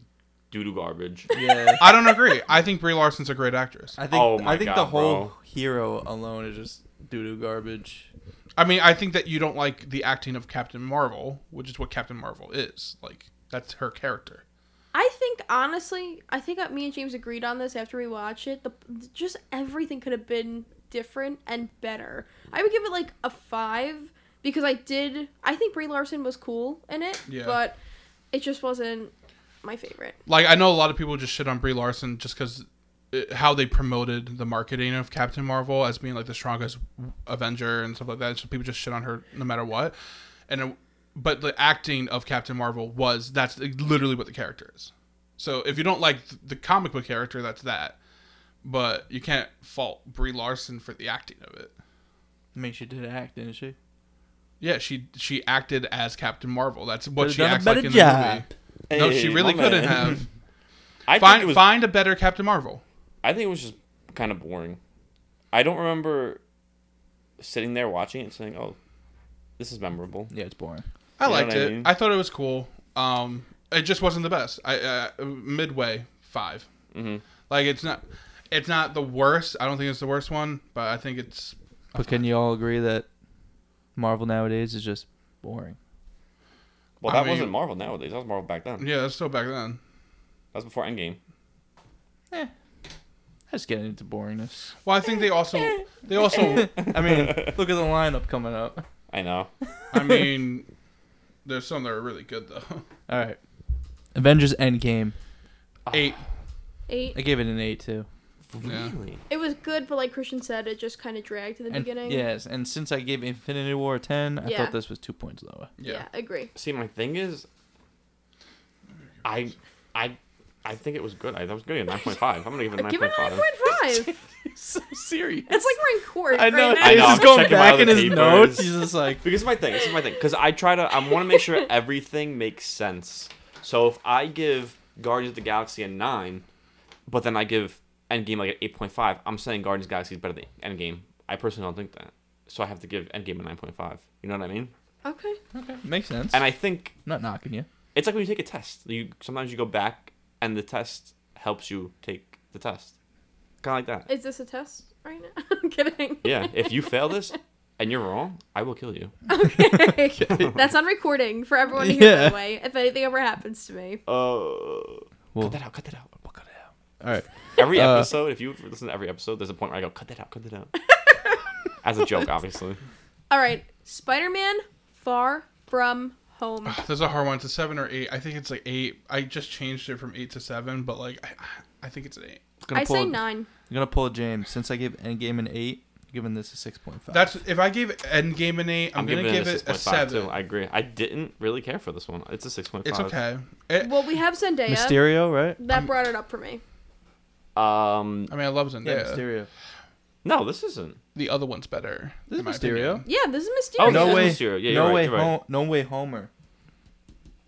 [SPEAKER 1] doo doo garbage.
[SPEAKER 2] yeah.
[SPEAKER 3] I don't agree. I think Brie Larson's a great actress.
[SPEAKER 2] I think
[SPEAKER 1] Oh my
[SPEAKER 2] I think the
[SPEAKER 1] God,
[SPEAKER 2] whole
[SPEAKER 1] bro.
[SPEAKER 2] hero alone is just doo doo garbage.
[SPEAKER 3] I mean, I think that you don't like the acting of Captain Marvel, which is what Captain Marvel is. Like that's her character.
[SPEAKER 4] I think honestly, I think that me and James agreed on this after we watched it. The just everything could have been different and better. I would give it like a five because I did. I think Brie Larson was cool in it,
[SPEAKER 3] Yeah.
[SPEAKER 4] but it just wasn't my favorite.
[SPEAKER 3] Like I know a lot of people just shit on Brie Larson just because how they promoted the marketing of Captain Marvel as being like the strongest Avenger and stuff like that. So people just shit on her no matter what. And it, but the acting of Captain Marvel was that's literally what the character is. So if you don't like th- the comic book character, that's that. But you can't fault Brie Larson for the acting of it.
[SPEAKER 2] I mean, she did act, didn't she?
[SPEAKER 3] Yeah, she she acted as Captain Marvel. That's what
[SPEAKER 2] Could've
[SPEAKER 3] she
[SPEAKER 2] done a
[SPEAKER 3] acts like
[SPEAKER 2] better
[SPEAKER 3] in
[SPEAKER 2] job.
[SPEAKER 3] the movie. No,
[SPEAKER 6] Hey,
[SPEAKER 3] she really
[SPEAKER 6] my
[SPEAKER 3] couldn't
[SPEAKER 6] man.
[SPEAKER 3] have.
[SPEAKER 6] I
[SPEAKER 3] Find
[SPEAKER 6] think it was.
[SPEAKER 3] find a better Captain Marvel.
[SPEAKER 6] I think it was just kind of boring. I don't remember sitting there watching it and saying, "Oh, this is memorable."
[SPEAKER 2] Yeah, it's boring.
[SPEAKER 3] I
[SPEAKER 6] You know
[SPEAKER 3] liked
[SPEAKER 6] what I
[SPEAKER 3] it.
[SPEAKER 6] mean?
[SPEAKER 3] I thought it was cool. Um, it just wasn't the best. I uh, midway five.
[SPEAKER 6] Mhm.
[SPEAKER 3] Like it's not, it's not the worst. I don't think it's the worst one, but I think it's.
[SPEAKER 2] But can you all agree that Marvel nowadays is just boring?
[SPEAKER 6] Well,
[SPEAKER 3] I
[SPEAKER 6] that
[SPEAKER 3] mean-
[SPEAKER 6] wasn't Marvel nowadays. That was Marvel back then. That
[SPEAKER 3] Yeah, that's still back then.
[SPEAKER 6] was before Endgame.
[SPEAKER 2] I just getting into boringness.
[SPEAKER 3] Well, I think they also they also.
[SPEAKER 2] I mean, look at the lineup coming up.
[SPEAKER 6] I know.
[SPEAKER 3] I mean, there's some that are really good though.
[SPEAKER 2] All right, Avengers Endgame.
[SPEAKER 3] Eight.
[SPEAKER 4] Eight.
[SPEAKER 2] I gave it an eight too.
[SPEAKER 3] Yeah.
[SPEAKER 4] It was good, but like Christian said, it just kind of dragged in the
[SPEAKER 2] And-
[SPEAKER 4] beginning.
[SPEAKER 2] Yes, and since I gave Infinity War a ten, I
[SPEAKER 4] Yeah.
[SPEAKER 2] thought this was two points lower.
[SPEAKER 4] Yeah.
[SPEAKER 3] Yeah.
[SPEAKER 4] agree.
[SPEAKER 1] See, my thing is, I, I, I think it was good. I that was good. Nine point five. I'm gonna give it a nine
[SPEAKER 4] Give it
[SPEAKER 1] point
[SPEAKER 4] a nine
[SPEAKER 1] five.
[SPEAKER 4] point five.
[SPEAKER 2] so serious.
[SPEAKER 4] it's like we're in court.
[SPEAKER 2] I know.
[SPEAKER 4] Right now.
[SPEAKER 1] I
[SPEAKER 2] He's
[SPEAKER 1] know,
[SPEAKER 2] just
[SPEAKER 1] I'm
[SPEAKER 2] going
[SPEAKER 1] checking my
[SPEAKER 2] back
[SPEAKER 1] other
[SPEAKER 2] in his
[SPEAKER 1] papers.
[SPEAKER 2] notes. He's just like,
[SPEAKER 1] Because my thing, this is my thing. Because I try to, I want to make sure everything makes sense. So if I give Guardians of the Galaxy a nine, but then I give Endgame like an eight point five, I'm saying Guardians of the Galaxy is better than Endgame. I personally don't think that. So I have to give Endgame a nine point five. You know what I mean?
[SPEAKER 4] Okay.
[SPEAKER 2] okay, makes sense.
[SPEAKER 1] And I think
[SPEAKER 2] not knocking you.
[SPEAKER 1] it's like when you take a test. You sometimes you go back and the test helps you take the test. Kind of like that.
[SPEAKER 4] Is this a test right now? I'm kidding.
[SPEAKER 1] Yeah. If you fail this and you're wrong, I will kill you.
[SPEAKER 4] That's on recording for everyone to hear, by
[SPEAKER 2] Yeah.
[SPEAKER 4] the way, if anything ever happens to me.
[SPEAKER 1] Uh,
[SPEAKER 2] Well,
[SPEAKER 1] cut that out. Cut that out. Cut that out.
[SPEAKER 2] all right.
[SPEAKER 1] Every
[SPEAKER 2] Uh,
[SPEAKER 1] episode, if you listen to every episode, there's a point where I go, cut that out, cut that out. As a joke, obviously.
[SPEAKER 4] All right, Spider Man Far From Home.
[SPEAKER 3] Ah, There's a hard one. It's a seven or eight. I think it's like eight. I just changed it from eight to seven, but like I, I think it's an eight.
[SPEAKER 2] Gonna
[SPEAKER 4] I
[SPEAKER 2] pull
[SPEAKER 4] say
[SPEAKER 2] a-
[SPEAKER 4] nine.
[SPEAKER 2] I'm gonna pull a James since I gave Endgame an eight. Giving this a six point five.
[SPEAKER 3] That's if I gave Endgame an eight, I'm, gonna
[SPEAKER 1] giving
[SPEAKER 3] give it a
[SPEAKER 1] 6.5
[SPEAKER 3] seven.
[SPEAKER 1] Too. I agree. I didn't really care for this one. It's a 6.5.
[SPEAKER 3] It's okay. It,
[SPEAKER 4] Well, we have Zendaya.
[SPEAKER 2] Mysterio, right?
[SPEAKER 4] that brought it up for me.
[SPEAKER 1] Um,
[SPEAKER 3] I mean, I love Zendaya.
[SPEAKER 2] Mysterio.
[SPEAKER 1] no, this isn't.
[SPEAKER 3] the other one's better.
[SPEAKER 2] This
[SPEAKER 3] in my
[SPEAKER 2] is Mysterio.
[SPEAKER 3] opinion.
[SPEAKER 4] Yeah, this is Mysterio.
[SPEAKER 1] Oh,
[SPEAKER 2] no
[SPEAKER 1] this
[SPEAKER 2] way.
[SPEAKER 1] is Mysterio. Yeah, you're
[SPEAKER 2] no
[SPEAKER 1] right,
[SPEAKER 2] way.
[SPEAKER 1] you're right.
[SPEAKER 2] Ho- no way. Homer.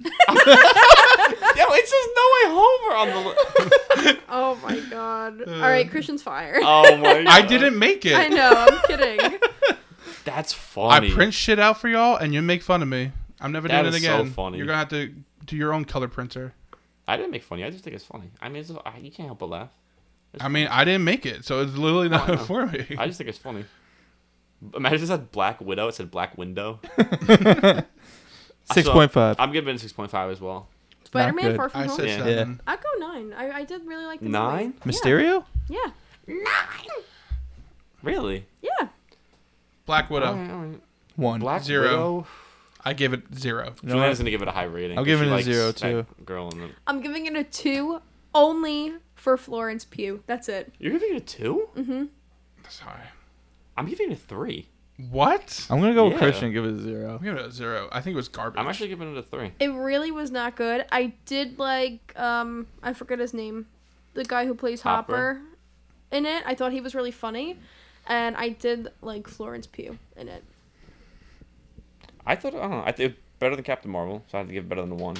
[SPEAKER 1] Yo, it says No Way Homer on the. Li-
[SPEAKER 4] Oh my god. All right, Christian's fired.
[SPEAKER 1] oh my. God.
[SPEAKER 3] I didn't make Uh, it.
[SPEAKER 4] I know, I'm kidding.
[SPEAKER 1] That's
[SPEAKER 3] I
[SPEAKER 1] funny.
[SPEAKER 3] print shit out for y'all, and you make fun of me. I'm never
[SPEAKER 1] That
[SPEAKER 3] doing it
[SPEAKER 1] is so
[SPEAKER 3] again.
[SPEAKER 1] funny.
[SPEAKER 3] You're gonna have to do your own color printer.
[SPEAKER 1] I didn't make funny. I just think it's funny. I mean, it's, I, you can't help but laugh. It's Oh,
[SPEAKER 3] I mean, I didn't make it, so it's literally not
[SPEAKER 1] I know.
[SPEAKER 3] for me.
[SPEAKER 1] I just think it's funny. Imagine if it said Black Widow. It said Black Window.
[SPEAKER 2] Six point five.
[SPEAKER 1] I'm giving it 6.5 as well.
[SPEAKER 4] Spider Man
[SPEAKER 2] good.
[SPEAKER 4] Far From
[SPEAKER 3] I
[SPEAKER 4] Home.
[SPEAKER 3] said
[SPEAKER 1] Yeah.
[SPEAKER 3] seven.
[SPEAKER 4] I'd go nine. I, I did really like the movie.
[SPEAKER 1] Nine?
[SPEAKER 4] Yeah.
[SPEAKER 2] Mysterio.
[SPEAKER 4] Yeah.
[SPEAKER 1] Really?
[SPEAKER 4] Yeah.
[SPEAKER 3] Black Widow.
[SPEAKER 4] Oh.
[SPEAKER 1] Alright, alright.
[SPEAKER 2] One.
[SPEAKER 1] Black
[SPEAKER 3] Zero.
[SPEAKER 1] Widow.
[SPEAKER 3] I gave it zero.
[SPEAKER 2] You know
[SPEAKER 1] Juliana's
[SPEAKER 2] what?
[SPEAKER 1] gonna give it a high rating.
[SPEAKER 2] I'm
[SPEAKER 1] 'cause
[SPEAKER 2] giving
[SPEAKER 1] she
[SPEAKER 2] it a
[SPEAKER 1] likes
[SPEAKER 2] zero,
[SPEAKER 1] that
[SPEAKER 2] too.
[SPEAKER 1] Girl, in the...
[SPEAKER 4] I'm giving it a two only for Florence Pugh. That's it. Mm-hmm.
[SPEAKER 1] you're giving it a two?
[SPEAKER 3] Sorry.
[SPEAKER 1] I'm giving it a three.
[SPEAKER 3] What?
[SPEAKER 2] I'm gonna go with
[SPEAKER 1] Yeah.
[SPEAKER 2] Christian. and Give it a zero.
[SPEAKER 3] I'm giving it a zero. I think it was garbage.
[SPEAKER 1] Oh. I'm actually giving it a three.
[SPEAKER 4] It really was not good. I did like um I forget his name. The guy who plays Hopper,
[SPEAKER 1] Hopper.
[SPEAKER 4] in it. I thought he was really funny. And I did like Florence Pugh in it.
[SPEAKER 1] I thought I don't know. I think better than Captain Marvel, so I had to give it better than a one.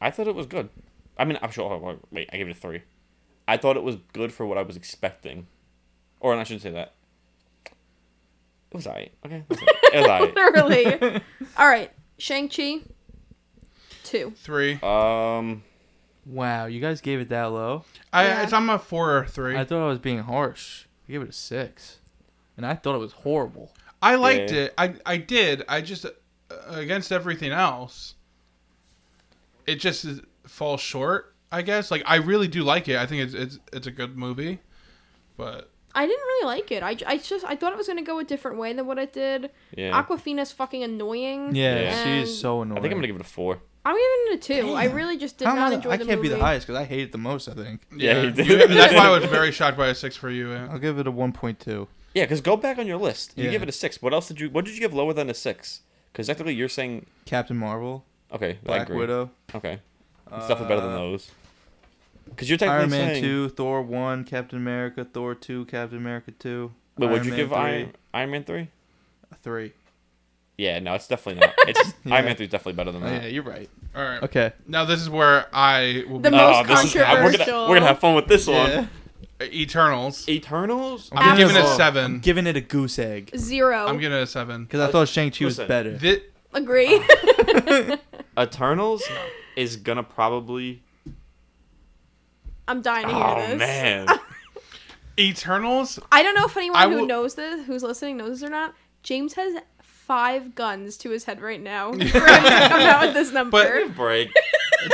[SPEAKER 1] I thought it was good. I mean, I'm sure. oh, Wait, I gave it a three. I thought it was good for what I was expecting, or and I shouldn't say that. It was alright. Okay. It was alright. It was alright.
[SPEAKER 4] Literally. All right, Shang Chi. Two.
[SPEAKER 3] Three.
[SPEAKER 1] Um,
[SPEAKER 2] Wow, you guys gave it that low.
[SPEAKER 3] I
[SPEAKER 4] Yeah.
[SPEAKER 3] it's I'm a four or three.
[SPEAKER 2] I
[SPEAKER 3] I,
[SPEAKER 2] thought I was being harsh. I gave it a six, and I thought it was horrible.
[SPEAKER 3] liked
[SPEAKER 1] Yeah.
[SPEAKER 3] it. I I did. I just uh, against everything else. It just is, falls short. I guess. Like I really do like it. I think it's it's it's a good movie, but
[SPEAKER 4] I didn't really like it. I, j- I just I thought it was gonna go a different way than what it did.
[SPEAKER 1] yeah.
[SPEAKER 4] Aquafina's fucking annoying.
[SPEAKER 2] Yeah,
[SPEAKER 1] Yeah.
[SPEAKER 2] she
[SPEAKER 4] And
[SPEAKER 2] is so annoying.
[SPEAKER 1] I think I'm gonna give it a four.
[SPEAKER 4] I'm giving it a two. I
[SPEAKER 2] Damn.
[SPEAKER 4] really just did
[SPEAKER 2] How am
[SPEAKER 4] not
[SPEAKER 2] I the-
[SPEAKER 4] enjoy
[SPEAKER 2] I
[SPEAKER 4] the
[SPEAKER 2] can't
[SPEAKER 4] movie.
[SPEAKER 2] be the highest because I hate it the most. I think
[SPEAKER 1] Yeah, you did.
[SPEAKER 3] You- that's why I was very shocked by a six for you. Ant.
[SPEAKER 2] I'll give it a one point two.
[SPEAKER 1] Yeah, because go back on your list. You
[SPEAKER 2] Yeah.
[SPEAKER 1] give it a six. What else did you? What did you give lower than a six? Because technically you're saying
[SPEAKER 2] Captain Marvel,
[SPEAKER 1] okay, I
[SPEAKER 2] Black
[SPEAKER 1] agree.
[SPEAKER 2] Widow,
[SPEAKER 1] Okay, it's definitely better than
[SPEAKER 2] Uh,
[SPEAKER 1] those. Because you're technically
[SPEAKER 2] Iron Man
[SPEAKER 1] saying.
[SPEAKER 2] two, Thor one, Captain America, Thor two, Captain America two.
[SPEAKER 1] Wait,
[SPEAKER 2] Iron
[SPEAKER 1] would you
[SPEAKER 2] Man
[SPEAKER 1] give
[SPEAKER 2] three,
[SPEAKER 1] Iron Iron Man three?
[SPEAKER 2] a three?
[SPEAKER 1] Yeah, no, it's definitely not. It's
[SPEAKER 2] Yeah.
[SPEAKER 1] Iron Man three is definitely better than
[SPEAKER 2] Oh,
[SPEAKER 1] that.
[SPEAKER 2] yeah, you're right.
[SPEAKER 3] All right.
[SPEAKER 2] Okay.
[SPEAKER 3] Now this is where I will
[SPEAKER 4] The
[SPEAKER 3] be
[SPEAKER 4] most
[SPEAKER 1] Oh, this is- I- we're, gonna,
[SPEAKER 4] controversial.
[SPEAKER 1] we're gonna have fun with this
[SPEAKER 2] Yeah.
[SPEAKER 1] one.
[SPEAKER 3] uh, Eternals.
[SPEAKER 1] Eternals.
[SPEAKER 3] I'm giving it a
[SPEAKER 4] Absolutely.
[SPEAKER 2] I'm
[SPEAKER 3] seven.
[SPEAKER 2] giving it a goose egg
[SPEAKER 4] Zero.
[SPEAKER 3] I'm giving it a seven.
[SPEAKER 2] because I thought Shang Chi was
[SPEAKER 1] Uh, Listen,
[SPEAKER 2] better.
[SPEAKER 3] Thi-
[SPEAKER 4] Agree.
[SPEAKER 1] Eternals is gonna probably.
[SPEAKER 4] I'm dying to hear
[SPEAKER 1] Oh
[SPEAKER 4] this.
[SPEAKER 1] man.
[SPEAKER 3] Eternals.
[SPEAKER 4] I don't know if anyone
[SPEAKER 3] I
[SPEAKER 4] who
[SPEAKER 3] will-
[SPEAKER 4] knows this, who's listening, knows this or not. James has five guns to his head right now. For him to come out with this number.
[SPEAKER 3] But-
[SPEAKER 1] Break.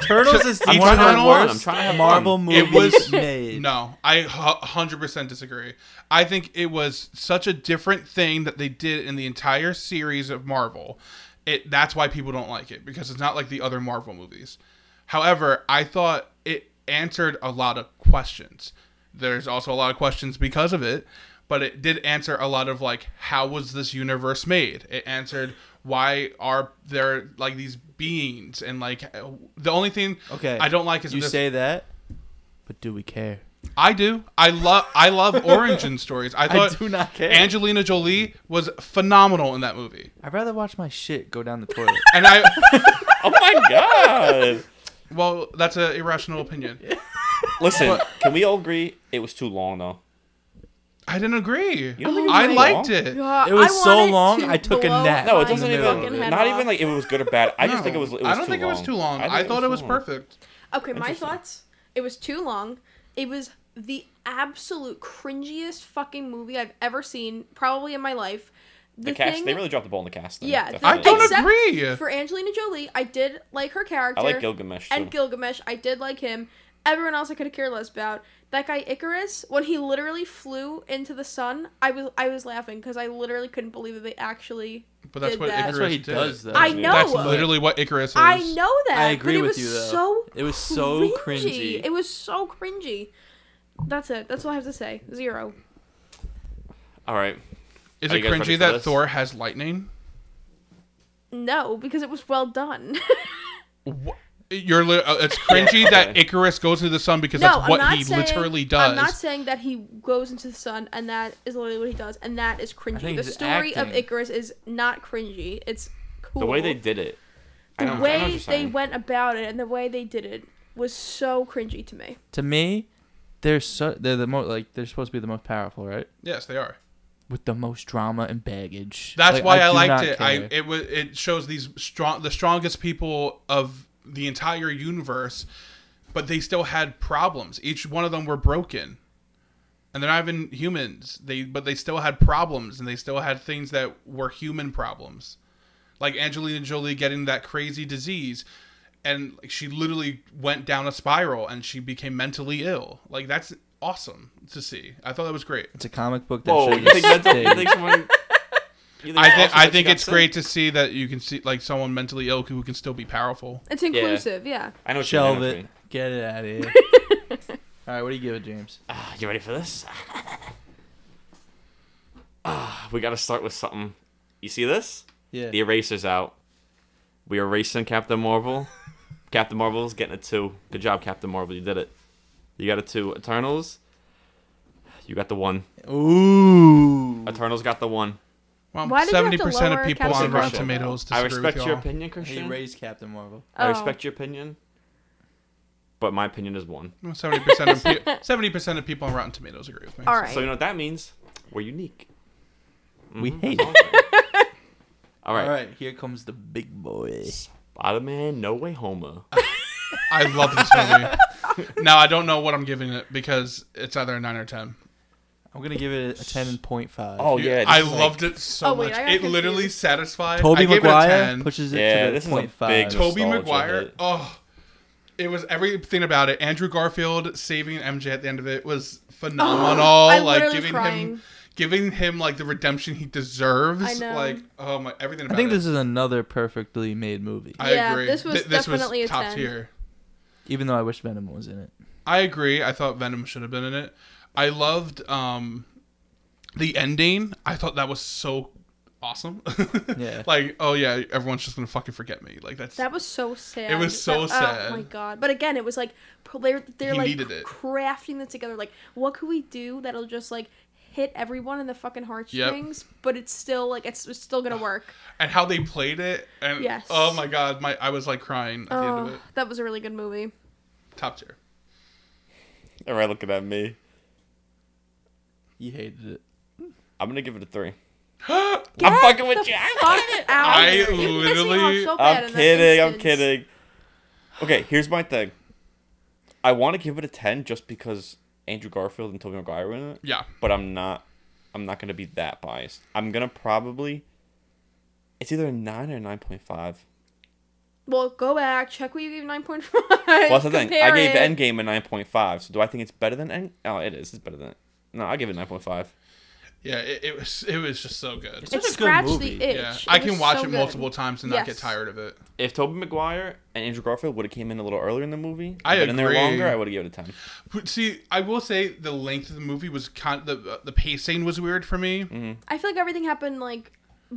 [SPEAKER 2] Turtles is
[SPEAKER 1] I'm
[SPEAKER 2] one of
[SPEAKER 1] trying to have fun.
[SPEAKER 2] the
[SPEAKER 1] I'm
[SPEAKER 2] worst
[SPEAKER 1] trying to have
[SPEAKER 2] Marvel
[SPEAKER 1] fun.
[SPEAKER 2] movies
[SPEAKER 3] It was-
[SPEAKER 2] made.
[SPEAKER 3] No, I hu- 100% disagree. I think it was such a different thing that they did in the entire series of Marvel. It that's why people don't like it because it's not like the other Marvel movies. However, I thought it answered a lot of questions. There's also a lot of questions because of it, but it did answer a lot of like how was this universe made? It answered why are there like these beings and like the only thing
[SPEAKER 2] Okay.
[SPEAKER 3] I don't like is
[SPEAKER 2] you
[SPEAKER 3] this-
[SPEAKER 2] say that, but do we care?
[SPEAKER 3] I do. I love I love origin stories. I
[SPEAKER 2] I
[SPEAKER 3] thought
[SPEAKER 2] do not care.
[SPEAKER 3] Angelina Jolie was phenomenal in that movie.
[SPEAKER 2] I'd rather watch my shit go down the toilet.
[SPEAKER 3] And I
[SPEAKER 1] Oh my god.
[SPEAKER 3] well, that's an irrational opinion.
[SPEAKER 1] Listen, can we all agree it was too long though?
[SPEAKER 3] I didn't agree.
[SPEAKER 1] You don't think it was
[SPEAKER 3] I
[SPEAKER 1] too
[SPEAKER 3] liked
[SPEAKER 1] long?
[SPEAKER 3] it.
[SPEAKER 4] God,
[SPEAKER 2] It was
[SPEAKER 4] I
[SPEAKER 2] so
[SPEAKER 4] wanted
[SPEAKER 2] long,
[SPEAKER 4] to
[SPEAKER 2] I took a
[SPEAKER 4] blow
[SPEAKER 2] nap.
[SPEAKER 1] No,
[SPEAKER 4] my
[SPEAKER 1] it doesn't
[SPEAKER 4] fucking
[SPEAKER 1] even.
[SPEAKER 4] head
[SPEAKER 1] Not even
[SPEAKER 4] off.
[SPEAKER 1] like it was good or bad. I just
[SPEAKER 3] No,
[SPEAKER 1] think it was. It was
[SPEAKER 3] I don't
[SPEAKER 1] too
[SPEAKER 3] think it was
[SPEAKER 1] long.
[SPEAKER 3] too long.
[SPEAKER 1] think
[SPEAKER 3] I, thought it was
[SPEAKER 1] too long.
[SPEAKER 3] perfect.
[SPEAKER 4] Okay, my
[SPEAKER 1] Interesting.
[SPEAKER 4] thoughts. It was too long. It was the absolute cringiest fucking movie I've ever seen, probably in my life.
[SPEAKER 1] The, cast. They really dropped the ball in the cast. Then,
[SPEAKER 4] Yeah,
[SPEAKER 3] I
[SPEAKER 1] definitely.
[SPEAKER 3] don't
[SPEAKER 4] Except
[SPEAKER 3] agree.
[SPEAKER 4] for Angelina Jolie, I did like her character.
[SPEAKER 1] I like Gilgamesh. Too.
[SPEAKER 4] and Gilgamesh. I did like him. Everyone else I could have cared less about. That guy Icarus, when he literally flew into the sun, I was I was laughing because I literally couldn't believe that they actually.
[SPEAKER 3] But that's
[SPEAKER 4] did
[SPEAKER 3] what
[SPEAKER 4] that.
[SPEAKER 3] Icarus
[SPEAKER 2] That's what he
[SPEAKER 3] did.
[SPEAKER 2] does, though.
[SPEAKER 4] I
[SPEAKER 1] Yeah.
[SPEAKER 4] know.
[SPEAKER 3] That's literally what Icarus is.
[SPEAKER 4] Oh, I know that.
[SPEAKER 2] I
[SPEAKER 4] but
[SPEAKER 2] agree
[SPEAKER 4] it
[SPEAKER 2] with
[SPEAKER 4] was
[SPEAKER 2] you, though.
[SPEAKER 4] So
[SPEAKER 2] It was so cringy.
[SPEAKER 4] It was so cringy. That's it. That's all I have to say. Zero.
[SPEAKER 1] All right.
[SPEAKER 3] Is
[SPEAKER 1] Are
[SPEAKER 3] it
[SPEAKER 1] you guys ready
[SPEAKER 3] cringy
[SPEAKER 1] for
[SPEAKER 3] that
[SPEAKER 1] this?
[SPEAKER 3] Thor has lightning?
[SPEAKER 4] No, because it was well done.
[SPEAKER 3] Wha- You're li- uh, it's cringy that Icarus goes into the sun because
[SPEAKER 4] no,
[SPEAKER 3] that's what
[SPEAKER 4] I'm not
[SPEAKER 3] he
[SPEAKER 4] saying,
[SPEAKER 3] literally does.
[SPEAKER 4] I'm not saying that he goes into the sun and that is literally what he does, and that is cringy.
[SPEAKER 2] think
[SPEAKER 4] The
[SPEAKER 2] it's
[SPEAKER 4] story of
[SPEAKER 2] acting.
[SPEAKER 4] Icarus is not cringy. It's cool.
[SPEAKER 1] The way they did it. I
[SPEAKER 4] the
[SPEAKER 1] don't- I know what
[SPEAKER 4] way
[SPEAKER 1] you're
[SPEAKER 4] they
[SPEAKER 1] saying.
[SPEAKER 4] went about it and the way they did it was so cringy to me.
[SPEAKER 2] to me, they're so they're the most like they're supposed to be the most powerful, right?
[SPEAKER 3] yes, they are.
[SPEAKER 2] With the most drama and baggage.
[SPEAKER 3] That's
[SPEAKER 2] Like,
[SPEAKER 3] why I,
[SPEAKER 2] do not
[SPEAKER 3] liked it. I
[SPEAKER 2] care.
[SPEAKER 3] it was it shows these strong the strongest people of the entire universe, but they still had problems. Each one of them were broken, and they're not even humans. They but they still had problems, and they still had things that were human problems, like Angelina Jolie getting that crazy disease. And like, she literally went down a spiral, and she became mentally ill. Like that's awesome to see. I thought that was great.
[SPEAKER 2] it's a comic book that
[SPEAKER 1] Whoa,
[SPEAKER 2] should
[SPEAKER 1] you think
[SPEAKER 2] have
[SPEAKER 1] that's you
[SPEAKER 2] stayed.
[SPEAKER 1] think someone? you
[SPEAKER 3] I
[SPEAKER 1] also
[SPEAKER 3] think I
[SPEAKER 1] she
[SPEAKER 3] think
[SPEAKER 1] got
[SPEAKER 3] it's
[SPEAKER 1] sick?
[SPEAKER 3] great to see that you can see like someone mentally ill who can still be powerful.
[SPEAKER 4] It's inclusive, yeah.
[SPEAKER 1] I know. what you mean, I know
[SPEAKER 2] Shelve
[SPEAKER 1] what you
[SPEAKER 2] it.
[SPEAKER 1] mean.
[SPEAKER 2] Get it out of here. All right, what do you give it, James?
[SPEAKER 1] Ah, you ready for this? Ah, we got to start with something. You see this?
[SPEAKER 2] Yeah.
[SPEAKER 1] The eraser's out. We are racing Captain Marvel. Captain Marvel's getting a two. Good job, Captain Marvel. You did it. You got a two. Eternals. You got the one.
[SPEAKER 2] Ooh.
[SPEAKER 1] Eternals got the one.
[SPEAKER 3] Well,
[SPEAKER 4] Why did you have
[SPEAKER 3] seventy
[SPEAKER 4] to
[SPEAKER 3] percent of
[SPEAKER 4] lower
[SPEAKER 3] people
[SPEAKER 4] Captain
[SPEAKER 3] on Rotten
[SPEAKER 4] Marvel?
[SPEAKER 3] Tomatoes
[SPEAKER 1] I
[SPEAKER 3] disagree
[SPEAKER 1] respect
[SPEAKER 3] with
[SPEAKER 1] your
[SPEAKER 3] y'all.
[SPEAKER 1] opinion,
[SPEAKER 2] He
[SPEAKER 1] Christian.
[SPEAKER 2] raised Captain Marvel.
[SPEAKER 1] I
[SPEAKER 4] Oh.
[SPEAKER 1] respect your opinion, but my opinion is one.
[SPEAKER 3] Seventy percent of seventy percent of people on Rotten Tomatoes agree with me.
[SPEAKER 4] All right.
[SPEAKER 1] So you know what that means? We're unique.
[SPEAKER 2] We hate.
[SPEAKER 5] All
[SPEAKER 2] All
[SPEAKER 5] right.
[SPEAKER 2] right, here comes the big boy.
[SPEAKER 5] Spider-Man: No Way Homer.
[SPEAKER 3] I love this movie. now I don't know what I'm giving it because it's either a nine or ten.
[SPEAKER 2] I'm gonna give it a ten point five.
[SPEAKER 1] Oh yeah, this
[SPEAKER 3] I
[SPEAKER 1] is like-
[SPEAKER 3] loved it so
[SPEAKER 4] Oh, wait,
[SPEAKER 3] much.
[SPEAKER 4] I got
[SPEAKER 3] It literally
[SPEAKER 4] confused.
[SPEAKER 3] satisfied.
[SPEAKER 2] Toby
[SPEAKER 3] I gave it a
[SPEAKER 2] Maguire
[SPEAKER 3] ten.
[SPEAKER 2] pushes it
[SPEAKER 1] Yeah,
[SPEAKER 2] to the
[SPEAKER 1] this is a
[SPEAKER 2] point
[SPEAKER 1] big-
[SPEAKER 2] five.
[SPEAKER 3] Toby
[SPEAKER 1] nostalgia
[SPEAKER 3] Maguire.
[SPEAKER 1] hit.
[SPEAKER 3] Oh, it was everything about it. Andrew Garfield saving MJ at the end of it was phenomenal.
[SPEAKER 4] Oh, I
[SPEAKER 3] like
[SPEAKER 4] literally was
[SPEAKER 3] giving
[SPEAKER 4] crying.
[SPEAKER 3] him, giving him like the redemption he deserves.
[SPEAKER 4] I know.
[SPEAKER 3] Like oh my,
[SPEAKER 2] I
[SPEAKER 3] everything. About
[SPEAKER 2] think
[SPEAKER 3] it.
[SPEAKER 2] this is another perfectly made movie.
[SPEAKER 3] I
[SPEAKER 4] Yeah,
[SPEAKER 3] agree.
[SPEAKER 4] this was
[SPEAKER 3] Th- this
[SPEAKER 4] definitely a
[SPEAKER 3] was top
[SPEAKER 4] 10.
[SPEAKER 3] tier.
[SPEAKER 2] Even though I wish Venom was in it.
[SPEAKER 3] I agree. I thought Venom should have been in it. I loved um, the ending. I thought that was so awesome.
[SPEAKER 2] Yeah.
[SPEAKER 3] like, oh yeah, everyone's just gonna fucking forget me. Like that's
[SPEAKER 4] That was so sad.
[SPEAKER 3] It was so
[SPEAKER 4] That- Oh my
[SPEAKER 3] sad.
[SPEAKER 4] god! But again, it was like pro- they're they're
[SPEAKER 3] He
[SPEAKER 4] like
[SPEAKER 3] needed it.
[SPEAKER 4] crafting this together. Like, what could we do that'll just like hit everyone in the fucking heartstrings? But it's still like it's, it's still gonna work.
[SPEAKER 3] and how they played it. And
[SPEAKER 4] Yes.
[SPEAKER 3] oh my god, my I was like crying at the end of
[SPEAKER 4] Oh,
[SPEAKER 3] it.
[SPEAKER 4] that was a really good movie.
[SPEAKER 3] Top tier.
[SPEAKER 1] All right, looking at me.
[SPEAKER 2] You hated it.
[SPEAKER 1] I'm gonna give it a three.
[SPEAKER 4] Get
[SPEAKER 1] I'm fucking with
[SPEAKER 4] the
[SPEAKER 1] you.
[SPEAKER 4] Fuck out!
[SPEAKER 3] I
[SPEAKER 4] of here. You pissed me off
[SPEAKER 3] literally-
[SPEAKER 4] so bad
[SPEAKER 1] I'm
[SPEAKER 4] in that
[SPEAKER 1] kidding. I'm
[SPEAKER 4] instance.
[SPEAKER 1] kidding. Okay, here's my thing. I want to give it a ten just because Andrew Garfield and Tobey Maguire were in it.
[SPEAKER 3] Yeah.
[SPEAKER 1] But I'm not. I'm not gonna be that biased. I'm gonna probably. It's either a nine or nine point five.
[SPEAKER 4] Well, go back, check what you gave nine point five.
[SPEAKER 1] Well, that's the thing. I gave Endgame a nine point five. So do I think it's better than End? Oh, it is. It's better than. No, I give it nine point five.
[SPEAKER 3] Yeah, it, it was it was just so good.
[SPEAKER 4] It
[SPEAKER 2] Such a good
[SPEAKER 4] scratched
[SPEAKER 2] movie.
[SPEAKER 4] the itch.
[SPEAKER 3] Yeah,
[SPEAKER 4] It
[SPEAKER 3] I can
[SPEAKER 4] was
[SPEAKER 3] watch
[SPEAKER 4] so
[SPEAKER 3] it
[SPEAKER 4] good.
[SPEAKER 3] multiple times and not get
[SPEAKER 4] Yes.
[SPEAKER 3] tired of it.
[SPEAKER 1] If Tobey Maguire and Andrew Garfield would have came in a little earlier in the movie,
[SPEAKER 3] I
[SPEAKER 1] been in there
[SPEAKER 3] agree.
[SPEAKER 1] longer, I would have given it a ten.
[SPEAKER 3] But see, I will say the length of the movie was kind the the pacing was weird for me.
[SPEAKER 2] Mm.
[SPEAKER 4] I feel like everything happened like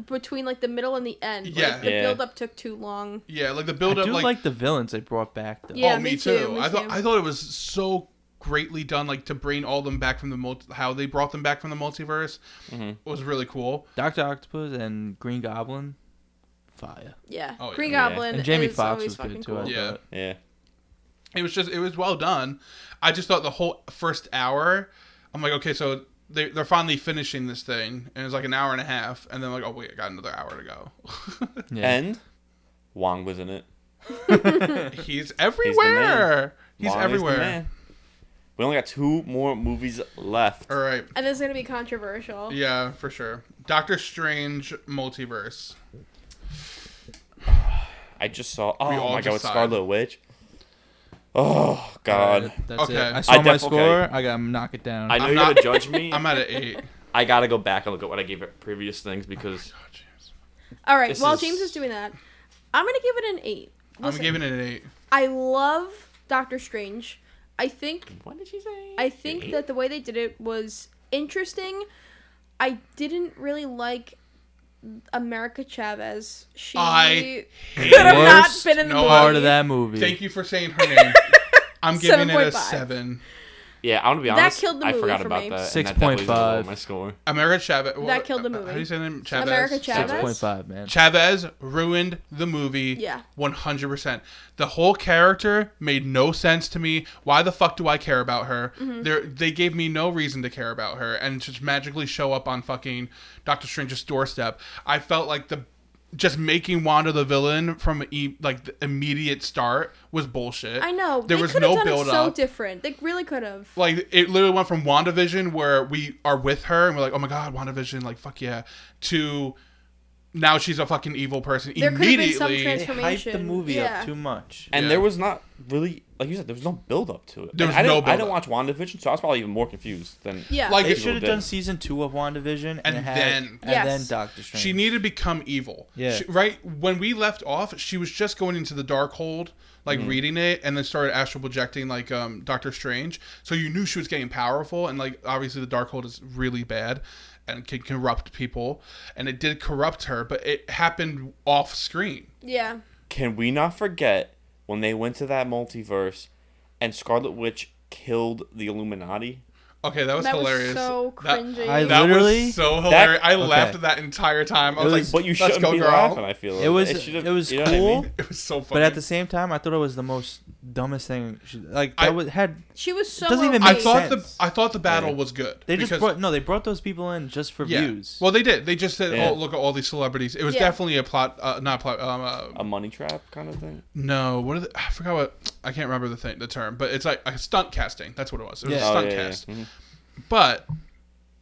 [SPEAKER 4] between like the middle and the end.
[SPEAKER 3] Yeah.
[SPEAKER 4] Like, the
[SPEAKER 1] Yeah.
[SPEAKER 4] build up took too long.
[SPEAKER 3] Yeah, like the
[SPEAKER 2] I
[SPEAKER 3] build up
[SPEAKER 2] do like,
[SPEAKER 3] like
[SPEAKER 2] the villains they brought back though.
[SPEAKER 4] Yeah.
[SPEAKER 3] oh, me,
[SPEAKER 4] me
[SPEAKER 3] too.
[SPEAKER 4] too, me
[SPEAKER 3] I thought
[SPEAKER 4] too.
[SPEAKER 3] I thought it was so greatly done, like to bring all them back from the multi- how they brought them back from the multiverse
[SPEAKER 2] Mm-hmm.
[SPEAKER 3] was really cool.
[SPEAKER 2] Doctor Octopus and Green Goblin, fire.
[SPEAKER 4] Yeah.
[SPEAKER 3] Oh, yeah.
[SPEAKER 4] Green
[SPEAKER 1] Yeah.
[SPEAKER 4] Goblin.
[SPEAKER 2] And Jamie
[SPEAKER 4] is
[SPEAKER 2] Foxx
[SPEAKER 4] always
[SPEAKER 2] was
[SPEAKER 4] fucking
[SPEAKER 2] good too.
[SPEAKER 4] cool.
[SPEAKER 2] I
[SPEAKER 3] Yeah.
[SPEAKER 2] thought.
[SPEAKER 1] Yeah.
[SPEAKER 3] It was just it was well done. I just thought the whole first hour, I'm like, okay, so they they're finally finishing this thing, and it's like an hour and a half, and then like, oh wait, I got another hour to go.
[SPEAKER 2] Yeah.
[SPEAKER 1] And Wong was in it.
[SPEAKER 3] He's everywhere. He's,
[SPEAKER 1] Wong is the
[SPEAKER 3] everywhere.
[SPEAKER 1] man. We only got two more movies left.
[SPEAKER 3] All right.
[SPEAKER 4] And this is gonna be controversial.
[SPEAKER 3] Yeah, for sure. Doctor Strange multiverse.
[SPEAKER 1] I just saw. Oh
[SPEAKER 3] all
[SPEAKER 1] my
[SPEAKER 3] just
[SPEAKER 1] god, with
[SPEAKER 3] saw it.
[SPEAKER 1] Scarlet Witch. Oh god.
[SPEAKER 2] Alright, that's
[SPEAKER 3] Okay.
[SPEAKER 2] it.
[SPEAKER 3] I
[SPEAKER 2] I saw my
[SPEAKER 1] def-
[SPEAKER 2] score.
[SPEAKER 1] okay.
[SPEAKER 2] I got to knock it down.
[SPEAKER 5] I know
[SPEAKER 3] I'm
[SPEAKER 5] you're
[SPEAKER 3] not-
[SPEAKER 5] gonna judge me.
[SPEAKER 3] I'm at an eight.
[SPEAKER 5] I gotta go back and look at what I gave it previous things because
[SPEAKER 3] Oh, James.
[SPEAKER 4] All right.
[SPEAKER 5] This
[SPEAKER 4] While
[SPEAKER 5] is-
[SPEAKER 4] James is doing that, I'm gonna give it an eight.
[SPEAKER 3] I'm
[SPEAKER 4] Listen,
[SPEAKER 3] giving it an eight.
[SPEAKER 4] I love Doctor Strange. I think
[SPEAKER 5] what did she say?
[SPEAKER 4] I think that the way they did it was interesting. I didn't really like America Chavez. She
[SPEAKER 3] I
[SPEAKER 4] could have not
[SPEAKER 2] Worst
[SPEAKER 4] been in the
[SPEAKER 3] no
[SPEAKER 4] movie.
[SPEAKER 2] Part of that movie.
[SPEAKER 3] Thank you for saying her name. I'm giving it a
[SPEAKER 4] 7.5.
[SPEAKER 3] seven.
[SPEAKER 5] Yeah, I'm gonna be
[SPEAKER 4] That
[SPEAKER 5] honest.
[SPEAKER 4] killed the
[SPEAKER 5] I
[SPEAKER 4] movie
[SPEAKER 5] forgot
[SPEAKER 4] for
[SPEAKER 5] about
[SPEAKER 4] me.
[SPEAKER 5] that. and that
[SPEAKER 2] 6.5.
[SPEAKER 5] definitely lowered My score.
[SPEAKER 3] America Chavez. what- uh,
[SPEAKER 4] killed the
[SPEAKER 3] How
[SPEAKER 4] movie.
[SPEAKER 3] do you say the name? Chavez.
[SPEAKER 4] America Chavez?
[SPEAKER 2] Six point five, man.
[SPEAKER 3] Chavez ruined the movie.
[SPEAKER 4] Yeah.
[SPEAKER 3] 100%. The whole character made no sense to me. Why the fuck do I care about her?
[SPEAKER 4] Mm-hmm.
[SPEAKER 3] They're, they gave me no reason to care about her and just magically show up on fucking Doctor Strange's doorstep. I felt like the just making Wanda the villain from e- like the immediate start was bullshit.
[SPEAKER 4] I know.
[SPEAKER 3] There
[SPEAKER 4] they
[SPEAKER 3] was
[SPEAKER 4] could have
[SPEAKER 3] no
[SPEAKER 4] done
[SPEAKER 3] build
[SPEAKER 4] it so
[SPEAKER 3] up.
[SPEAKER 4] different. They really could have.
[SPEAKER 3] like it literally went from WandaVision where we are with her and we're like, oh my god, WandaVision, like fuck yeah, to now she's a fucking evil person
[SPEAKER 4] There could've been some
[SPEAKER 3] immediately.
[SPEAKER 2] They
[SPEAKER 4] trans-
[SPEAKER 2] hyped the
[SPEAKER 4] Information,
[SPEAKER 2] movie
[SPEAKER 4] yeah.
[SPEAKER 2] up too much.
[SPEAKER 1] And
[SPEAKER 3] Yeah.
[SPEAKER 1] there was not really, like you said, there was no build up to it.
[SPEAKER 3] There
[SPEAKER 1] And
[SPEAKER 3] was
[SPEAKER 1] I didn't,
[SPEAKER 3] no
[SPEAKER 1] I didn't watch WandaVision, so I was probably even more confused than.
[SPEAKER 4] Yeah.
[SPEAKER 3] Like,
[SPEAKER 2] They
[SPEAKER 3] People
[SPEAKER 2] should have
[SPEAKER 1] did.
[SPEAKER 2] done season two of WandaVision and,
[SPEAKER 3] And
[SPEAKER 2] had,
[SPEAKER 3] then-
[SPEAKER 2] and then
[SPEAKER 4] Yes.
[SPEAKER 2] Doctor Strange.
[SPEAKER 3] she needed to become evil.
[SPEAKER 2] Yeah.
[SPEAKER 3] She- right when we left off, she was just going into the dark hold, like
[SPEAKER 2] Mm.
[SPEAKER 3] reading it, and then started astral projecting like um Doctor Strange. So you knew she was getting powerful, and like obviously the dark hold is really bad and can corrupt people, and it did corrupt her, but it happened off screen.
[SPEAKER 4] Yeah.
[SPEAKER 1] Can we not forget when they went to that multiverse and Scarlet Witch killed the Illuminati?
[SPEAKER 3] Okay, that was
[SPEAKER 4] That
[SPEAKER 3] hilarious.
[SPEAKER 4] was so
[SPEAKER 3] That-
[SPEAKER 4] cringy.
[SPEAKER 2] I
[SPEAKER 3] That
[SPEAKER 2] literally-
[SPEAKER 3] was so hilarious. I
[SPEAKER 2] okay.
[SPEAKER 3] laughed that entire time. I was,
[SPEAKER 2] was-
[SPEAKER 3] like,
[SPEAKER 1] But you
[SPEAKER 3] Let's
[SPEAKER 1] shouldn't
[SPEAKER 3] go,
[SPEAKER 1] be
[SPEAKER 3] girl.
[SPEAKER 1] laughing, I feel. like.
[SPEAKER 2] It was
[SPEAKER 1] should've-
[SPEAKER 2] it was
[SPEAKER 1] you know what I
[SPEAKER 2] cool,
[SPEAKER 1] mean?
[SPEAKER 3] it was so funny.
[SPEAKER 2] but at the same time, I thought it was the most dumbest thing. She, like
[SPEAKER 3] I-
[SPEAKER 2] that was had.
[SPEAKER 4] She was so.
[SPEAKER 2] doesn't even
[SPEAKER 4] okay.
[SPEAKER 3] I
[SPEAKER 2] Makes
[SPEAKER 3] thought
[SPEAKER 2] sense.
[SPEAKER 3] the I thought the battle was good.
[SPEAKER 2] They just
[SPEAKER 3] because-
[SPEAKER 2] brought no. They brought those people in just for
[SPEAKER 3] yeah.
[SPEAKER 2] views.
[SPEAKER 3] Well, they did. They just said,
[SPEAKER 1] Yeah.
[SPEAKER 3] "Oh, look at all these celebrities." It was
[SPEAKER 4] Yeah.
[SPEAKER 3] definitely a plot, uh, not plot. Um, uh,
[SPEAKER 1] a money trap kind of thing.
[SPEAKER 3] no, what are the, I forgot what I can't remember the thing, the term, but it's like a stunt casting. That's what it was. It was
[SPEAKER 2] Yeah.
[SPEAKER 3] a
[SPEAKER 2] Oh,
[SPEAKER 3] stunt
[SPEAKER 1] yeah, yeah,
[SPEAKER 3] cast.
[SPEAKER 1] mhm.
[SPEAKER 3] But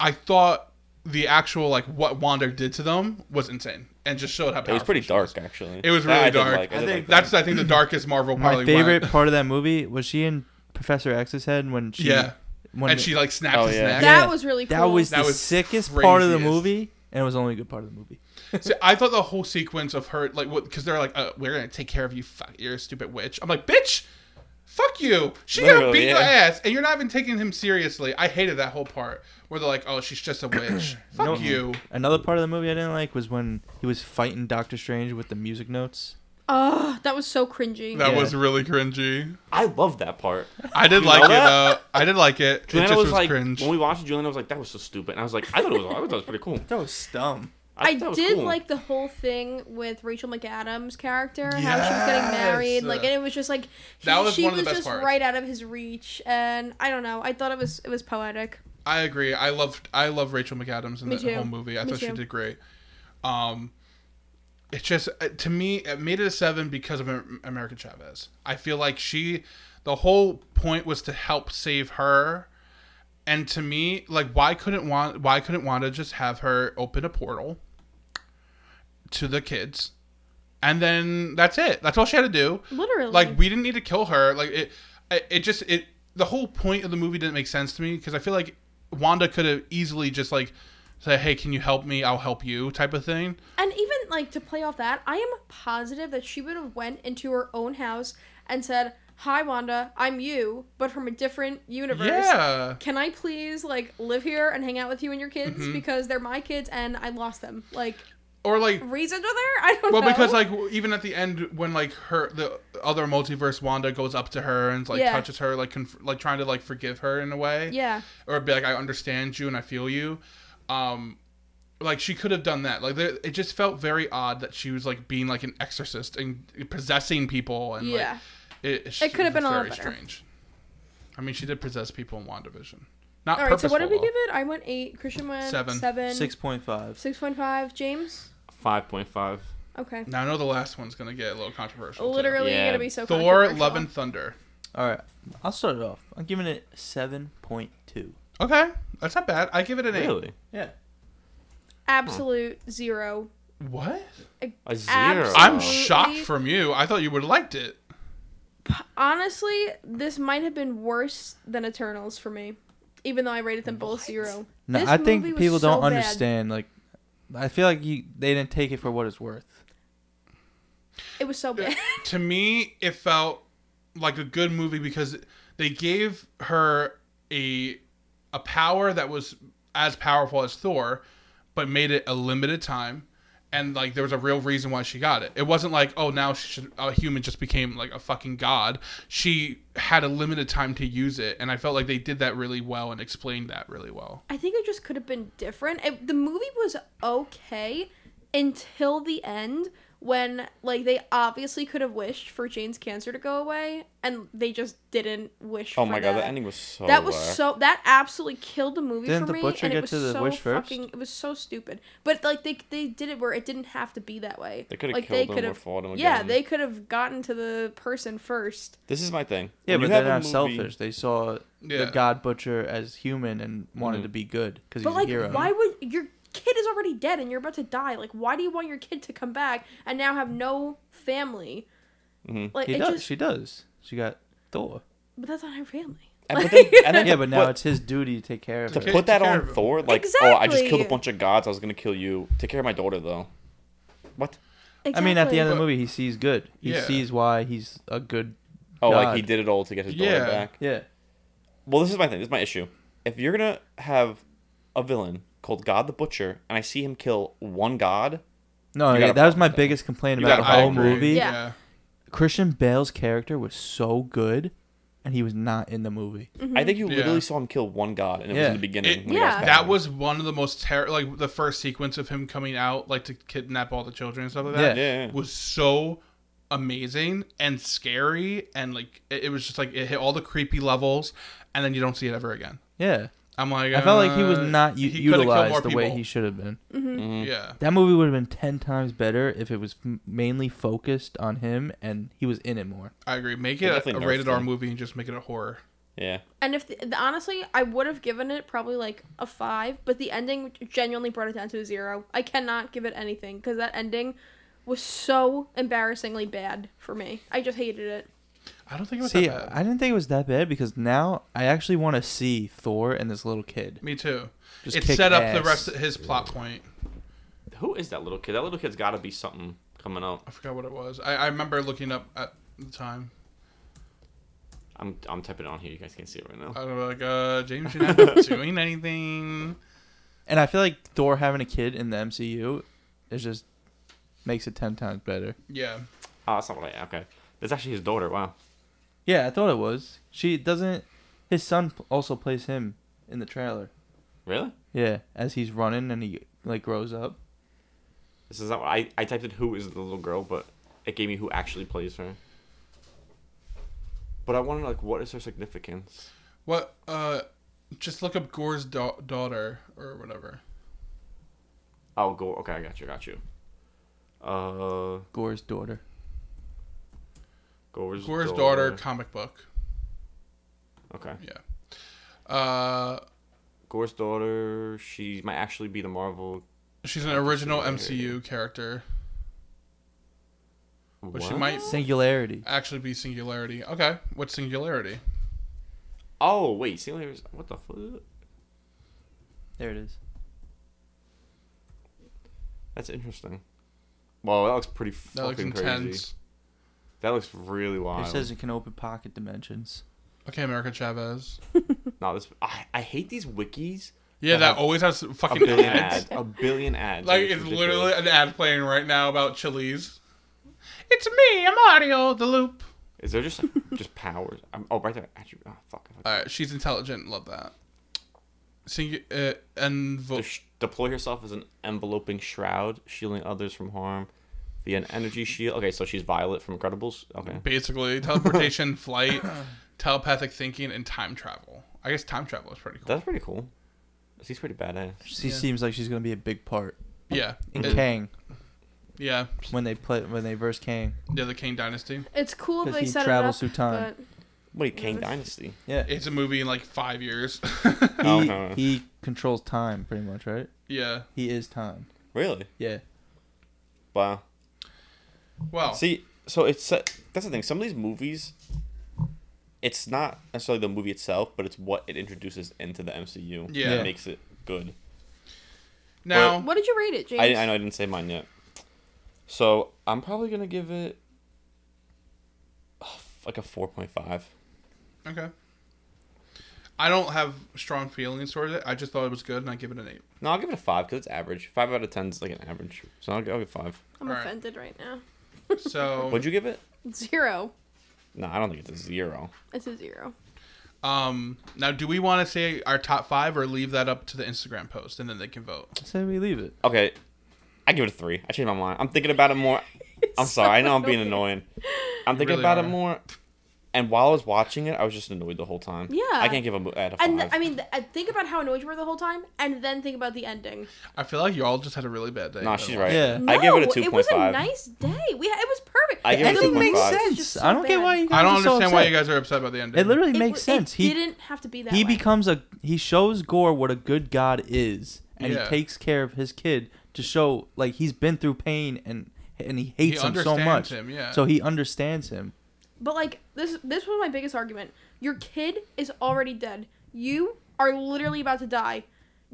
[SPEAKER 3] I thought the actual like what Wanda did to them was insane, and just showed how
[SPEAKER 1] It
[SPEAKER 3] powerful
[SPEAKER 1] was pretty
[SPEAKER 3] she
[SPEAKER 1] dark, actually.
[SPEAKER 3] It was
[SPEAKER 1] That
[SPEAKER 3] really
[SPEAKER 1] I did
[SPEAKER 3] dark.
[SPEAKER 1] like. I
[SPEAKER 5] I
[SPEAKER 1] did
[SPEAKER 5] think
[SPEAKER 1] like that.
[SPEAKER 3] That's I think the darkest Marvel
[SPEAKER 2] My
[SPEAKER 3] probably
[SPEAKER 2] favorite
[SPEAKER 3] went.
[SPEAKER 2] part of that movie was she in Professor X's head when she
[SPEAKER 3] Yeah.
[SPEAKER 2] when
[SPEAKER 3] and she like snapped
[SPEAKER 1] Oh,
[SPEAKER 3] his
[SPEAKER 1] yeah.
[SPEAKER 3] neck.
[SPEAKER 4] That was really
[SPEAKER 2] that
[SPEAKER 4] cool.
[SPEAKER 2] was
[SPEAKER 3] That
[SPEAKER 2] the
[SPEAKER 3] was
[SPEAKER 2] sickest part of the
[SPEAKER 3] craziest.
[SPEAKER 2] movie, and it was the only good part of the movie.
[SPEAKER 3] See, I thought the whole sequence of her, like, what, because they're like, uh, we're gonna take care of you, fuck, you're a stupid witch. I'm like, bitch, fuck you. She gonna
[SPEAKER 1] Literally,
[SPEAKER 3] beat your
[SPEAKER 1] yeah.
[SPEAKER 3] ass, and you're not even taking him seriously. I hated that whole part where they're like, oh, she's just a witch. fuck
[SPEAKER 2] No.
[SPEAKER 3] you.
[SPEAKER 2] Another part of the movie I didn't like was when he was fighting Doctor Strange with the music notes.
[SPEAKER 4] Oh, that was so cringy.
[SPEAKER 3] That
[SPEAKER 2] Yeah.
[SPEAKER 3] was really cringy.
[SPEAKER 5] I love that part.
[SPEAKER 3] I did like it. though. I did like it. It
[SPEAKER 5] Juliana
[SPEAKER 3] just
[SPEAKER 5] was,
[SPEAKER 3] was
[SPEAKER 5] like,
[SPEAKER 3] cringe.
[SPEAKER 5] when we watched it, Juliana was like, that was so stupid. And I was like, I thought it was, I thought it was pretty cool.
[SPEAKER 2] That was dumb.
[SPEAKER 4] I
[SPEAKER 5] thought it was
[SPEAKER 4] did
[SPEAKER 5] cool.
[SPEAKER 4] like the whole thing with Rachel McAdams' character, how she was getting married,
[SPEAKER 3] Yes.
[SPEAKER 4] like, and it was just like he,
[SPEAKER 3] That was
[SPEAKER 4] she
[SPEAKER 3] one of the
[SPEAKER 4] was
[SPEAKER 3] best
[SPEAKER 4] just
[SPEAKER 3] parts.
[SPEAKER 4] right out of his reach, and I don't know. I thought it was it was poetic.
[SPEAKER 3] I agree. I loved I love Rachel McAdams in
[SPEAKER 4] Me
[SPEAKER 3] the
[SPEAKER 4] too.
[SPEAKER 3] whole movie. I
[SPEAKER 4] Me
[SPEAKER 3] thought she
[SPEAKER 4] too.
[SPEAKER 3] did great. Um, it's just uh, to me it made it a seven because of Am- America Chavez. I feel like she, the whole point was to help save her, and to me, like why couldn't Wanda, why couldn't Wanda just have her open a portal to the kids, and then that's it. That's all she had to do
[SPEAKER 4] Literally,
[SPEAKER 3] like we didn't need to kill her like it it- it just it the whole point of the movie didn't make sense to me because i feel like wanda could have easily just like said hey can you help me i'll help you type of thing
[SPEAKER 4] and even like to play off that, I am positive that she would have went into her own house and said, "Hi, Wanda, I'm you, but from a different universe."
[SPEAKER 3] yeah
[SPEAKER 4] Can I please like live here and hang out with you and your kids
[SPEAKER 3] Mm-hmm.
[SPEAKER 4] because they're my kids and I lost them? Like
[SPEAKER 3] or like
[SPEAKER 4] reasons are there? I don't
[SPEAKER 3] well
[SPEAKER 4] know.
[SPEAKER 3] because like w- even at the end when like her the other multiverse wanda goes up to her and like
[SPEAKER 4] Yeah.
[SPEAKER 3] touches her like conf- like trying to like forgive her in a way
[SPEAKER 4] yeah,
[SPEAKER 3] or be like i understand you and i feel you um like she could have done that like there, it just felt very odd that she was like being like an exorcist and possessing people and like
[SPEAKER 4] yeah.
[SPEAKER 3] It, it's
[SPEAKER 4] It could've been a lot
[SPEAKER 3] very
[SPEAKER 4] better.
[SPEAKER 3] strange. I mean, she did possess people in WandaVision. Not
[SPEAKER 4] All right, so what did we
[SPEAKER 3] purposeful,
[SPEAKER 4] give it? I went eight. Christian went
[SPEAKER 3] Seven.
[SPEAKER 4] seven. Seven.
[SPEAKER 2] Six point five.
[SPEAKER 4] Six point five. James.
[SPEAKER 5] 5.5.
[SPEAKER 4] Okay.
[SPEAKER 3] though. Now I know the last one's gonna get a little controversial. too.
[SPEAKER 4] Literally
[SPEAKER 5] Yeah.
[SPEAKER 4] gonna be so.
[SPEAKER 3] Thor:
[SPEAKER 4] controversial.
[SPEAKER 3] Love and Thunder.
[SPEAKER 2] All right, I'll start it off. I'm giving it seven point two.
[SPEAKER 3] Okay, that's not bad. I give it an
[SPEAKER 5] Really?
[SPEAKER 2] Yeah.
[SPEAKER 4] Absolute zero.
[SPEAKER 3] eight. What?
[SPEAKER 5] A zero.
[SPEAKER 3] I'm
[SPEAKER 4] Absolutely.
[SPEAKER 3] shocked from you. I thought you would have liked it.
[SPEAKER 4] Honestly, this might have been worse than Eternals for me, even though I rated them both zero.
[SPEAKER 2] No,
[SPEAKER 4] This
[SPEAKER 2] I think
[SPEAKER 4] movie was
[SPEAKER 2] people don't
[SPEAKER 4] so bad.
[SPEAKER 2] understand. Like, I feel like you they didn't take it for what it's worth.
[SPEAKER 4] It was so bad.
[SPEAKER 3] to me, it felt like a good movie because they gave her a a power that was as powerful as Thor, but made it a limited time, and like there was a real reason why she got it. It wasn't like oh now she should, a human just became like a fucking god. She had a limited time to use it, and I felt like they did that really well and explained that really well.
[SPEAKER 4] I think it just could have been different. It, the movie was okay until the end when like they obviously could have wished for Jane's cancer to go away and they just didn't wish
[SPEAKER 1] Oh
[SPEAKER 4] for
[SPEAKER 1] my god, that
[SPEAKER 4] that
[SPEAKER 1] ending was so.
[SPEAKER 4] That was
[SPEAKER 1] whack.
[SPEAKER 4] so. That absolutely killed the movie
[SPEAKER 2] Didn't
[SPEAKER 4] for
[SPEAKER 2] the
[SPEAKER 4] me.
[SPEAKER 2] butcher
[SPEAKER 4] and
[SPEAKER 2] get
[SPEAKER 4] it was
[SPEAKER 2] to the
[SPEAKER 4] so
[SPEAKER 2] wish first?
[SPEAKER 4] fucking. It was so stupid. But like they they did it where it didn't have to be that way.
[SPEAKER 1] They could have
[SPEAKER 4] like,
[SPEAKER 1] killed him or
[SPEAKER 4] could've-
[SPEAKER 1] fought him again.
[SPEAKER 4] Yeah, they could have gotten to the person first.
[SPEAKER 1] This is my thing.
[SPEAKER 2] Yeah,
[SPEAKER 1] When you
[SPEAKER 2] but they're
[SPEAKER 1] have a
[SPEAKER 2] not
[SPEAKER 1] movie-
[SPEAKER 2] selfish. They saw
[SPEAKER 3] Yeah.
[SPEAKER 2] the God Butcher as human and wanted to be good because he's
[SPEAKER 4] But like,
[SPEAKER 2] a hero.
[SPEAKER 4] why would your kid is already dead and you're about to die? Like, why do you want your kid to come back and now have no family? Like
[SPEAKER 2] Mm-hmm. he
[SPEAKER 4] it
[SPEAKER 2] does.
[SPEAKER 4] just.
[SPEAKER 2] She does. She got Thor.
[SPEAKER 4] But that's not her family.
[SPEAKER 1] And, but then, and then
[SPEAKER 2] Yeah,
[SPEAKER 1] to
[SPEAKER 2] but now
[SPEAKER 1] put-
[SPEAKER 2] it's his duty to take care of
[SPEAKER 1] to
[SPEAKER 2] her.
[SPEAKER 3] Okay,
[SPEAKER 1] put that
[SPEAKER 3] take care
[SPEAKER 1] on
[SPEAKER 3] of him.
[SPEAKER 1] Thor, like, oh, I just killed a
[SPEAKER 4] Exactly.
[SPEAKER 1] bunch of gods. I was gonna kill you. Take care of my daughter, though. What?
[SPEAKER 2] I mean, at the end of the
[SPEAKER 3] But-
[SPEAKER 2] movie, he sees good. He
[SPEAKER 3] Yeah.
[SPEAKER 2] sees why he's a good.
[SPEAKER 1] Oh,
[SPEAKER 2] God.
[SPEAKER 1] like he did it all to get his daughter
[SPEAKER 3] Yeah.
[SPEAKER 1] back.
[SPEAKER 2] Yeah.
[SPEAKER 1] Well, this is my thing. This is my issue. If you're gonna have a villain called God the Butcher, and I see him kill one god,
[SPEAKER 2] No,
[SPEAKER 1] You got
[SPEAKER 2] yeah,
[SPEAKER 1] a
[SPEAKER 2] that was my
[SPEAKER 1] problem with that.
[SPEAKER 2] biggest complaint
[SPEAKER 3] You
[SPEAKER 2] about the
[SPEAKER 3] got- I
[SPEAKER 2] whole
[SPEAKER 3] agree.
[SPEAKER 2] movie.
[SPEAKER 4] Yeah.
[SPEAKER 2] Christian Bale's character was so good, and he was not in the movie.
[SPEAKER 4] Mm.
[SPEAKER 1] I think you
[SPEAKER 3] Yeah.
[SPEAKER 1] literally saw him kill one god, and it was
[SPEAKER 2] Yeah.
[SPEAKER 1] in the beginning.
[SPEAKER 3] It-
[SPEAKER 1] when he got
[SPEAKER 4] Mm-hmm. Yeah.
[SPEAKER 1] back.
[SPEAKER 3] That was one of the most terror, like the first sequence of him coming out, like to kidnap all the children and stuff like that.
[SPEAKER 1] Yeah, yeah.
[SPEAKER 3] was so amazing and scary and like it, it was just like it hit all the creepy levels and then you don't see it ever again.
[SPEAKER 2] Yeah.
[SPEAKER 3] I'm like
[SPEAKER 2] I felt like he was
[SPEAKER 3] uh,
[SPEAKER 2] not u-
[SPEAKER 3] he coulda killed more
[SPEAKER 2] utilized the way
[SPEAKER 3] people.
[SPEAKER 2] he should have been.
[SPEAKER 4] Mm-hmm.
[SPEAKER 1] Mm-hmm.
[SPEAKER 3] Yeah.
[SPEAKER 2] That movie would have been 10 times better if it was m- mainly focused on him and he was in it more.
[SPEAKER 3] I agree. Make
[SPEAKER 1] They
[SPEAKER 3] it a,
[SPEAKER 1] definitely nerfed
[SPEAKER 3] rated R
[SPEAKER 1] him.
[SPEAKER 3] movie and just make it a horror.
[SPEAKER 1] Yeah.
[SPEAKER 4] And if the, the- honestly, I would have given it probably like a five, but the ending genuinely brought it down to a zero. I cannot give it anything because that ending was so embarrassingly bad for me. I just hated it.
[SPEAKER 3] I don't think it was
[SPEAKER 2] See,
[SPEAKER 3] that bad.
[SPEAKER 2] I didn't think it was that bad because now I actually want to see Thor and this little kid.
[SPEAKER 3] Me too.
[SPEAKER 2] Just
[SPEAKER 3] it
[SPEAKER 2] kick
[SPEAKER 3] set up the
[SPEAKER 2] ass.
[SPEAKER 3] rest of his plot point.
[SPEAKER 5] Who is that little kid? That little kid's got to be something coming up.
[SPEAKER 3] I forgot what it was. I, I remember looking up at the time.
[SPEAKER 5] I'm I'm typing it on here. You guys can't see it right now.
[SPEAKER 3] I was like, uh, James, you're not doing anything.
[SPEAKER 2] And I feel like Thor having a kid in the MCU is just makes it 10 times better.
[SPEAKER 3] Yeah.
[SPEAKER 5] Oh, that's not what I. Okay, that's actually his daughter. Wow.
[SPEAKER 2] Yeah, I thought it was. She doesn't. His son p- also plays him in the trailer.
[SPEAKER 5] Really?
[SPEAKER 2] Yeah, as he's running and he like grows up.
[SPEAKER 5] This is not. What I I typed in who is the little girl, but it gave me who actually plays her. But I want to like, what is her significance?
[SPEAKER 3] What? Uh, just look up Gore's da- daughter or whatever.
[SPEAKER 5] Oh, go. Okay, I got you. Got you. Uh,
[SPEAKER 2] Gore's daughter.
[SPEAKER 5] Gore's,
[SPEAKER 3] Gore's daughter comic book.
[SPEAKER 5] Okay.
[SPEAKER 3] Uh,
[SPEAKER 5] Gore's daughter. She might actually be the Marvel.
[SPEAKER 3] she's an original
[SPEAKER 5] Right.
[SPEAKER 3] MCU character, but she
[SPEAKER 5] What?
[SPEAKER 3] might
[SPEAKER 2] Singularity.
[SPEAKER 3] actually be Singularity. Okay, what's Singularity?
[SPEAKER 5] Oh wait, see later. What the fuck?
[SPEAKER 2] There it is.
[SPEAKER 5] That's interesting. Wow, that looks pretty
[SPEAKER 3] That looks
[SPEAKER 5] fucking
[SPEAKER 3] intense.
[SPEAKER 5] crazy. That looks really wild.
[SPEAKER 2] It says it can open pocket dimensions.
[SPEAKER 3] Okay, America Chavez.
[SPEAKER 5] no, this. I, I hate these wikis.
[SPEAKER 3] Yeah,
[SPEAKER 5] That
[SPEAKER 3] that
[SPEAKER 5] has
[SPEAKER 3] always has
[SPEAKER 5] A
[SPEAKER 3] fucking
[SPEAKER 5] billion
[SPEAKER 3] ads.
[SPEAKER 5] ads. A billion ads.
[SPEAKER 3] Like it's
[SPEAKER 5] it's
[SPEAKER 3] literally an ad playing right now about Chili's. It's me, I'm Audio, the loop.
[SPEAKER 5] Is there just just powers? I'm, oh, right there. Actually, oh, fuck. fuck.
[SPEAKER 3] All right, she's intelligent. Love that. Sing uh, and vo-
[SPEAKER 5] De- sh- deploy herself as an enveloping shroud, shielding others from harm via an energy shield. Okay, so she's Violet from Incredibles. Okay.
[SPEAKER 3] basically teleportation, flight, telepathic thinking, and time travel. I guess time travel is pretty cool.
[SPEAKER 5] That's pretty cool. She's pretty badass.
[SPEAKER 2] She
[SPEAKER 3] Yeah.
[SPEAKER 2] seems like she's gonna be a big part
[SPEAKER 3] yeah,
[SPEAKER 2] in
[SPEAKER 3] It-
[SPEAKER 2] Kang
[SPEAKER 3] yeah,
[SPEAKER 2] when they play when they verse Kang.
[SPEAKER 3] yeah. The Kang Dynasty.
[SPEAKER 4] It's cool
[SPEAKER 2] Does
[SPEAKER 4] they
[SPEAKER 2] he
[SPEAKER 4] set
[SPEAKER 2] travel
[SPEAKER 4] it up,
[SPEAKER 2] through time?
[SPEAKER 4] but
[SPEAKER 1] Wait, King
[SPEAKER 4] Yeah.
[SPEAKER 1] Dynasty.
[SPEAKER 2] Yeah,
[SPEAKER 3] It's a movie in like five years.
[SPEAKER 2] he,
[SPEAKER 1] Oh, no, no.
[SPEAKER 2] he controls time pretty much, right?
[SPEAKER 3] yeah.
[SPEAKER 2] He is time.
[SPEAKER 1] Really?
[SPEAKER 2] Yeah,
[SPEAKER 1] Wow.
[SPEAKER 3] Well,
[SPEAKER 1] See, so it's set- that's the thing. Some of these movies, it's not necessarily the movie itself, but it's what it introduces into the MCU.
[SPEAKER 3] Yeah.
[SPEAKER 1] that makes it good.
[SPEAKER 3] now
[SPEAKER 4] what did you rate it, James?
[SPEAKER 1] I, I know I didn't say mine yet. So I'm probably gonna give it uh, like a four point five.
[SPEAKER 3] okay. I don't have strong feelings towards it. I just thought it was good, and I give it an eight.
[SPEAKER 1] No, I'll give it a five because it's average. Five out of ten is like an average. So I'll, I'll give it five.
[SPEAKER 4] I'm
[SPEAKER 3] Alright.
[SPEAKER 4] offended right now.
[SPEAKER 3] So
[SPEAKER 1] Would you give it?
[SPEAKER 4] Zero.
[SPEAKER 1] No, I don't think it's a zero.
[SPEAKER 4] It's a zero.
[SPEAKER 3] Um, now, do we want to say our top five or leave that up to the Instagram post and then they can vote?
[SPEAKER 2] say we leave it.
[SPEAKER 1] Okay, I give it a three. I changed my mind. I'm thinking about it more. I'm sorry. I know I'm being annoying. I'm thinking
[SPEAKER 3] really
[SPEAKER 1] about
[SPEAKER 3] are.
[SPEAKER 1] it more. And while I was watching it, I was just annoyed the whle time.
[SPEAKER 4] Yeah.
[SPEAKER 1] I can't give a mo- at a five.
[SPEAKER 4] And th- I mean, th- I think about how annoyed you were the whole time, and then think about the ending.
[SPEAKER 3] I feel like y'all just had a really bad day.
[SPEAKER 1] no, she's right.
[SPEAKER 2] Yeah.
[SPEAKER 1] I give it a
[SPEAKER 4] No,
[SPEAKER 1] two
[SPEAKER 4] It
[SPEAKER 1] point
[SPEAKER 4] was a
[SPEAKER 1] five.
[SPEAKER 4] nice day. We ha- it was perfect.
[SPEAKER 1] I give it a
[SPEAKER 4] Everything
[SPEAKER 2] Everything makes
[SPEAKER 1] 2.5.
[SPEAKER 4] was
[SPEAKER 2] sense.
[SPEAKER 4] just so
[SPEAKER 2] I don't get why
[SPEAKER 4] bad.
[SPEAKER 2] you guys.
[SPEAKER 3] I
[SPEAKER 2] are
[SPEAKER 3] don't
[SPEAKER 2] so
[SPEAKER 3] understand why
[SPEAKER 2] upset.
[SPEAKER 3] you guys are upset about the ending.
[SPEAKER 2] It literally
[SPEAKER 4] It
[SPEAKER 2] makes
[SPEAKER 4] w-
[SPEAKER 2] sense.
[SPEAKER 4] It
[SPEAKER 2] he
[SPEAKER 4] didn't have to be that.
[SPEAKER 2] he
[SPEAKER 4] way.
[SPEAKER 2] becomes a he shows Gore what a good God is, and
[SPEAKER 3] Yeah.
[SPEAKER 2] he takes care of his kid to show like he's been through pain and and he
[SPEAKER 3] He
[SPEAKER 2] hates him so
[SPEAKER 3] understands
[SPEAKER 2] much,
[SPEAKER 3] him, yeah.
[SPEAKER 2] so he understands him.
[SPEAKER 4] But like this, this was my biggest argument. Your kid is already dead. You are literally about to die.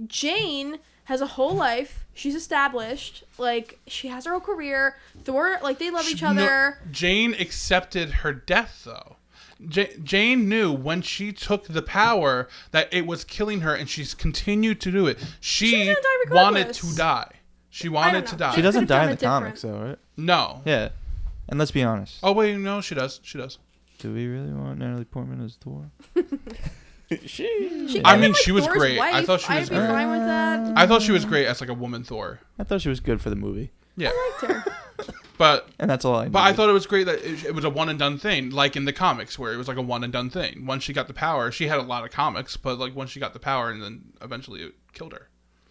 [SPEAKER 4] Jane has a whole life. She's established. Like she has her whole career. Thor, like they love each
[SPEAKER 3] No,
[SPEAKER 4] other.
[SPEAKER 3] Jane accepted her death, though. Ja- Jane knew when she took the power that it was killing her, and she's continued to do it.
[SPEAKER 4] She's
[SPEAKER 3] She
[SPEAKER 4] gonna die
[SPEAKER 3] wanted
[SPEAKER 4] regardless.
[SPEAKER 3] to die. She
[SPEAKER 4] don't
[SPEAKER 3] wanted to
[SPEAKER 4] know.
[SPEAKER 3] die.
[SPEAKER 2] She
[SPEAKER 4] They
[SPEAKER 2] doesn't
[SPEAKER 4] could've done
[SPEAKER 2] die in the
[SPEAKER 4] it different.
[SPEAKER 2] comics, though, right?
[SPEAKER 3] No.
[SPEAKER 2] Yeah, and let's be honest.
[SPEAKER 3] Oh wait, no, she does. She does.
[SPEAKER 2] Do we really want Natalie Portman as Thor?
[SPEAKER 1] she.
[SPEAKER 4] She
[SPEAKER 3] I
[SPEAKER 4] could've
[SPEAKER 3] mean,
[SPEAKER 4] been, like,
[SPEAKER 3] she was
[SPEAKER 4] Thor's
[SPEAKER 3] great. I
[SPEAKER 4] wife.
[SPEAKER 3] thought she was
[SPEAKER 4] I'd be
[SPEAKER 3] great.
[SPEAKER 4] fine with that.
[SPEAKER 3] I thought she was great as like a woman Thor.
[SPEAKER 2] I thought she was good for the movie.
[SPEAKER 3] Yeah,
[SPEAKER 4] I liked her.
[SPEAKER 3] But
[SPEAKER 2] and that's all I.
[SPEAKER 3] but I
[SPEAKER 2] needed.
[SPEAKER 3] thought it was great that it, it was a one and done thing, like in the comics where it was like a one and done thing. Once she got the power, she had a lot of comics, but like once she got the power, and then eventually it killed her.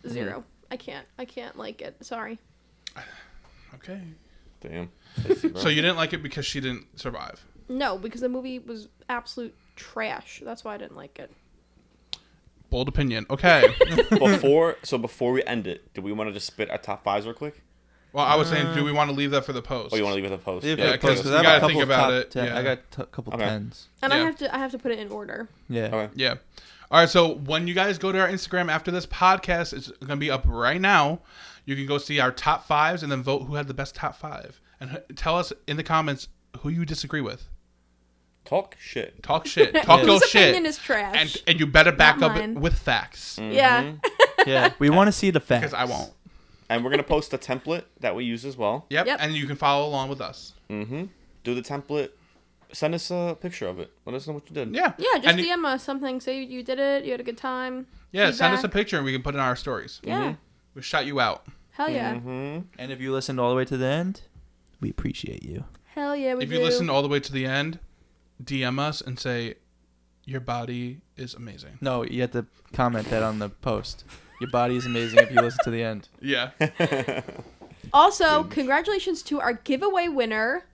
[SPEAKER 4] Zero. I can't. I can't like it. Sorry.
[SPEAKER 3] Okay.
[SPEAKER 1] Damn.
[SPEAKER 3] So you didn't like it because she didn't survive.
[SPEAKER 4] No, because the movie was absolute trash. That's why I didn't like it.
[SPEAKER 3] Bold opinion. Okay.
[SPEAKER 1] before so before we end it, do we want to just spit our top fives real quick?
[SPEAKER 3] well, I was saying,
[SPEAKER 4] Uh.
[SPEAKER 3] do we want to leave that for the post?
[SPEAKER 1] Oh, you want to leave it a post?
[SPEAKER 2] Leave it
[SPEAKER 3] Yeah,
[SPEAKER 2] at
[SPEAKER 3] 'cause
[SPEAKER 2] post, 'cause
[SPEAKER 3] you
[SPEAKER 2] I have a
[SPEAKER 3] gotta
[SPEAKER 2] couple
[SPEAKER 3] think
[SPEAKER 2] of
[SPEAKER 3] about
[SPEAKER 2] top
[SPEAKER 3] it,
[SPEAKER 2] ten-
[SPEAKER 3] yeah.
[SPEAKER 2] I got a couple
[SPEAKER 1] Okay.
[SPEAKER 2] tens.
[SPEAKER 4] And I
[SPEAKER 3] Yeah.
[SPEAKER 4] have to. I have to put it in order.
[SPEAKER 2] Yeah.
[SPEAKER 1] Okay.
[SPEAKER 3] Yeah. All right. So when you guys go to our Instagram after this podcast, it's going to be up right now. You can go see our top fives and then vote who had the best top five. And h- tell us in the comments who you disagree with.
[SPEAKER 1] Talk shit.
[SPEAKER 3] Talk shit. Talk your
[SPEAKER 4] Whose
[SPEAKER 3] shit.
[SPEAKER 4] opinion is trash.
[SPEAKER 3] And, and you better back
[SPEAKER 4] Not
[SPEAKER 3] up
[SPEAKER 4] mine.
[SPEAKER 3] with facts
[SPEAKER 1] Mm.
[SPEAKER 3] mm-hmm.
[SPEAKER 4] yeah.
[SPEAKER 2] Yeah, we want to see the facts.
[SPEAKER 3] because I won't.
[SPEAKER 1] And we're gonna post a template that we use as well.
[SPEAKER 3] Yep.
[SPEAKER 4] Yep.
[SPEAKER 3] And you can follow along with us.
[SPEAKER 1] Do the template. Send us a picture of it. Let us know what you did.
[SPEAKER 3] Yeah.
[SPEAKER 4] Yeah. Just
[SPEAKER 3] and you-
[SPEAKER 4] DM us something. Say you did it. You had a good time.
[SPEAKER 3] yeah. Send us a Mm-hmm.
[SPEAKER 4] feedback.
[SPEAKER 3] picture and we can put it in our stories.
[SPEAKER 4] Yeah.
[SPEAKER 3] We shout you out.
[SPEAKER 4] Hell yeah.
[SPEAKER 3] Mm-hmm.
[SPEAKER 1] Mm-hmm.
[SPEAKER 2] And if you listened all the way to the end, we appreciate you.
[SPEAKER 4] Hell yeah. We
[SPEAKER 3] if
[SPEAKER 4] do.
[SPEAKER 3] you listen all the way to the end, DM us and say, your body is amazing.
[SPEAKER 2] No, you have to comment that on the post. Your body is amazing if you listen to the end.
[SPEAKER 3] Yeah.
[SPEAKER 4] Also,
[SPEAKER 3] Mm.
[SPEAKER 4] congratulations to our giveaway winner.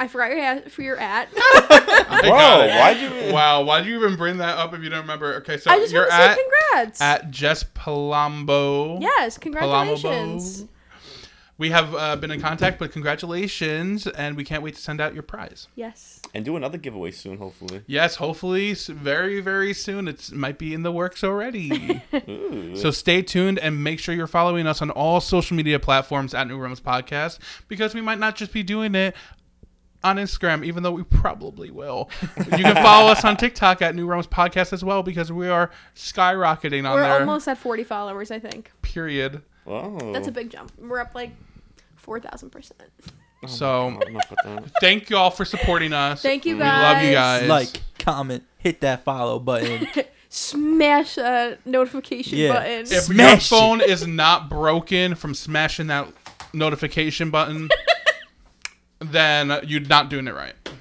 [SPEAKER 4] I forgot your at, for your at.
[SPEAKER 3] I got
[SPEAKER 1] Whoa!
[SPEAKER 3] it.
[SPEAKER 1] Why'd you?
[SPEAKER 3] Wow, why do you even bring that up if you don't remember? Okay, so
[SPEAKER 4] I just want
[SPEAKER 3] you're
[SPEAKER 4] to say
[SPEAKER 3] at
[SPEAKER 4] congrats.
[SPEAKER 3] at Jess Palombo.
[SPEAKER 4] yes, congratulations.
[SPEAKER 3] We have uh, been in contact, but congratulations, and we can't wait to send out your prize.
[SPEAKER 4] Yes.
[SPEAKER 1] And do another giveaway soon, hopefully.
[SPEAKER 3] Yes, hopefully s- very very soon. It might be in the works already.
[SPEAKER 1] Ooh.
[SPEAKER 3] so stay tuned and make sure you're following us on all social media platforms at New Realms Podcast because we might not just be doing it on Instagram, even though we probably will. You can follow us on TikTok at New Realms Podcast as well because we are skyrocketing on
[SPEAKER 4] We're
[SPEAKER 3] there.
[SPEAKER 4] almost at 40 followers, I think.
[SPEAKER 3] period.
[SPEAKER 1] Whoa.
[SPEAKER 4] That's a big jump. We're up like 4,000%.
[SPEAKER 3] So
[SPEAKER 1] Enough with that.
[SPEAKER 3] thank you all for supporting us.
[SPEAKER 4] Thank you
[SPEAKER 3] We
[SPEAKER 4] guys.
[SPEAKER 3] love you guys.
[SPEAKER 2] Like, comment, hit that follow button.
[SPEAKER 4] Smash that notification
[SPEAKER 2] Yeah.
[SPEAKER 4] button.
[SPEAKER 3] If
[SPEAKER 2] Smash
[SPEAKER 3] your phone is not broken from smashing that notification button, then you're not doing it right.